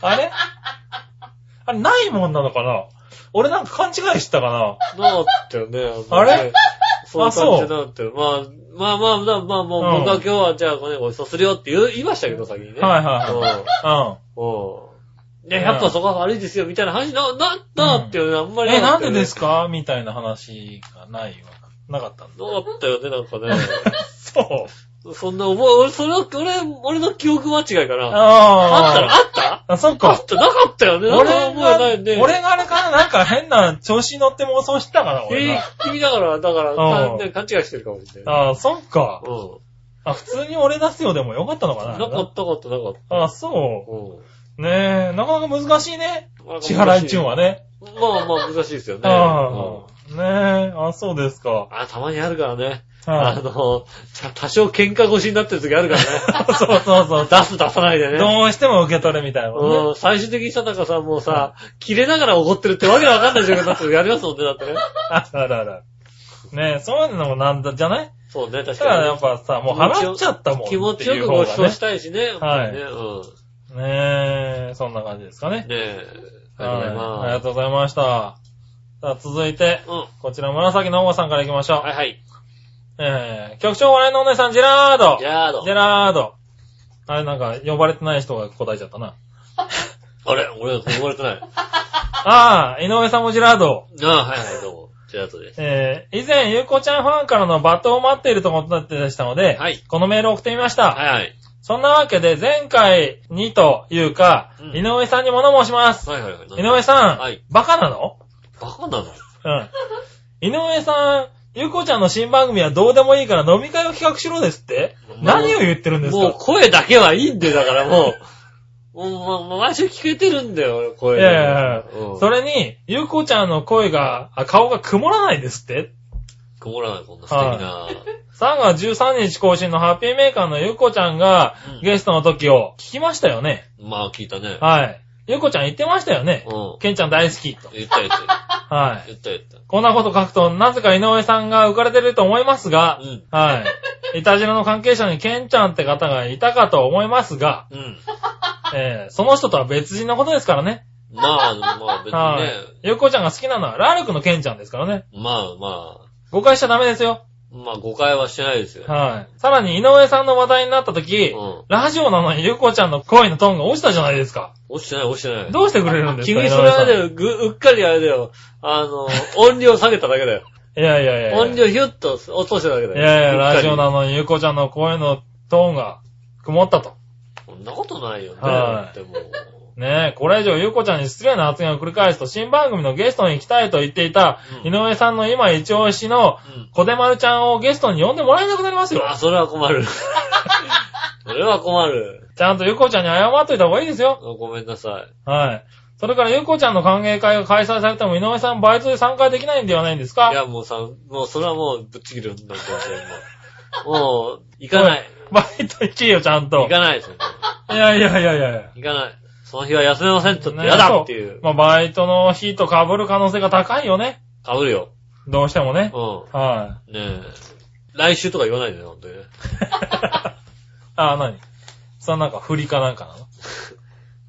Speaker 3: あれあれ、ないもんなのかな俺なんか勘違いしたかな
Speaker 2: なかったよね。
Speaker 3: あれ
Speaker 2: そういう
Speaker 3: あそう
Speaker 2: 感じになってる。まあ、まあまあ、まあまあ、もう
Speaker 3: うん
Speaker 2: 僕は今日はじゃあこれごちそうするよって言う言いましたけど、先にね。
Speaker 3: はいはい
Speaker 2: うん。うん。ね、やっぱそこは悪いですよ、みたいな話な、な、なかったよね、あん
Speaker 3: う
Speaker 2: ま
Speaker 3: ん。
Speaker 2: り
Speaker 3: え、
Speaker 2: か
Speaker 3: な
Speaker 2: っ
Speaker 3: ん
Speaker 2: たよ
Speaker 3: で
Speaker 2: ね
Speaker 3: ですかみたいな話がないわ。なかった んだ。
Speaker 2: なかったよね、なんかね。
Speaker 3: そう。
Speaker 2: そんな思い、俺、それは、俺、俺の記憶間違いかな。あったら、
Speaker 3: あ
Speaker 2: あった
Speaker 3: あ。あ、そっ
Speaker 2: あ
Speaker 3: か
Speaker 2: っ。た、なかったよね。
Speaker 3: 俺
Speaker 2: なんか覚え
Speaker 3: が、
Speaker 2: ないね。
Speaker 3: 俺があれかななんか変な調子に乗って妄想してたかな俺
Speaker 2: え
Speaker 3: が。
Speaker 2: ー君だから、だから、
Speaker 3: うん
Speaker 2: ね勘違いしてるかもしれない。
Speaker 3: ああ、そっか。
Speaker 2: う
Speaker 3: あ、普通に俺出すよでもよかったのか
Speaker 2: ん。
Speaker 3: な
Speaker 2: なかった、なかった、なかっ
Speaker 3: ああ、そ
Speaker 2: た。うん
Speaker 3: う。ねえ、なかなか難しいね。
Speaker 2: まあ。
Speaker 3: 千原一音はね。
Speaker 2: まあまあ、難しいですよね。
Speaker 3: ああ。ねねえ、あ、そうですか。
Speaker 2: あ、たまにあるからね。あ
Speaker 3: はい。
Speaker 2: の、た多少喧嘩越しになってる時あるからね。
Speaker 3: そうそう そう。
Speaker 2: 出す出さないでね。
Speaker 3: どうしても受け取るみたいなもんね。
Speaker 2: うん、最終的にさ、なんかさ、もうさ、切れながら怒ってるってわけのわかんない状況になってる時ありますもんね、だってね。
Speaker 3: あららら。ねえ、そういうのもなんだ、じゃない
Speaker 2: そうね、
Speaker 3: だ
Speaker 2: 確
Speaker 3: か
Speaker 2: からに
Speaker 3: や
Speaker 2: ね、
Speaker 3: っぱさ、もう払っちゃったもん。
Speaker 2: 気持ちよくご
Speaker 3: ご
Speaker 2: 馳走したいしね、
Speaker 3: はい
Speaker 2: 本当にね、う
Speaker 3: ねえ、そんな感じですかね
Speaker 2: ん。。ねえ、ありがとうござい
Speaker 3: はありが
Speaker 2: ま
Speaker 3: とうございました。さあ、続いて、
Speaker 2: す。うん。
Speaker 3: こちら紫のおばさんから行きましょう。
Speaker 2: はいはい。
Speaker 3: えー、局長笑いのお姉さん、ジェラード
Speaker 2: じゃあ、どう
Speaker 3: ジェラードあれ、なんか、呼ばれてない人が答えちゃったな。
Speaker 2: あれ俺、呼ばれて ない。あ
Speaker 3: ああ、井上さんもジェラード。
Speaker 2: あ、はいはい、どうも。ジェラートです。
Speaker 3: えー、以前、ゆうこちゃんファンからの罵倒を待っていると思ってでしたので、
Speaker 2: はい
Speaker 3: このメールを送ってみました。
Speaker 2: はいはい。
Speaker 3: そんなわけで、前回にというか、
Speaker 2: うん
Speaker 3: 井上さんに物申します。
Speaker 2: はいはいはい。
Speaker 3: 井上さん、
Speaker 2: はい
Speaker 3: バカなの
Speaker 2: バカなの
Speaker 3: うん。井上さん、ゆうこちゃんの新番組はどうでもいいから飲み会を企画しろですって何を言ってるんです
Speaker 2: もう
Speaker 3: か
Speaker 2: 声だけはいいんで、だから もう。もうもう、もう毎週聞けてるんだよ、俺、声。
Speaker 3: いやいやいや
Speaker 2: うん
Speaker 3: それに、ゆうこちゃんの声が、あ顔が曇らないですって
Speaker 2: 曇らない、こんな素敵な。
Speaker 3: ?3 月13日更新のハッピーメーカーのゆうこちゃんが
Speaker 2: うん
Speaker 3: ゲストの時を聞きましたよね。
Speaker 2: まあ、聞いたね。
Speaker 3: はい。ゆうこちゃん言ってましたよね。
Speaker 2: うん。
Speaker 3: ケンちゃん大好きと。
Speaker 2: 言った言った。
Speaker 3: はい。
Speaker 2: 言った言った。
Speaker 3: こんなこと書くと、なぜか井上さんが浮かれてると思いますが
Speaker 2: う、ん。
Speaker 3: はい。イタジラの関係者にケンちゃんって方がいたかと思いますが、
Speaker 2: うん。
Speaker 3: えーその人とは別人のことですからね。
Speaker 2: まあ、まあ、別
Speaker 3: はい、
Speaker 2: に
Speaker 3: ゆうこちゃんが好きなのはラルクのケンちゃんですからね。
Speaker 2: ね。まあま
Speaker 3: 誤解しちゃダメですよ。
Speaker 2: あ、まあ、誤解はしてないですよ。
Speaker 3: はい。さらに井上さんの話題になった時、
Speaker 2: うん
Speaker 3: ラジオなのにゆうこちゃんの声のトーンが落ちたじゃないですか。
Speaker 2: 落ちてない、落ちてない。
Speaker 3: どうしてくれるんですか
Speaker 2: 君それあれだ
Speaker 3: 井上
Speaker 2: よ、ぐ、うっかりあれだよ。あ の、音量下げただけだよ。
Speaker 3: さんいやいやいやいや。
Speaker 2: 音量ヒュッと落としただけだよ。
Speaker 3: いやいや、ラジオな
Speaker 2: の。
Speaker 3: のにゆうこちゃんの声のトーンが曇ったと。
Speaker 2: そんなことないよね。
Speaker 3: はい
Speaker 2: でも。
Speaker 3: ねえ、これ以上ゆうこちゃんに失礼な発言を繰り返すと、新番組のゲストに行きたいと言っていた、
Speaker 2: うん
Speaker 3: 井上さんの今一押しの
Speaker 2: うん、
Speaker 3: 小手丸ちゃんをゲストに呼んでもらえなくなりますよ。
Speaker 2: あ、それは困る。 それは困る。
Speaker 3: ちゃんとゆうこちゃんに謝っといた方がいいですよ。
Speaker 2: ごめんなさい。
Speaker 3: はい。それからゆうこちゃんの歓迎会が開催されても、井上さんバイトで参加できないんではないんですか
Speaker 2: いや、もうさ、もうそれはもうぶっちぎるんだもう。もう、行かない。
Speaker 3: バイト行けよ、ちゃんと。
Speaker 2: 行かないですよ。
Speaker 3: いやいやいやいやいや。
Speaker 2: 行かない。その日は休めませんとって
Speaker 3: ね
Speaker 2: 嫌だっていう。
Speaker 3: まあ、バイトの日と被る可能性が高いよね。
Speaker 2: かぶるよ。
Speaker 3: どうしてもね。
Speaker 2: う
Speaker 3: はい。
Speaker 2: ん。ねえ。来週とか言わないでね、ほんとにね。
Speaker 3: あ、なにそのなんか振りかなんか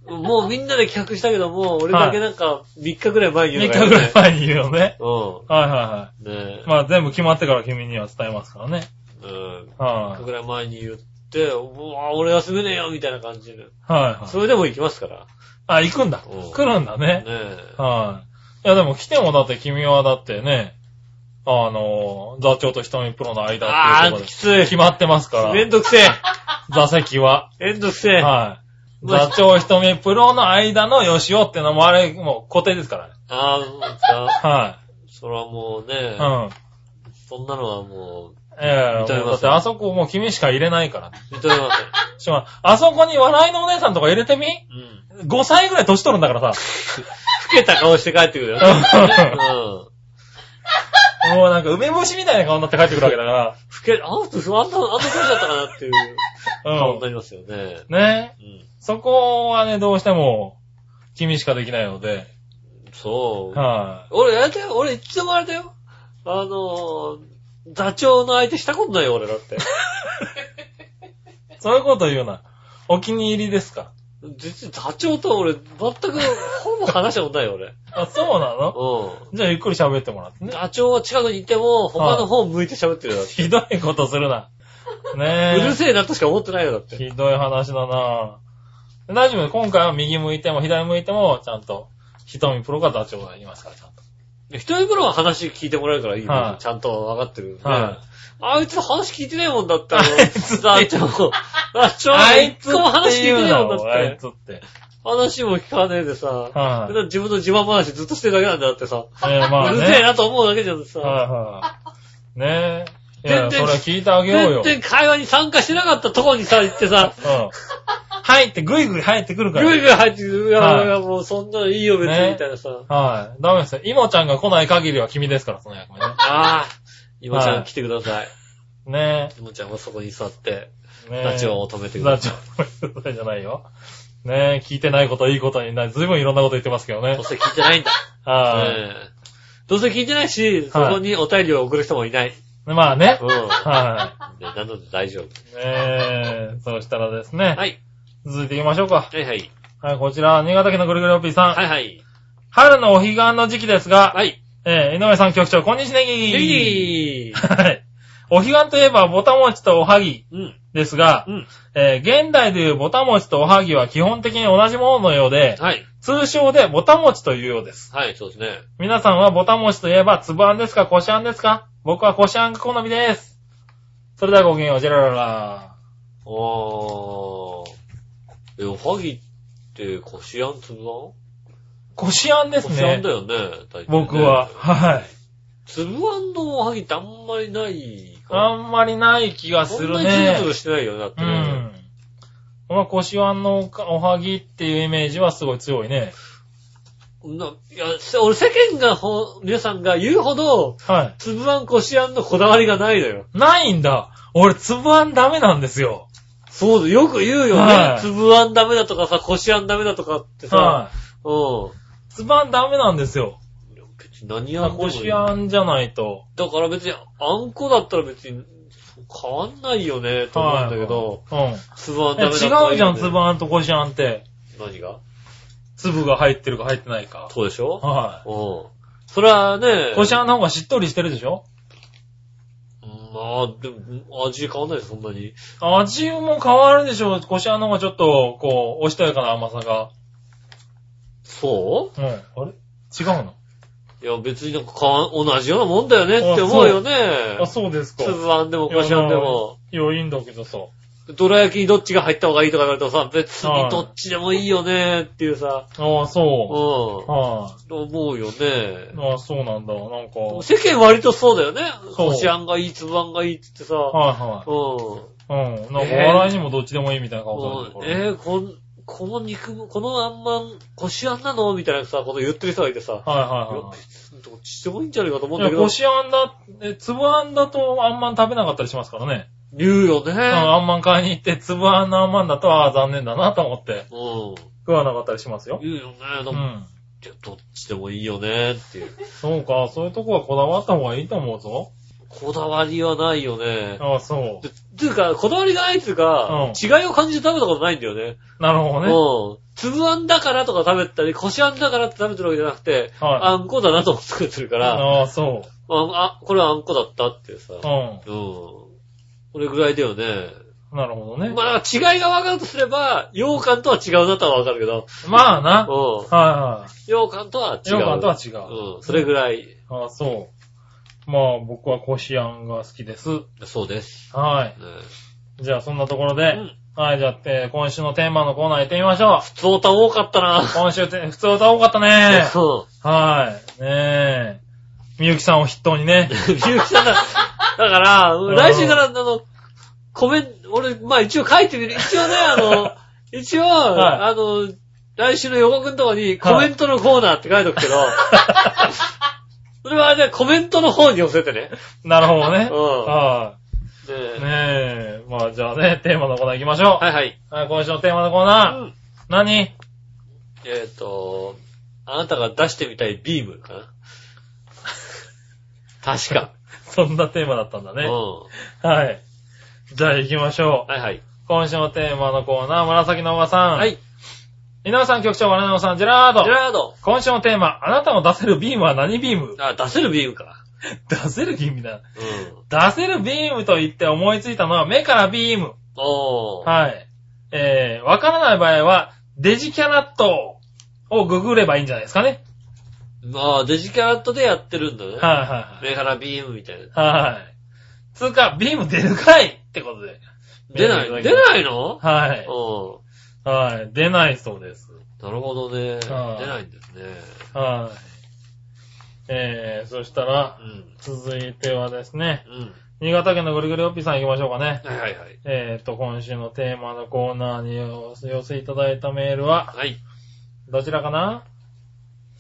Speaker 3: なの
Speaker 2: もうみんなで企画したけど、もう俺だけなんか3日ぐらい前に
Speaker 3: ?3
Speaker 2: 言う
Speaker 3: 日ぐらい前に言うよね。
Speaker 2: う
Speaker 3: はいはいは
Speaker 2: ん。ね
Speaker 3: い。まあ全部決まってから君には伝えますからね。
Speaker 2: え。うん。3
Speaker 3: は
Speaker 2: 日
Speaker 3: い。
Speaker 2: ぐらい前に言って、うわ俺休めねえよ、みたいな感じで。
Speaker 3: はいはい。
Speaker 2: それでも行きますから。
Speaker 3: あ、行くんだ
Speaker 2: うん。
Speaker 3: 来るんだ
Speaker 2: ね
Speaker 3: ね。
Speaker 2: え。
Speaker 3: はい。いやでも来てもだって君はだってね、あの、座長と瞳プロの間っていうとこ
Speaker 2: あ
Speaker 3: ろ
Speaker 2: ー、
Speaker 3: で
Speaker 2: きつい
Speaker 3: 決。まってますか
Speaker 2: めん
Speaker 3: ら、
Speaker 2: どくせえ。
Speaker 3: 座席は。
Speaker 2: めんどくせえ。
Speaker 3: はい。座長瞳プロの間の吉尾ってのもあれ、もう固定ですからね。
Speaker 2: ああ、そうか
Speaker 3: は
Speaker 2: それはもう
Speaker 3: い。
Speaker 2: ね
Speaker 3: う、ん。
Speaker 2: そんなのはも
Speaker 3: ええ
Speaker 2: 認めません
Speaker 3: だってあそこもう君しか入れないから。
Speaker 2: う、認めません。
Speaker 3: しまあそこに笑いのお姉さんとか入れてみ
Speaker 2: うん。
Speaker 3: ?5 歳ぐらい年取るんだからさ。
Speaker 2: 老けた顔して帰ってくるよね。うん。
Speaker 3: もうなんか梅干しみたいな顔になって帰ってくるわけだか
Speaker 2: 老け、あの人、あんな、あんな感じだったかなっていう
Speaker 3: ら。
Speaker 2: 顔
Speaker 3: う
Speaker 2: に
Speaker 3: ん
Speaker 2: な。りますよね。
Speaker 3: ね
Speaker 2: うん。
Speaker 3: そこはね、どうしても、君しかできないので。
Speaker 2: そう。
Speaker 3: は
Speaker 2: 俺、あれだよ、俺一度もあれだよ。あのー、座長の相手したことないよ、俺だって。
Speaker 3: い。そういうこと言うな。お気に入りですか
Speaker 2: 実に座長と俺、全く、ほぼ話したことないよ、俺。
Speaker 3: あ、そうなの
Speaker 2: う
Speaker 3: じゃあゆっくり喋ってもらって
Speaker 2: ん。
Speaker 3: ね。
Speaker 2: 座長は近くにいても、他の方向いて喋ってるよ、だって
Speaker 3: ひどいことするな。
Speaker 2: うる
Speaker 3: ね
Speaker 2: せえなとしか思ってないよ、だっ
Speaker 3: え。
Speaker 2: て。
Speaker 3: ひどい話だな大丈夫今回は右向いても左向いても、ちゃんと、瞳プロが座長がいますから、ちゃんと。
Speaker 2: 一人頃は話聞いてもらえるからいいよ、
Speaker 3: はい
Speaker 2: ちゃんと分かってる、ね
Speaker 3: は
Speaker 2: あいつ話聞いてねえもんだって。
Speaker 3: あいつ
Speaker 2: 団長。団長
Speaker 3: あい
Speaker 2: 一
Speaker 3: つ
Speaker 2: 個も話聞いてねえもん
Speaker 3: あ
Speaker 2: だっ
Speaker 3: い
Speaker 2: て。
Speaker 3: つって。
Speaker 2: 話も聞かねえでさ。
Speaker 3: はい
Speaker 2: だから自分の自慢話ずっとしてるだけなんだよだってさ。
Speaker 3: ええまあ
Speaker 2: うるせえ
Speaker 3: ね。
Speaker 2: なと思うだけじゃんさ。
Speaker 3: はいはい。ねえ。いや、
Speaker 2: 全
Speaker 3: そ
Speaker 2: 然
Speaker 3: れは聞いてあげようよ。
Speaker 2: 全然会話に参加してなかったとこにさ、行ってさ、
Speaker 3: うん。入って、ぐいぐい入ってくる
Speaker 2: ぐ
Speaker 3: か
Speaker 2: い
Speaker 3: ら。
Speaker 2: ぐい入ってくる。いや、
Speaker 3: はい
Speaker 2: いやもうそんなのいいよ、別に、
Speaker 3: ね
Speaker 2: みたいなさ。
Speaker 3: はい。ダメですよ。イモちゃんが来ない限りは君ですから、その役目ね。
Speaker 2: ああ、今ちゃ
Speaker 3: は
Speaker 2: ん
Speaker 3: い
Speaker 2: 来てください。
Speaker 3: ね
Speaker 2: 今ちゃんはそこに座って、
Speaker 3: え。ねえ。
Speaker 2: ダチョウを止めてく
Speaker 3: ダ
Speaker 2: だ
Speaker 3: チ
Speaker 2: さい。
Speaker 3: ョウ。じゃないよ。ねえ、聞いてないこといいことになる。ずいぶんいろんなこと言ってますけどね
Speaker 2: どう。せ聞いてないんだ。
Speaker 3: はい。
Speaker 2: ええどうせ聞いてないし、そこにお便りを送る人もいない。
Speaker 3: まあね
Speaker 2: う。ん。
Speaker 3: は
Speaker 2: でなので大丈夫。
Speaker 3: い。ねえ、そうしたらですね。
Speaker 2: はい。
Speaker 3: 続いていきましょうか。
Speaker 2: はいはい。
Speaker 3: はい、こちら、新潟県のぐるぐるおっぴーさん。
Speaker 2: はいはい。
Speaker 3: 春のお彼岸の時期ですが、
Speaker 2: はい。
Speaker 3: えー、井上さん局長、こんにちね
Speaker 2: い
Speaker 3: ぎ
Speaker 2: い
Speaker 3: はい。お彼岸といえば、ぼたもちとおはぎ
Speaker 2: うん。
Speaker 3: ですが
Speaker 2: う、ん。
Speaker 3: えー、現代でいうぼたもちとおはぎは基本的に同じもののようで、
Speaker 2: はい。
Speaker 3: 通称でぼたもちというようです。
Speaker 2: はい、そうですね。
Speaker 3: 皆さんはぼたもちといえば、つぶあんですか、こしあんですか僕はこしあんが好みです。それではごきげんよう、ジェラララ。
Speaker 2: おー。え、おはぎって、こしあんつぶあ
Speaker 3: こしあんで
Speaker 2: ん
Speaker 3: す
Speaker 2: こしあん
Speaker 3: ね
Speaker 2: だ。よね、大体ね
Speaker 3: 僕は。。はい。
Speaker 2: つぶあんのおはぎってあんまりない
Speaker 3: あ
Speaker 2: か
Speaker 3: んまりない気が
Speaker 2: ら。
Speaker 3: す
Speaker 2: そんな
Speaker 3: る
Speaker 2: にツル
Speaker 3: ね
Speaker 2: ツ。ルしてないよね、だって
Speaker 3: う
Speaker 2: ね。
Speaker 3: ん。このこしあんのおはぎっていうイメージはすごい強いね。
Speaker 2: ないや、せ俺世間がほ、皆さんが言うほど、
Speaker 3: は
Speaker 2: つぶあんこしあんのこだわりがないのよ。
Speaker 3: い。ないんだ。俺、つぶあんダメなんですよ。
Speaker 2: そうだ、よく言うよ
Speaker 3: は
Speaker 2: ね。
Speaker 3: い
Speaker 2: つぶあんダメだとかさ、こしあんダメだとかって
Speaker 3: は
Speaker 2: さ。うん。
Speaker 3: い。つぶあんダメなんですよ。
Speaker 2: 別に何やんでも
Speaker 3: こ
Speaker 2: いい
Speaker 3: しあんじゃないと。
Speaker 2: だから別に、あんこだったら別に変わんないよね、と思うんだけど、
Speaker 3: うん。
Speaker 2: つぶあん
Speaker 3: え
Speaker 2: ダメだとか
Speaker 3: 違うじゃん、つぶ
Speaker 2: ん。
Speaker 3: あんとこしあんって。
Speaker 2: 何が
Speaker 3: 粒が入ってるか入ってないか。
Speaker 2: そうでしょ
Speaker 3: は
Speaker 2: うん。それはね
Speaker 3: い。、こしあんの方がしっとりしてるでしょ
Speaker 2: うんまあ、でも、味変わんないよ、そんなに。
Speaker 3: 味も変わるでしょこしあんの方がちょっと、こう、おしとやかな甘さが。
Speaker 2: そ
Speaker 3: うん。あれ違うの
Speaker 2: ういや、別になんか変わん、同じようなもんだよねって思うよね。
Speaker 3: あ、そうですか。
Speaker 2: つぶあんでもこしあんでも。
Speaker 3: いや、いいんだけどさ。
Speaker 2: どら焼きにどっちが入った方がいいとか言われるとさ、別
Speaker 3: は
Speaker 2: に
Speaker 3: い
Speaker 2: どっちでもいいよねっていうさ、
Speaker 3: ああ、
Speaker 2: うん。
Speaker 3: そ
Speaker 2: 思
Speaker 3: う。は
Speaker 2: うよね
Speaker 3: い。。ああ、そうなんだ。なんか。はい
Speaker 2: 世間割とそうだよね。
Speaker 3: そう
Speaker 2: こしあんがいい、つぶあんがいいってってさ。
Speaker 3: は
Speaker 2: う
Speaker 3: い。うん。なんか、お
Speaker 2: えー
Speaker 3: 笑いにもどっちでもいいみたいな顔され
Speaker 2: ん
Speaker 3: て。る
Speaker 2: うんえー、
Speaker 3: か
Speaker 2: こん、この肉も、このあんまん、こしあんなのみたいなさ、こと言ってる人がいてさ。
Speaker 3: ら。はい
Speaker 2: いや
Speaker 3: は
Speaker 2: 別にどっちでもいいんじゃないかと思うん
Speaker 3: いは
Speaker 2: だけ
Speaker 3: い。いや、
Speaker 2: ど
Speaker 3: こ。しあんだ、え、つぶあんだとあんまん食べなかったりしますからね。
Speaker 2: 言うよ
Speaker 3: う
Speaker 2: ね。
Speaker 3: んあんまん買いに行って、つぶあんのあんまんだと、ああ、残念だなと思って、
Speaker 2: うん。
Speaker 3: 食わなかったりしますよ。
Speaker 2: 言うよね。だ
Speaker 3: う
Speaker 2: っ
Speaker 3: ん。
Speaker 2: てどっちでもいいよねっていう。
Speaker 3: そうか、そういうとこはこだわった方がいいと思うぞ。
Speaker 2: こだわりはないよね。
Speaker 3: ああ、そ
Speaker 2: でっていうか、こだわりがないっていうか、
Speaker 3: うん
Speaker 2: 違いを感じて食べたことないんだよね。
Speaker 3: う。なるほどね。
Speaker 2: うん。粒あんだからとか食べたり、こしあんだからって食べてるわけじゃなくて、
Speaker 3: は
Speaker 2: あんこだなと思って作ってるか
Speaker 3: い。
Speaker 2: ら、
Speaker 3: ああ、そ
Speaker 2: あ、あこれはあんこだったっていうさ。うん
Speaker 3: う。。う
Speaker 2: これぐらいだよね。
Speaker 3: ん。なるほどね。
Speaker 2: まあ、違いが分かるとすれば、羊羹とは違うなとは分かるけど、
Speaker 3: まあな。
Speaker 2: うん。
Speaker 3: はいはい。
Speaker 2: 羊羹とは違う。
Speaker 3: よかとは違う。
Speaker 2: うん。それぐらい。
Speaker 3: ああ、そう。まあ、僕はこしあんが好きです。
Speaker 2: そうです。
Speaker 3: は
Speaker 2: ね
Speaker 3: い。じゃあ、そんなところ
Speaker 2: う
Speaker 3: で、
Speaker 2: ん。
Speaker 3: はい、じゃあ、えー今週のテーマのコーナー行ってみましょ
Speaker 2: 普通歌多かったな
Speaker 3: う。。今週て、普通歌多かっ たね。
Speaker 2: うん。
Speaker 3: はい。ねえ。みゆきさんを筆頭にね。
Speaker 2: みゆきさんだ。だから、
Speaker 3: ん
Speaker 2: 来週から、あの、コメント、俺、まあ一応書いてみる。一応ね、あ の、一応、
Speaker 3: はい
Speaker 2: あの、来週の予告のとこに、コメントのコーナーって書いとくけど、 それはね、コメントの方に寄せてね。
Speaker 3: なるほど
Speaker 2: う
Speaker 3: ね。
Speaker 2: ん。
Speaker 3: は
Speaker 2: ね
Speaker 3: い。ねえ。まあ、じゃあね、テーマのコーナー行きましょう。
Speaker 2: はいはい。
Speaker 3: はい、今週のテーマのコー
Speaker 2: う
Speaker 3: ナー。
Speaker 2: ん
Speaker 3: 何
Speaker 2: えっと、あなたが出してみたいビーム かな。確か。
Speaker 3: そんなテーマだったんだ
Speaker 2: うん。
Speaker 3: ね。
Speaker 2: は
Speaker 3: はい。じゃあ行きましょう。
Speaker 2: いはい。
Speaker 3: 今週のテーマのコーナー、紫のおばさん。
Speaker 2: は。い。
Speaker 3: 稲尾さん局長、我々のさん、ジェラード
Speaker 2: ジェ。ラード。
Speaker 3: 今週のテーマ、あなたの出せるビームは何ビーム
Speaker 2: あ、出せるビームか。
Speaker 3: 出せるビーム
Speaker 2: う
Speaker 3: だ。
Speaker 2: ん。
Speaker 3: 出せるビームと言って思いついたのは目からビーム。
Speaker 2: おー。
Speaker 3: はい。えー、わからない場合は、デジキャラットをググればいいんじゃないですかね。
Speaker 2: まあ、デジキャラットでやってるんだね。
Speaker 3: はいはい
Speaker 2: メガラビームみたいな。
Speaker 3: はい。はい。つうか、ビーム出るかいってことで。
Speaker 2: 出ない、
Speaker 3: メ
Speaker 2: 出
Speaker 3: ガネ
Speaker 2: ないの
Speaker 3: はい。
Speaker 2: う
Speaker 3: はい。出ないそうです。
Speaker 2: ん。なるほどね。出
Speaker 3: ああ
Speaker 2: ないんですね。
Speaker 3: はい。えー、そしたら
Speaker 2: う、ん。
Speaker 3: 続いてはですね、
Speaker 2: うん。
Speaker 3: 新潟県のぐるぐるおっぴーさん行きましょうかね。
Speaker 2: はいはいはい。
Speaker 3: えっ、と、今週のテーマのコーナーにお寄せいただいたメールは、
Speaker 2: はい。
Speaker 3: どちらかな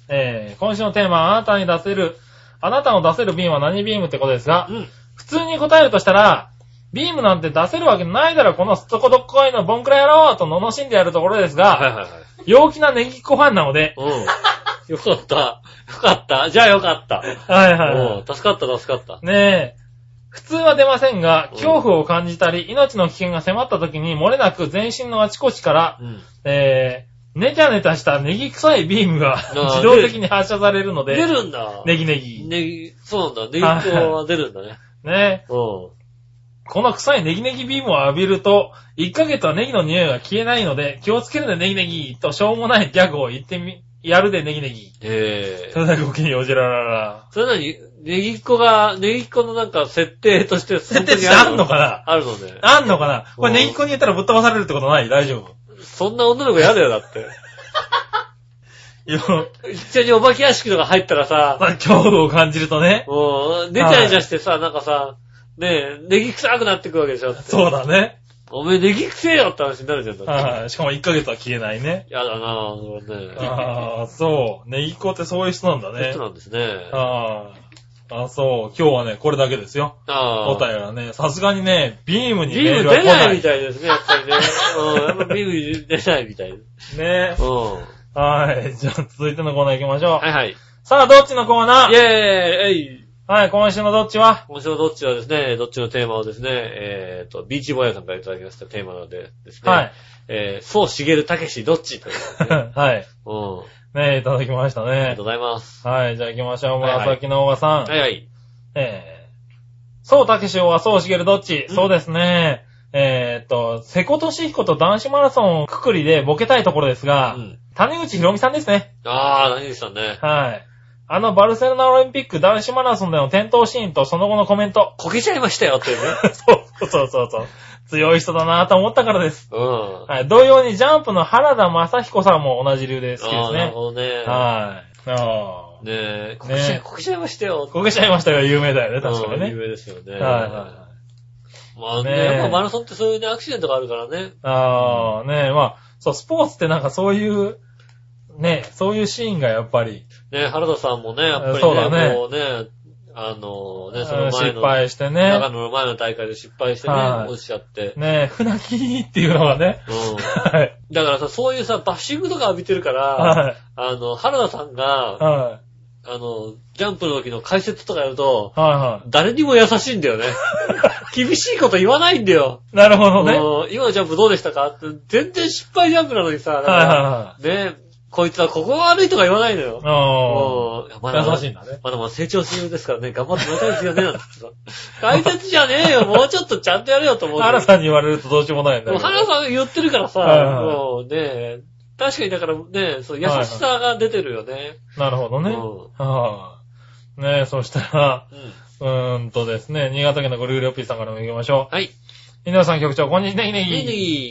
Speaker 3: えー、今週のテーマ、あなたに出せる、あなたの出せるビームは何ビームってことですが
Speaker 2: う、ん。
Speaker 3: 普通に答えるとしたら、ビームなんて出せるわけないだろ、このすっとこどっこいのボンクラ野郎と罵んでやるところです
Speaker 2: は
Speaker 3: が、
Speaker 2: いはいはい。
Speaker 3: 陽気なネギっ子ファンなので、
Speaker 2: うん。よ かった。よかった。じゃあよかった。
Speaker 3: はいはいは
Speaker 2: う
Speaker 3: い、
Speaker 2: ん。助かった、助かった。
Speaker 3: ねえ。普通は出ませんが
Speaker 2: う、ん
Speaker 3: 恐怖を感じたり、命の危険が迫った時に、漏れなく全身のあちこちから、
Speaker 2: うん。
Speaker 3: えー、ネタネタしたネギ臭いビームが
Speaker 2: ー
Speaker 3: 自動的に発射されるの
Speaker 2: 出
Speaker 3: で、
Speaker 2: るんだ。
Speaker 3: ネギネギ。
Speaker 2: ネギ、そうなんだ。ネギ粉は出るんだね。
Speaker 3: ねえ。
Speaker 2: うん。
Speaker 3: この臭いネギネギビームを浴びると、1ヶ月はネギの匂いが消えないので、気をつけるでネギネギとしょうもないギャグを言ってみ、やるでネギネギ。
Speaker 2: ええ
Speaker 3: それだけお気におじらららら。
Speaker 2: それなに、ネギっ子が、ネギっ子のなんか設定として、
Speaker 3: 設定値あんのか な
Speaker 2: あるのね。
Speaker 3: あんのかなこれネギっ子に言ったらぶっ飛ばされるってことない大丈夫。
Speaker 2: そんな女の子嫌だよ、だって。
Speaker 3: いや、恐
Speaker 2: 一緒にお化け屋敷とか入ったらさ、
Speaker 3: 怖を感じるとね。
Speaker 2: もう、出ちゃいちゃしてさ、なんかさ、ねえ、ネギ臭くなってくわけでしょ。
Speaker 3: そうだね。
Speaker 2: おめえネギ臭えよって話になるじゃん。だって
Speaker 3: はい。しかも1ヶ月は消えないね。
Speaker 2: 嫌だなぁ、それね。
Speaker 3: ああ、そう。ネギっ子ってそういう人なんだ
Speaker 2: そういう
Speaker 3: ね
Speaker 2: 人。なんですね。
Speaker 3: ああ。あそう。今日はね、これだけですよ。
Speaker 2: あ
Speaker 3: お便りはね、さすがにね、ビームに
Speaker 2: ビ
Speaker 3: メ
Speaker 2: ー
Speaker 3: ー
Speaker 2: ム
Speaker 3: ルは
Speaker 2: 出
Speaker 3: 来
Speaker 2: な
Speaker 3: ない
Speaker 2: み
Speaker 3: い。
Speaker 2: たいですね、やっぱりね。うん、やっぱビーム出ないみたいです。
Speaker 3: ね
Speaker 2: うん。
Speaker 3: はい。じゃあ、続いてのコーナー行きましょう
Speaker 2: は。いはい。
Speaker 3: さあ、どっちのコーナ
Speaker 2: イェーイ
Speaker 3: ー
Speaker 2: えい
Speaker 3: はい、今週のどっちは
Speaker 2: 今週のどっちはですね、どっちのテーマをですね、えーと、ビーチボヤさんからいただきましたテーマなのでですね。
Speaker 3: はい。。
Speaker 2: えー、そうしげるたけしどっちということでね、
Speaker 3: はい。
Speaker 2: うん。
Speaker 3: ねいただきました
Speaker 2: ありが
Speaker 3: ね
Speaker 2: とう。ございます。
Speaker 3: はい、じゃあ行きましょ
Speaker 2: は
Speaker 3: う。
Speaker 2: いはい
Speaker 3: 紫のオーガさん。
Speaker 2: はいはい。
Speaker 3: えー、そうたけしはそうしげるどっち、
Speaker 2: うん
Speaker 3: そうですね。えーっと、瀬古俊彦と男子マラソンをくくりでボケたいところです
Speaker 2: う
Speaker 3: が、
Speaker 2: ん。
Speaker 3: 谷口博美さんですね。
Speaker 2: あー、何でしたね。。
Speaker 3: はい。あのバルセロナオリンピック男子マラソンでの転倒シーンとその後のコメント
Speaker 2: こけちゃいましたよっていうね。
Speaker 3: そうそうそうそう。強い人だなぁと思ったからです。
Speaker 2: うん。
Speaker 3: はい。同様にジャンプの原田正彦さんも同じ理由で好きで
Speaker 2: あ
Speaker 3: す
Speaker 2: ー、なる
Speaker 3: ね。
Speaker 2: ほどね。
Speaker 3: はい。ああ。
Speaker 2: ねえ、こけちゃ
Speaker 3: ね
Speaker 2: い、こけちゃいましたよ。
Speaker 3: こけちゃいましたが有名だよね、確かに
Speaker 2: うん有
Speaker 3: ね。
Speaker 2: 名ですよね。
Speaker 3: はいはいはい。
Speaker 2: まあ
Speaker 3: ねえ
Speaker 2: ね、やっぱマラソンってそういうね、アクシデントがあるからね。
Speaker 3: ああ、ねえ、まあ、そう、スポーツってなんかそういう、ねえ、そういうシーンがやっぱり、
Speaker 2: ね、原田さんもね、やっぱり
Speaker 3: そうだね
Speaker 2: ね、もうね、あの、ね、そ
Speaker 3: うん
Speaker 2: の前
Speaker 3: 失
Speaker 2: の、
Speaker 3: 敗して
Speaker 2: 長
Speaker 3: ね。
Speaker 2: 野の前の大会で失敗してね、
Speaker 3: はい
Speaker 2: 落ちちゃって。
Speaker 3: ねえ、船木っていうのがね、
Speaker 2: う
Speaker 3: はい、
Speaker 2: ん。だからさ、そういうさ、バッシングとか浴びてるから、
Speaker 3: はい、
Speaker 2: あの、原田さんが、
Speaker 3: は
Speaker 2: あの、ジャンプの時の解説とかやると、
Speaker 3: い、は
Speaker 2: 誰にも優しいんだよね。 厳しいこと言わないんだよ。
Speaker 3: い。なるほどね。はい、
Speaker 2: うん今のジャンプどうでしたかって、全然失敗ジャンプなのにさ、なんか
Speaker 3: は
Speaker 2: ね、こいつはここが悪いとか言わないのよ
Speaker 3: い、。は
Speaker 2: うん
Speaker 3: い。
Speaker 2: ま
Speaker 3: ああ、
Speaker 2: だ
Speaker 3: 優しいんだね。
Speaker 2: まだまだ成長中ですからね、頑張ってもらいたいですよね、なんて言ってさ。解説じゃねえよ、もうちょっとちゃんとやれよと思う。
Speaker 3: 原さんに言われるとどうしようもないんだ
Speaker 2: もう
Speaker 3: けど。
Speaker 2: 原さんが言ってるからさ、
Speaker 3: はいはい
Speaker 2: もうね、確かにだからね、そう優しさが出てるよね。
Speaker 3: なるほどね。
Speaker 2: う
Speaker 3: はあ。ねえ、そしたら、
Speaker 2: うん
Speaker 3: うーんとですね、新潟県のぐるぐるおっぴーさんからも行きましょ
Speaker 2: はい。
Speaker 3: う。稲田さん局長、こんにちは。ねぎね
Speaker 2: い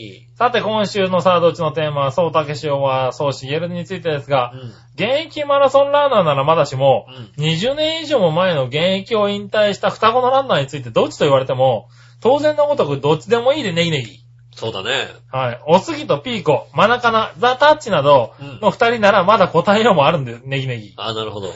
Speaker 2: い
Speaker 3: ぎ
Speaker 2: ね
Speaker 3: さて、今週のサードうちのテーマは、そうたけしおは、そうしげるについてですが、
Speaker 2: うん。
Speaker 3: 現役マラソンランナーならまだしも、
Speaker 2: うん
Speaker 3: 20年以上も前の現役を引退した双子のランナーについてどっちと言われても、当然のごとくどっちでもいいでネギネギ。
Speaker 2: そうだね。
Speaker 3: はい。おすぎとピーコ、マナカナ、ザ・タッチなどの二人ならまだ答えようもあるんで、ネギネギ。
Speaker 2: あなるほど。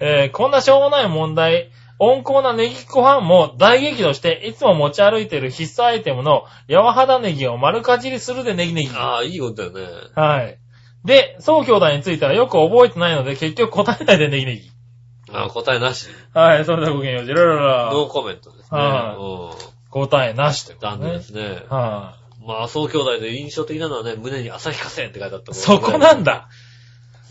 Speaker 3: えーこんなしょうもない問題、温厚なネギっ子ファンも大激怒して、いつも持ち歩いている必須アイテムの、柔肌ネギを丸かじりするでネギネギ。
Speaker 2: ああ、いいことだよね。
Speaker 3: はい。で、そう兄弟についてはよく覚えてないので、結局答えないでネギネギ。
Speaker 2: あー答えなし。
Speaker 3: はい、それではごきげんよう。じらら
Speaker 2: ノ
Speaker 3: ら。
Speaker 2: ーコメントですね。
Speaker 3: は
Speaker 2: う。
Speaker 3: 答えなしというんこと
Speaker 2: 残念ですね。
Speaker 3: は
Speaker 2: まあ、総兄弟で印象的なのはね、胸に朝日かせって書いてあった
Speaker 3: い。そこなんだ。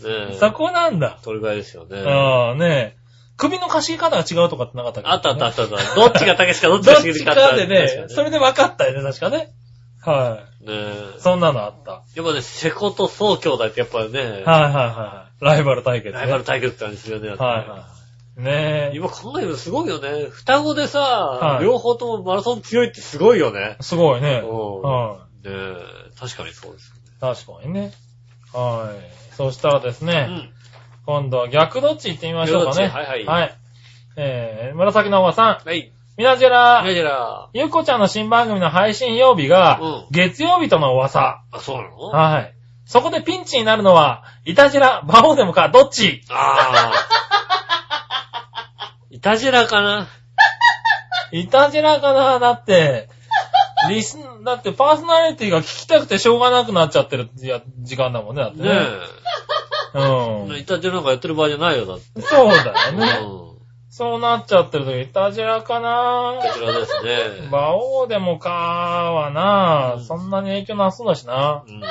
Speaker 2: ねえ。
Speaker 3: そこなんだ。
Speaker 2: それぐらいですよね。
Speaker 3: ああ、ねえ。首のかしげ方が違うとかってなかったっけ
Speaker 2: あったあったあったあった。どっちがたけしかどっち
Speaker 3: ど
Speaker 2: が
Speaker 3: っ
Speaker 2: しげる
Speaker 3: ち
Speaker 2: かってあ
Speaker 3: か
Speaker 2: る
Speaker 3: でね、それで分かったよね、確かね。は
Speaker 2: ねえ
Speaker 3: い。そんなのあった。
Speaker 2: やっぱね、瀬古と宗兄弟ってやっぱね、
Speaker 3: はいはいはい。ライバル対決ね。
Speaker 2: ライバル対決って感じするよね。
Speaker 3: はいはい。ねえ。
Speaker 2: 今考えるとすごいよね。双子でさ、
Speaker 3: い
Speaker 2: 両方ともマラソン強いってすごいよね。
Speaker 3: すごいね。
Speaker 2: うん
Speaker 3: はい。
Speaker 2: ねえ、確かにそうです。
Speaker 3: 確かにね。はい。そしたらです
Speaker 2: う
Speaker 3: ね、
Speaker 2: ん。
Speaker 3: 今度は逆どっち行ってみましょうかね。
Speaker 2: 逆どっちはいはい
Speaker 3: えー、紫のおばさん、
Speaker 2: はい。
Speaker 3: みなじら
Speaker 2: メ、ジャラ
Speaker 3: ゆっこちゃんの新番組の配信曜日が
Speaker 2: うん、
Speaker 3: 月曜日との噂。
Speaker 2: ー。あ、そうなのあ
Speaker 3: はい。そこでピンチになるのは、いたじら、バオでもか、どっち
Speaker 2: あー。いたじらかない
Speaker 3: たじらかなだ って、リス、だってパーソナリティが聞きたくてしょうがなくなっちゃってるや時間だもんね、だってね。
Speaker 2: ね
Speaker 3: う
Speaker 2: え。
Speaker 3: ん。
Speaker 2: いたじらなんかやってる場合じゃないよ、だって。
Speaker 3: そうだよ
Speaker 2: う
Speaker 3: ね。
Speaker 2: ん。
Speaker 3: そうなっちゃってる時、いたじらかない
Speaker 2: たじらですね。
Speaker 3: 馬王でもかはな、そんなに影響なさそうだしな。
Speaker 2: うん。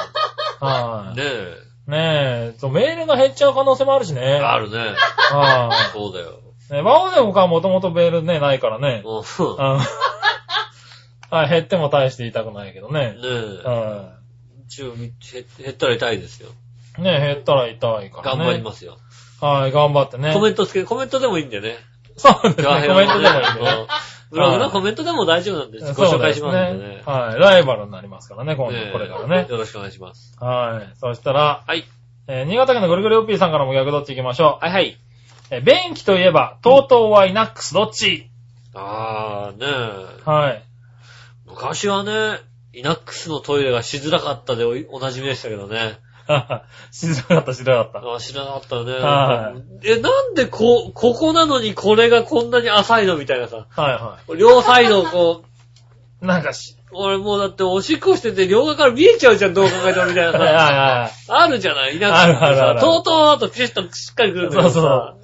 Speaker 3: は
Speaker 2: ねえ。
Speaker 3: い。ねえ、そうメールが減っちゃう可能性もあるしね。
Speaker 2: あるね。
Speaker 3: は
Speaker 2: そうだよ。
Speaker 3: い。ね、馬王でもかはもともとメールね、ないからね。
Speaker 2: う
Speaker 3: あのはい、減っても大して痛くないけどね
Speaker 2: ん。。ねえ。
Speaker 3: は
Speaker 2: 一応、減減ったら痛いですよ。
Speaker 3: い。ね減ったら痛いから
Speaker 2: 頑
Speaker 3: ね。
Speaker 2: 張りますよ。
Speaker 3: す。はい、頑張ってね。
Speaker 2: コメントつけ、コメントでもいいんだよね。
Speaker 3: そうです
Speaker 2: ガー
Speaker 3: ね、
Speaker 2: ヘラ
Speaker 3: コ
Speaker 2: のね
Speaker 3: メントでもいいんでね。
Speaker 2: ブログ
Speaker 3: は
Speaker 2: の
Speaker 3: い
Speaker 2: コメントでも大丈夫なんです。ご
Speaker 3: そ
Speaker 2: 紹
Speaker 3: うで
Speaker 2: 介し
Speaker 3: す
Speaker 2: ますんでね。
Speaker 3: はい、ライバルになりますからね、今
Speaker 2: ねえ
Speaker 3: 度これからね。
Speaker 2: よろしくお願いします。
Speaker 3: はい。そしたら、
Speaker 2: はい。
Speaker 3: えー新潟県のぐるぐるおっぴーさんからも逆どっち行きましょう。
Speaker 2: はいはい。
Speaker 3: えー、便器といえば、とうとうはイナックスどっち
Speaker 2: あー、ねえ。
Speaker 3: はい。
Speaker 2: 昔はね、イナックスのトイレがしづらかったでおおなじみでしたけどね。
Speaker 3: 知らなかった、知らなかっ
Speaker 2: あー知らなかったね。
Speaker 3: は
Speaker 2: え、なんでこ、ここなのにこれがこんなに浅いのみたいなさ。
Speaker 3: た。はいは
Speaker 2: 両サイドをこう、
Speaker 3: い。なんかし、
Speaker 2: 俺もうだっておしっこしてて両側から見えちゃうじゃん、どう考えてもみたいな
Speaker 3: はいはい
Speaker 2: さ。
Speaker 3: は
Speaker 2: あるじゃないイナックス
Speaker 3: あるあるあ
Speaker 2: ってさ。
Speaker 3: る
Speaker 2: とうとうとピシッとしっかりくるんだけどさ。
Speaker 3: そうそうい。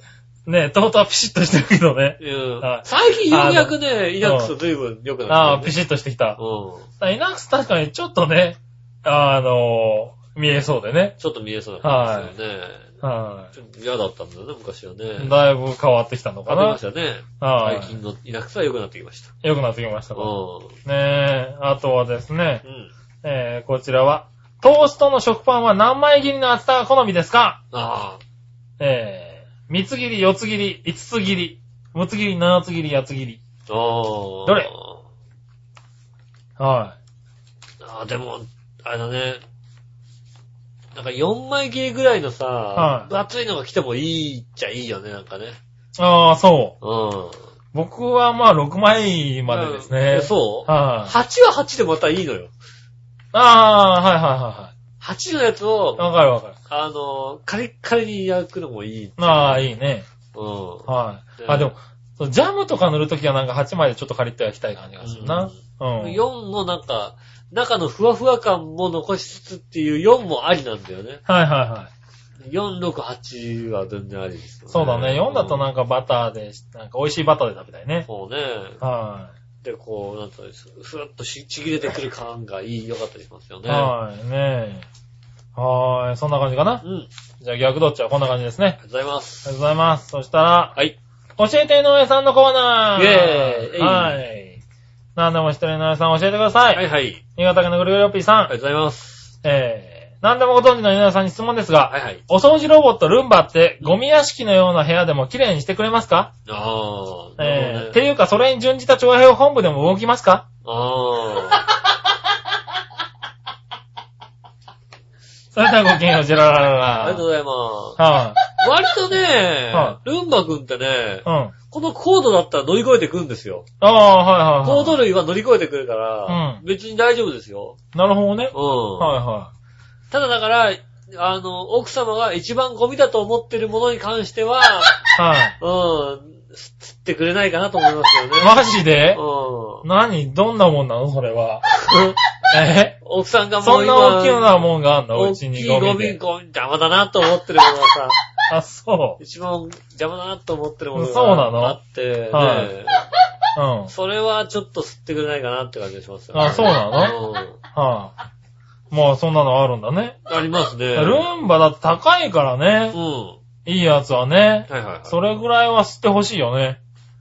Speaker 3: ねえ、とうとうはピシッとしてるけどね。
Speaker 2: うん
Speaker 3: はい
Speaker 2: 最近ようやくね、イナックス随分良く
Speaker 3: あ
Speaker 2: な
Speaker 3: あ、
Speaker 2: って
Speaker 3: ピ
Speaker 2: き
Speaker 3: シッとしてきた
Speaker 2: た。ね。うん。
Speaker 3: だからイナックス確かにちょっとね、あのー、見えそうでね。
Speaker 2: ちょっと見えそうな感じですよね。
Speaker 3: は
Speaker 2: ちょっと嫌だったんだよね、昔はね。
Speaker 3: い。だいぶ変わってきたの
Speaker 2: わ
Speaker 3: か
Speaker 2: かりま
Speaker 3: な
Speaker 2: し。たね。
Speaker 3: はい
Speaker 2: 最近のイナックスは良くなってきました。
Speaker 3: 良くなってきました
Speaker 2: う
Speaker 3: か。
Speaker 2: ん。
Speaker 3: ねえ、あとはですね、
Speaker 2: うん。
Speaker 3: えー、こちらは、トーストの食パンは何枚切りの厚さが好みですか
Speaker 2: ああ。
Speaker 3: えー、三つ切り、四つ切り、五つ切り、六つ切り、七つ切り、八つ切り。
Speaker 2: ああ。
Speaker 3: どれは
Speaker 2: ああ、でも、あれだね。なんか4枚切りぐらいのさ、
Speaker 3: はい
Speaker 2: 分厚いのが来てもいいっちゃいいよね、なんかね。
Speaker 3: い。ああ、そう。
Speaker 2: うん。
Speaker 3: 僕はまあ6枚までですね
Speaker 2: え。そう
Speaker 3: はい、あ。
Speaker 2: ?8 は8でまたいいのよ。
Speaker 3: ああ、はいは
Speaker 2: 8のやつを
Speaker 3: いはい、はい。わかるわかる。
Speaker 2: あの、カリッカリに焼くのもいい。
Speaker 3: まあいいね。
Speaker 2: うん。
Speaker 3: はい、
Speaker 2: で
Speaker 3: あ、でも、そうジャムとか塗るときはなんか8枚でちょっとカリッと焼きたい感じがするな。うん。
Speaker 2: 4のなんか、中のふわふわ感も残しつつっていう4もありなんだよね。
Speaker 3: はいはいはい。
Speaker 2: 4、6、8は全然ありですよ、
Speaker 3: そうだね。4だと
Speaker 2: な。
Speaker 3: なんかバターで、なんか美味しいバターで食べたいね。
Speaker 2: そうね。
Speaker 3: は
Speaker 2: で、こう、なんと、ふわっとしちぎれてくる感がいい、良かったりしますよ
Speaker 3: い。
Speaker 2: ね。
Speaker 3: はい。ねえ。はーい。そんな感じかな
Speaker 2: う。ん。
Speaker 3: じゃあ逆どっちはこんな感じですね
Speaker 2: ありが。とうございます。
Speaker 3: ありがとうございます。そしたら、
Speaker 2: はい。
Speaker 3: 教えて井上さんのコーナー
Speaker 2: イェーイ
Speaker 3: はい。何でも知ってる井上さん教えてください。
Speaker 2: はいはい。
Speaker 3: 新潟県のぐるぐるおっぴーさん。
Speaker 2: ありがとうございます。
Speaker 3: えー、何でもご存知の井上さんに質問ですが、
Speaker 2: はいはい。
Speaker 3: お掃除ロボットルンバってゴミ屋敷のような部屋でも綺麗にしてくれますか、
Speaker 2: あー。なる
Speaker 3: えー、
Speaker 2: ほど
Speaker 3: って
Speaker 2: ね、
Speaker 3: いうかそれに準じた長編本部でも動きますか
Speaker 2: あ
Speaker 3: それではごきげんよう、ジェラララ
Speaker 2: ー。ありがとう
Speaker 3: ラ。
Speaker 2: ございます。
Speaker 3: は
Speaker 2: 割とね
Speaker 3: は、
Speaker 2: ルンバ君ってね
Speaker 3: い。う、ん。あ
Speaker 2: このコードだったら乗り越えてくんですよ。
Speaker 3: あー、はいはい、はい。
Speaker 2: コード類は乗り越えてくるから、
Speaker 3: うん
Speaker 2: 別に大丈夫ですよ。
Speaker 3: なるほどね。
Speaker 2: うん。
Speaker 3: はいは
Speaker 2: ただだから、あの、奥様が一番ゴミだと思ってるものに関して は、
Speaker 3: い。はい。
Speaker 2: うん、す釣ってくれないかなと思いますよね。
Speaker 3: マジで
Speaker 2: うん。
Speaker 3: 何どんなもんなのそれは。え
Speaker 2: 奥さんがも
Speaker 3: そ
Speaker 2: うん今、
Speaker 3: な大きなもんがあんの
Speaker 2: 大
Speaker 3: うち
Speaker 2: き
Speaker 3: に
Speaker 2: い
Speaker 3: ゴ
Speaker 2: ゴミ、
Speaker 3: ミ
Speaker 2: ゴミ
Speaker 3: で。
Speaker 2: 邪魔だなと思ってるものがさ、
Speaker 3: あ、そ
Speaker 2: 一番邪魔だなと思ってるもの
Speaker 3: そうなの
Speaker 2: があって、
Speaker 3: はい
Speaker 2: ね
Speaker 3: う。うん。
Speaker 2: それはちょっと吸ってくれないかなって感じがしますよね。
Speaker 3: あ、そうなの
Speaker 2: うん
Speaker 3: はい。まあ、そんなのあるんだね。
Speaker 2: ありますね。
Speaker 3: ルンバだって高いから
Speaker 2: うん。
Speaker 3: ね。
Speaker 2: はい
Speaker 3: いいやつはね
Speaker 2: い。はいはい。
Speaker 3: それぐらいは知ってほしいよね。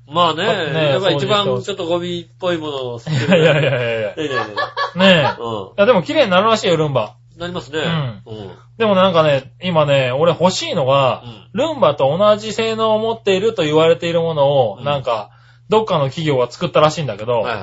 Speaker 2: まあね、
Speaker 3: だってね
Speaker 2: やっぱ一番ち
Speaker 3: そう
Speaker 2: ょ
Speaker 3: で
Speaker 2: っ
Speaker 3: す
Speaker 2: とゴミっぽいものを吸
Speaker 3: い
Speaker 2: って
Speaker 3: やいやいやい
Speaker 2: ね
Speaker 3: やいや。
Speaker 2: えねえね
Speaker 3: ね
Speaker 2: え
Speaker 3: え。
Speaker 2: う
Speaker 3: いや、でも綺麗になるらしいよ、ルンバ。
Speaker 2: ん。なりますね。
Speaker 3: うん
Speaker 2: うん。
Speaker 3: でもなんかね、今ね、俺欲しいのが
Speaker 2: うん、
Speaker 3: ルンバと同じ性能を持っていると言われているものを、
Speaker 2: うん
Speaker 3: なんか、どっかの企業が作ったらしいんだけど、
Speaker 2: はい
Speaker 3: あ
Speaker 2: はい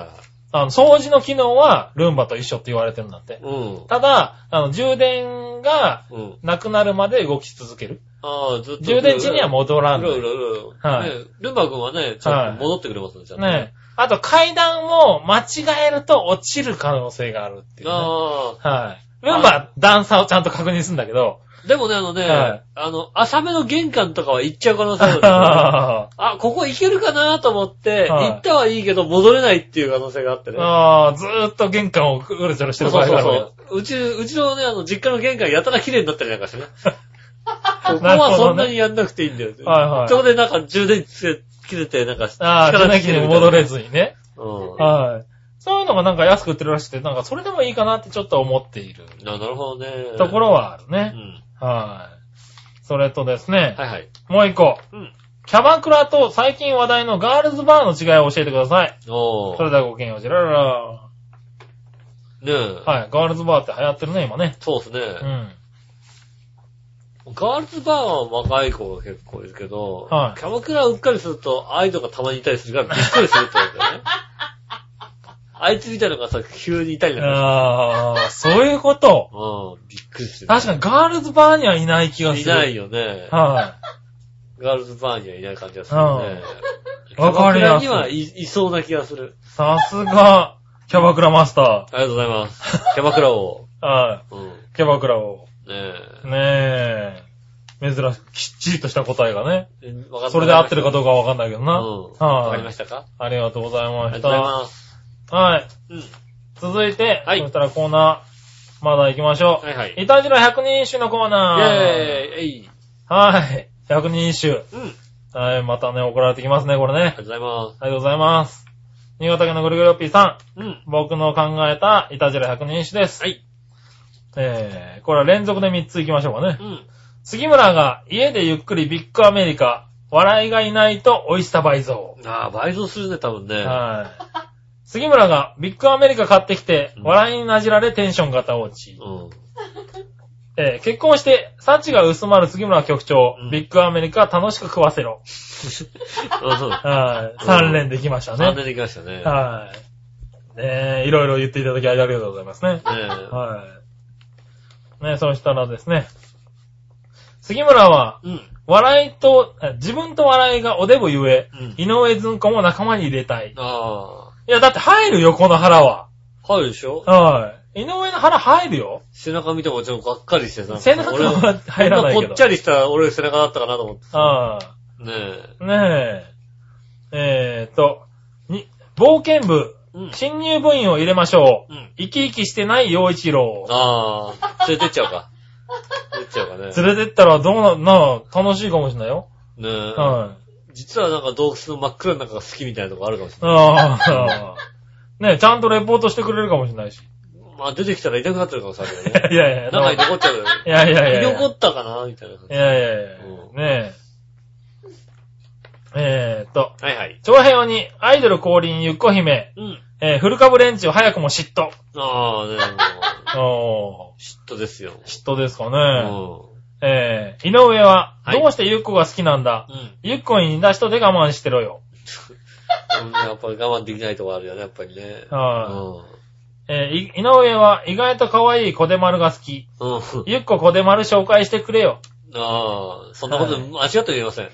Speaker 2: は
Speaker 3: の、掃除の機能はルンバと一緒って言われてるんだって
Speaker 2: い。。うん。
Speaker 3: ただ、あの、充電が
Speaker 2: うん。
Speaker 3: なくなるまで動き続ける。
Speaker 2: ああ、ずっと。
Speaker 3: 充電池には戻ら
Speaker 2: う
Speaker 3: な
Speaker 2: ろう
Speaker 3: い。
Speaker 2: ろうろうろ。
Speaker 3: はい
Speaker 2: ねルンバ君はね、ちょっと戻ってくれますね、ちゃんと
Speaker 3: ねえ。あと階段を間違えると落ちる可能性があるっていう、ね。
Speaker 2: あ
Speaker 3: はい。まあまあ、段差をちゃんと確認するんだけど。
Speaker 2: あ。でもね、あのね、
Speaker 3: はい
Speaker 2: あの、浅めの玄関とかは行っちゃう可能性あるんです よね。
Speaker 3: あ
Speaker 2: あ、ここ行けるかなと思って、
Speaker 3: はい
Speaker 2: 行ったはいいけど戻れないっていう可能性があってね。
Speaker 3: あー、ずーっと玄関をうろちょろして
Speaker 2: そう
Speaker 3: る
Speaker 2: そ
Speaker 3: 場
Speaker 2: う
Speaker 3: 合があるわけだ
Speaker 2: そう。うち、うちのね、あの、実家の玄関やたら綺麗になったりなんか してね。ここ
Speaker 3: なるほ
Speaker 2: は
Speaker 3: どね
Speaker 2: そんなにやんなくていいんだよね。
Speaker 3: はいはい
Speaker 2: そこでなんか充電切れて、なんか、
Speaker 3: ああ、
Speaker 2: 尽
Speaker 3: な
Speaker 2: き
Speaker 3: きに
Speaker 2: るみたいな
Speaker 3: 戻れずにね。
Speaker 2: うん。
Speaker 3: はい。そういうのがなんか安く売ってるらしくて、なんかそれでもいいかなってちょっと思っている
Speaker 2: ななるほどね。
Speaker 3: ところはある
Speaker 2: う
Speaker 3: ね。
Speaker 2: ん。
Speaker 3: はい。それとですね、
Speaker 2: はいはい。
Speaker 3: もう一個。
Speaker 2: うん。
Speaker 3: キャバクラと最近話題のガールズバーの違いを教えてください。
Speaker 2: お
Speaker 3: そ
Speaker 2: ー。
Speaker 3: れではごきげんよう、ジラララ。
Speaker 2: ねえ。
Speaker 3: はい、ガールズバーって流行ってるね、今ね。
Speaker 2: そうですね。
Speaker 3: うん。
Speaker 2: ガールズバーは若い子が結構いるけど、
Speaker 3: はい
Speaker 2: キャバクラうっかりすると、アイドルがたまにいたりするからびっくりするってことだよね。あいつみたいなのがさ、急にいたりなんか
Speaker 3: ああ、そういうこと。
Speaker 2: うん、びっくりする。
Speaker 3: 確かにガールズバーにはいない気がする。
Speaker 2: いないよね。
Speaker 3: は
Speaker 2: ガールズバーにはいない感じがするね。
Speaker 3: うんわかりやす
Speaker 2: キ
Speaker 3: い
Speaker 2: ャバクラにはい、いそうな気がする。
Speaker 3: い。さすが、キャバクラマスタ
Speaker 2: ありがとうございます。キャバクラ を。
Speaker 3: ー。は
Speaker 2: うん。ね
Speaker 3: い。キャバクラを。
Speaker 2: え。
Speaker 3: ねえ。珍しく、きっちりとした答えがね。
Speaker 2: えわかった
Speaker 3: それで合ってるかどうかはわかんないけど
Speaker 2: う
Speaker 3: な。
Speaker 2: ん。わか
Speaker 3: は
Speaker 2: りま
Speaker 3: い。
Speaker 2: したか
Speaker 3: ありがとうござい
Speaker 2: あ
Speaker 3: ま
Speaker 2: りが
Speaker 3: し
Speaker 2: と
Speaker 3: た。
Speaker 2: うございます。
Speaker 3: はい。
Speaker 2: うん。
Speaker 3: 続いて、
Speaker 2: はい
Speaker 3: そしたらコーナー、まだ行きましょう。
Speaker 2: はいはい。
Speaker 3: いたじら百人一首のコーナー。
Speaker 2: イェーイえい。
Speaker 3: はい。百人一首。
Speaker 2: うん。あり
Speaker 3: はい、またね、怒られてきますね、これね
Speaker 2: が。とうございま
Speaker 3: ありがとうございます。新潟県のぐるぐるよっぴーさ
Speaker 2: す。うん。
Speaker 3: ん。僕の考えたいたじら百人一首です。
Speaker 2: はい。
Speaker 3: えー、これは連続で3つ行きましょうかね
Speaker 2: う。ん。
Speaker 3: 杉村が家でゆっくりビッグアメリカ、笑いがいないと美味しさ倍増。
Speaker 2: ああ、倍増するね、多分ね。
Speaker 3: はい。杉村がビッグアメリカ買ってきて、笑いになじられテンションが落ち。
Speaker 2: うん。
Speaker 3: えー結婚して、幸が薄まる杉村局長、
Speaker 2: うん
Speaker 3: ビッグアメリカ楽しく食わせろ。
Speaker 2: あ そう。
Speaker 3: はい。3連できました
Speaker 2: 3
Speaker 3: ね。
Speaker 2: 年できましたね。
Speaker 3: はい。ねえ、いろいろ言っていただきありがとうございますね。
Speaker 2: ねえ。
Speaker 3: はい。ねえ、そうしたらですね、杉村は、
Speaker 2: うん。
Speaker 3: 笑いと、え自分と笑いがおでぶゆえ、
Speaker 2: うん
Speaker 3: 井上ずんこも仲間に入れたい。
Speaker 2: あ
Speaker 3: いや、だって入るよ、この腹は。
Speaker 2: あ。入るでしょ
Speaker 3: はい。井上の腹入るよ。
Speaker 2: 背中見てもちょっとがっかりしてさ。
Speaker 3: 背中
Speaker 2: 俺
Speaker 3: は入らないけど
Speaker 2: こんぽっちゃりした俺の背中だったかなと思って。
Speaker 3: ああ。
Speaker 2: ねえ。
Speaker 3: ねえ。えー、と、に、冒険部、
Speaker 2: うん。
Speaker 3: 新入部員を入れましょう。
Speaker 2: うん。
Speaker 3: 生き生きしてない陽一郎。
Speaker 2: ああ。連れてっちゃうか。連れてっちゃうかね。
Speaker 3: 連れてったらどうな、なあ、楽しいかもしれないよ。
Speaker 2: ねえ。
Speaker 3: はい。
Speaker 2: 実はなんか洞窟の真っ暗の中が好きみたいなとこあるかもしれない。
Speaker 3: ああ。ねえ、ちゃんとレポートしてくれるかもしれないし。
Speaker 2: まあ出てきたら痛くなってるかもしれ ないけどね。
Speaker 3: いやいやいや、
Speaker 2: 中に残っちゃうよね。
Speaker 3: いやいやいやいや。
Speaker 2: 居残ったかなみたいな感
Speaker 3: い
Speaker 2: じ。
Speaker 3: やいやいや
Speaker 2: う。ん
Speaker 3: ねえ。えー、と、
Speaker 2: はいはい。
Speaker 3: 長平にアイドル降臨ゆっこ姫、
Speaker 2: うん。
Speaker 3: えー、古株連中早くも嫉妬。
Speaker 2: ああ、ねえ、もう。
Speaker 3: おー、
Speaker 2: 嫉妬ですよ。
Speaker 3: 嫉妬ですかね。
Speaker 2: うん。
Speaker 3: えー、井上は、
Speaker 2: はい
Speaker 3: どうしてゆっこが好きなんだ、
Speaker 2: うん。
Speaker 3: ゆっこに似た人で我慢してろよ。
Speaker 2: うんやっぱり我慢できないとこあるよね、やっぱりね。
Speaker 3: はえーい井上は意外と可愛い小手丸が好き。
Speaker 2: うん。 うん。
Speaker 3: ゆっこ小手丸紹介してくれよ。
Speaker 2: ああ、そんなこと間違っても言えません。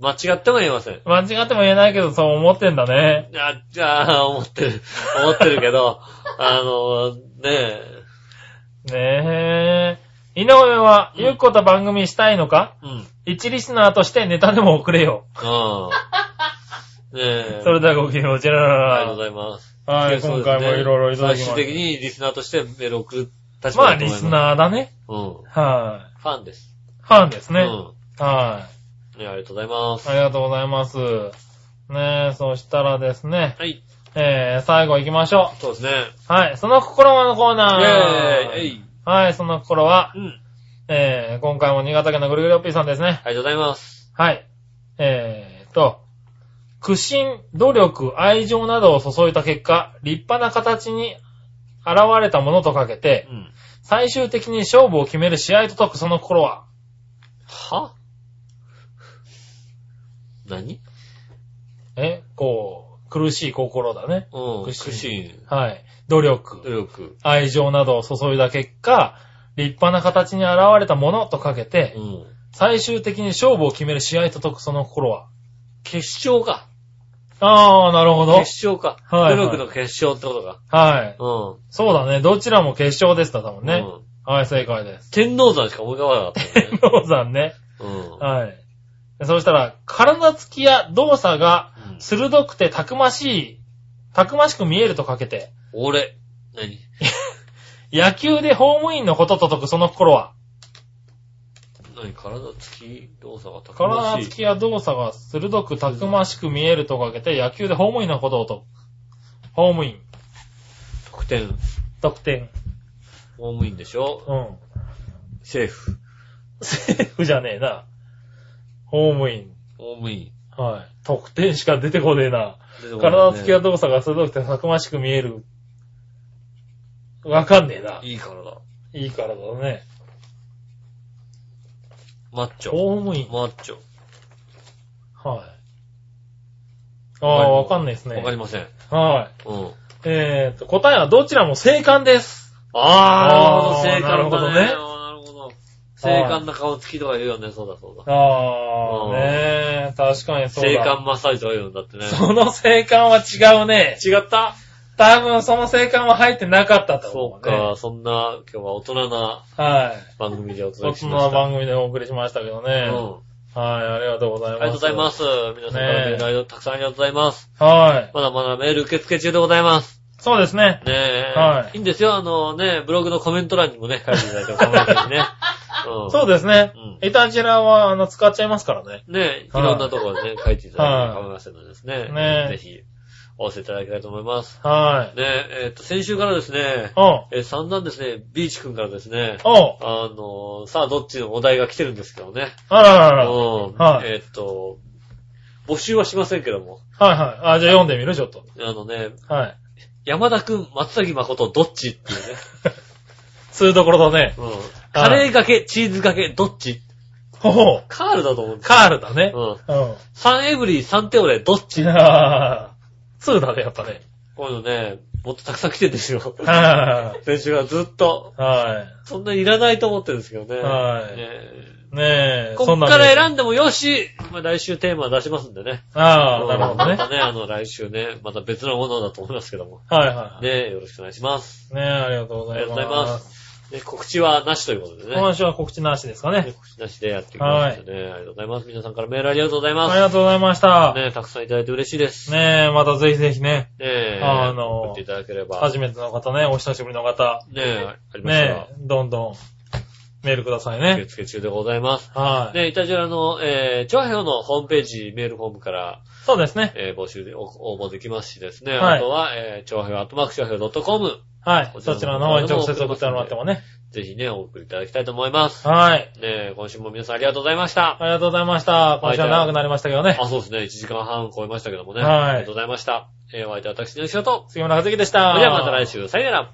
Speaker 2: 間違っても言えません。い
Speaker 3: 間違っても言えないけど、そう思ってんだね。
Speaker 2: や、じゃあ、思ってる。思ってるけど、あの、ねえ。
Speaker 3: ねえ。井上は、
Speaker 2: うん
Speaker 3: ゆっこと番組したいのか、
Speaker 2: うん。
Speaker 3: 一リスナーとしてネタでも送れよ。
Speaker 2: ああ。ねえ。
Speaker 3: それではごきげんよう、ジェラ
Speaker 2: ありがとう
Speaker 3: ラ
Speaker 2: ご
Speaker 3: ラ。
Speaker 2: ざいます。
Speaker 3: はい、
Speaker 2: そう
Speaker 3: 今
Speaker 2: ですね
Speaker 3: 回もいろいろいただきま
Speaker 2: 最終的
Speaker 3: し
Speaker 2: にリスナーとしてメールを送る
Speaker 3: た。
Speaker 2: 立場
Speaker 3: まあ、
Speaker 2: だと
Speaker 3: リ
Speaker 2: 思い
Speaker 3: ス
Speaker 2: ます。
Speaker 3: ナーだね。
Speaker 2: うん。フ
Speaker 3: は
Speaker 2: ァンです。
Speaker 3: い。ファンですね。
Speaker 2: うん。
Speaker 3: はい。
Speaker 2: ねありがとうございます。
Speaker 3: ありがとうございます。ねえ、そしたらですね、
Speaker 2: はい。
Speaker 3: えー、最後行きましょ
Speaker 2: そうですね。
Speaker 3: う。はい、その心はのコー
Speaker 2: イェー
Speaker 3: ナー。
Speaker 2: イえい
Speaker 3: はい、その心は
Speaker 2: う、ん。
Speaker 3: えー、今回も新潟県のぐるぐるおっぴーさんですね。
Speaker 2: ありがとうございます。
Speaker 3: はい。えーと、苦心、努力、愛情などを注いだ結果、立派な形に現れたものとかけ
Speaker 2: う
Speaker 3: て、
Speaker 2: ん。
Speaker 3: 最終的に勝負を決める試合と解くその心は、
Speaker 2: は何
Speaker 3: え、こう、苦しい心だね。
Speaker 2: うん。
Speaker 3: 苦
Speaker 2: 苦
Speaker 3: 心
Speaker 2: 心。
Speaker 3: はい。努力
Speaker 2: 努。力。
Speaker 3: 愛情などを注いだ結果、立派な形に現れたものとかけて
Speaker 2: う、ん。
Speaker 3: 最終的に勝負を決める試合と解くその心は、
Speaker 2: 決勝か。
Speaker 3: ああ、なるほど。
Speaker 2: 決勝か。
Speaker 3: はいはい
Speaker 2: 努力の決勝ってことか。
Speaker 3: はい。
Speaker 2: う
Speaker 3: そうだね。どちらも決勝でした、多分
Speaker 2: ん。
Speaker 3: ね。
Speaker 2: うん
Speaker 3: はい、正解です。
Speaker 2: 天皇山しか思い浮かばなかったよ ね。
Speaker 3: ローさんね。
Speaker 2: うん。
Speaker 3: はい。そしたら、体つきや動作が鋭くてたくましい、たくましく見えるとかけて、
Speaker 2: 俺、何
Speaker 3: 野球で法務員のことと解くその心は、
Speaker 2: 何体つき動作が高
Speaker 3: 体
Speaker 2: い
Speaker 3: つきや動作が鋭くたくましく見えるとかけて、野球で法務員のことを解く。法務員、
Speaker 2: 得点、
Speaker 3: 得点。
Speaker 2: 公務員でしょ
Speaker 3: うん。
Speaker 2: 政府、
Speaker 3: セーフじゃねえな。法務員。
Speaker 2: 公務員。
Speaker 3: はい。得点しか出てこねえな。
Speaker 2: 出てこないね
Speaker 3: 体つきや動作が鋭くてたくましく見える。わかんねえな。
Speaker 2: いい体。
Speaker 3: いい体だね。
Speaker 2: マッチョ。
Speaker 3: 法務員。
Speaker 2: マッチョ。
Speaker 3: はい。ああ、わかんないですね。
Speaker 2: わかりません。
Speaker 3: は
Speaker 2: うん。
Speaker 3: い。えーと、答えはどちらも正解です。
Speaker 2: あ
Speaker 3: あ
Speaker 2: ー、
Speaker 3: ー
Speaker 2: なるほど、正解だね。
Speaker 3: なる
Speaker 2: なるほど。正感な顔つきとか言うよね、そうだそうだ。
Speaker 3: あ
Speaker 2: うん
Speaker 3: あ、ねえ、確かにそうだ。
Speaker 2: 正感マッサージとか言うんだってね。
Speaker 3: その正解は違うね。
Speaker 2: 違った
Speaker 3: 多分その正解は入ってなかったと
Speaker 2: そ
Speaker 3: 思
Speaker 2: う
Speaker 3: う、ね。
Speaker 2: か、そんな、今日は大人な
Speaker 3: そうか。はい。
Speaker 2: 番組でお届
Speaker 3: 大
Speaker 2: けし
Speaker 3: 人
Speaker 2: まし
Speaker 3: の
Speaker 2: た。
Speaker 3: 番組でお送りしましたけどね。
Speaker 2: うん。
Speaker 3: はい、ありがとうござい
Speaker 2: あ
Speaker 3: ま
Speaker 2: り
Speaker 3: す。
Speaker 2: がとうございます。皆さんからメールありがとうたくさんありがとうございます。
Speaker 3: す。はい。
Speaker 2: まだまだメール受付中でございます。
Speaker 3: そうですね。
Speaker 2: ねえ。
Speaker 3: はい
Speaker 2: いいんですよ、あのね、ブログのコメント欄にもね、書いていただいても構わない しね。うん。
Speaker 3: そうですね
Speaker 2: うん。
Speaker 3: イタジラは、あの、使っちゃいますからね。
Speaker 2: ねえ、い
Speaker 3: はい
Speaker 2: ろんなところ でね、書いていただいても構いませんのでですね。
Speaker 3: ねえ
Speaker 2: ぜひ、お寄せいただきたいと思います。
Speaker 3: はい。
Speaker 2: ねえ、えっと、先週からですね、
Speaker 3: おう。
Speaker 2: えー、三段ですね、ビーチくんからですね、
Speaker 3: おう。
Speaker 2: あのー、さあ、どっちのお題が来てるんですけどね。
Speaker 3: あらら
Speaker 2: う
Speaker 3: らら。はい
Speaker 2: ん。
Speaker 3: はい
Speaker 2: えーっと、募集はしませんけども、
Speaker 3: はい。あ、じゃあ読んでみるちょっと。
Speaker 2: あのね、
Speaker 3: はい。
Speaker 2: 山田くん、松崎誠、どっちって いうね。
Speaker 3: 通どころだね。
Speaker 2: うん。カレーかけ、チーズかけ、どっち
Speaker 3: ほほう。
Speaker 2: カールだと思うんですよ
Speaker 3: カールだね。
Speaker 2: うん。
Speaker 3: うん。
Speaker 2: サンエブリー、サンテオレ、どっち
Speaker 3: ちな通だね、やっぱね。
Speaker 2: こういうのね、もっとたくさん来てるんですよ。
Speaker 3: は
Speaker 2: 先週はずっと、
Speaker 3: い。は
Speaker 2: そんなにいらないと思ってるんですけどね。
Speaker 3: い。は
Speaker 2: ねえ
Speaker 3: い。ねえ、
Speaker 2: こっ
Speaker 3: な
Speaker 2: から選
Speaker 3: ん
Speaker 2: んでもよし、まあ、来週テーマ出しますんでね。
Speaker 3: ああ、なるほど
Speaker 2: ま。
Speaker 3: ね
Speaker 2: たね、あの、来週ね、また別のものだと思いますけども。
Speaker 3: はいはい。
Speaker 2: ね、よろしくお願いします。
Speaker 3: ねえ、ありがとうご
Speaker 2: あ
Speaker 3: ざ
Speaker 2: り
Speaker 3: い
Speaker 2: がとうござい
Speaker 3: ま。
Speaker 2: ますす。ね、告知はなしということでね。
Speaker 3: 今週は告知なしですか
Speaker 2: ね
Speaker 3: ね。
Speaker 2: 告知なしでやっていきますんでね。ありがとうございます。皆さんからメールありがとうござい
Speaker 3: あ
Speaker 2: ま
Speaker 3: り
Speaker 2: す。
Speaker 3: がとうございました。
Speaker 2: ね、たくさんいただいて嬉しいです。ね
Speaker 3: ねえ、またぜひぜひね、
Speaker 2: え、
Speaker 3: あの
Speaker 2: 送っていただければ。
Speaker 3: 初めての方ね、お久しぶりの方、
Speaker 2: ねえ、ありました
Speaker 3: ね
Speaker 2: ら
Speaker 3: え、、どんどんメールください
Speaker 2: 受
Speaker 3: ね。
Speaker 2: 付中でございます。
Speaker 3: はい。
Speaker 2: ね、イタジラの、えー、長編のホームページ、メールフォームから、
Speaker 3: そうですね。
Speaker 2: えー、募集で、お応募できますしですね。
Speaker 3: はい
Speaker 2: あとは、えー、長編、アットマーク長編 .com、
Speaker 3: はい
Speaker 2: こ。ちら
Speaker 3: そ
Speaker 2: の
Speaker 3: ちらの方に直接送ってもらってもね。
Speaker 2: ぜひね、お送りいただきたいと思います。
Speaker 3: はい。
Speaker 2: ねえ、今週も皆さんありがとうございました。
Speaker 3: ありがとうございました。今週は長くなりましたけどね。
Speaker 2: あ、そうですね。1時間半超えましたけどもね。
Speaker 3: はい
Speaker 2: ありがとうございました。えー、お相手は私の仕事。
Speaker 3: 杉村和樹でした。
Speaker 2: それではまた来週。さよなら。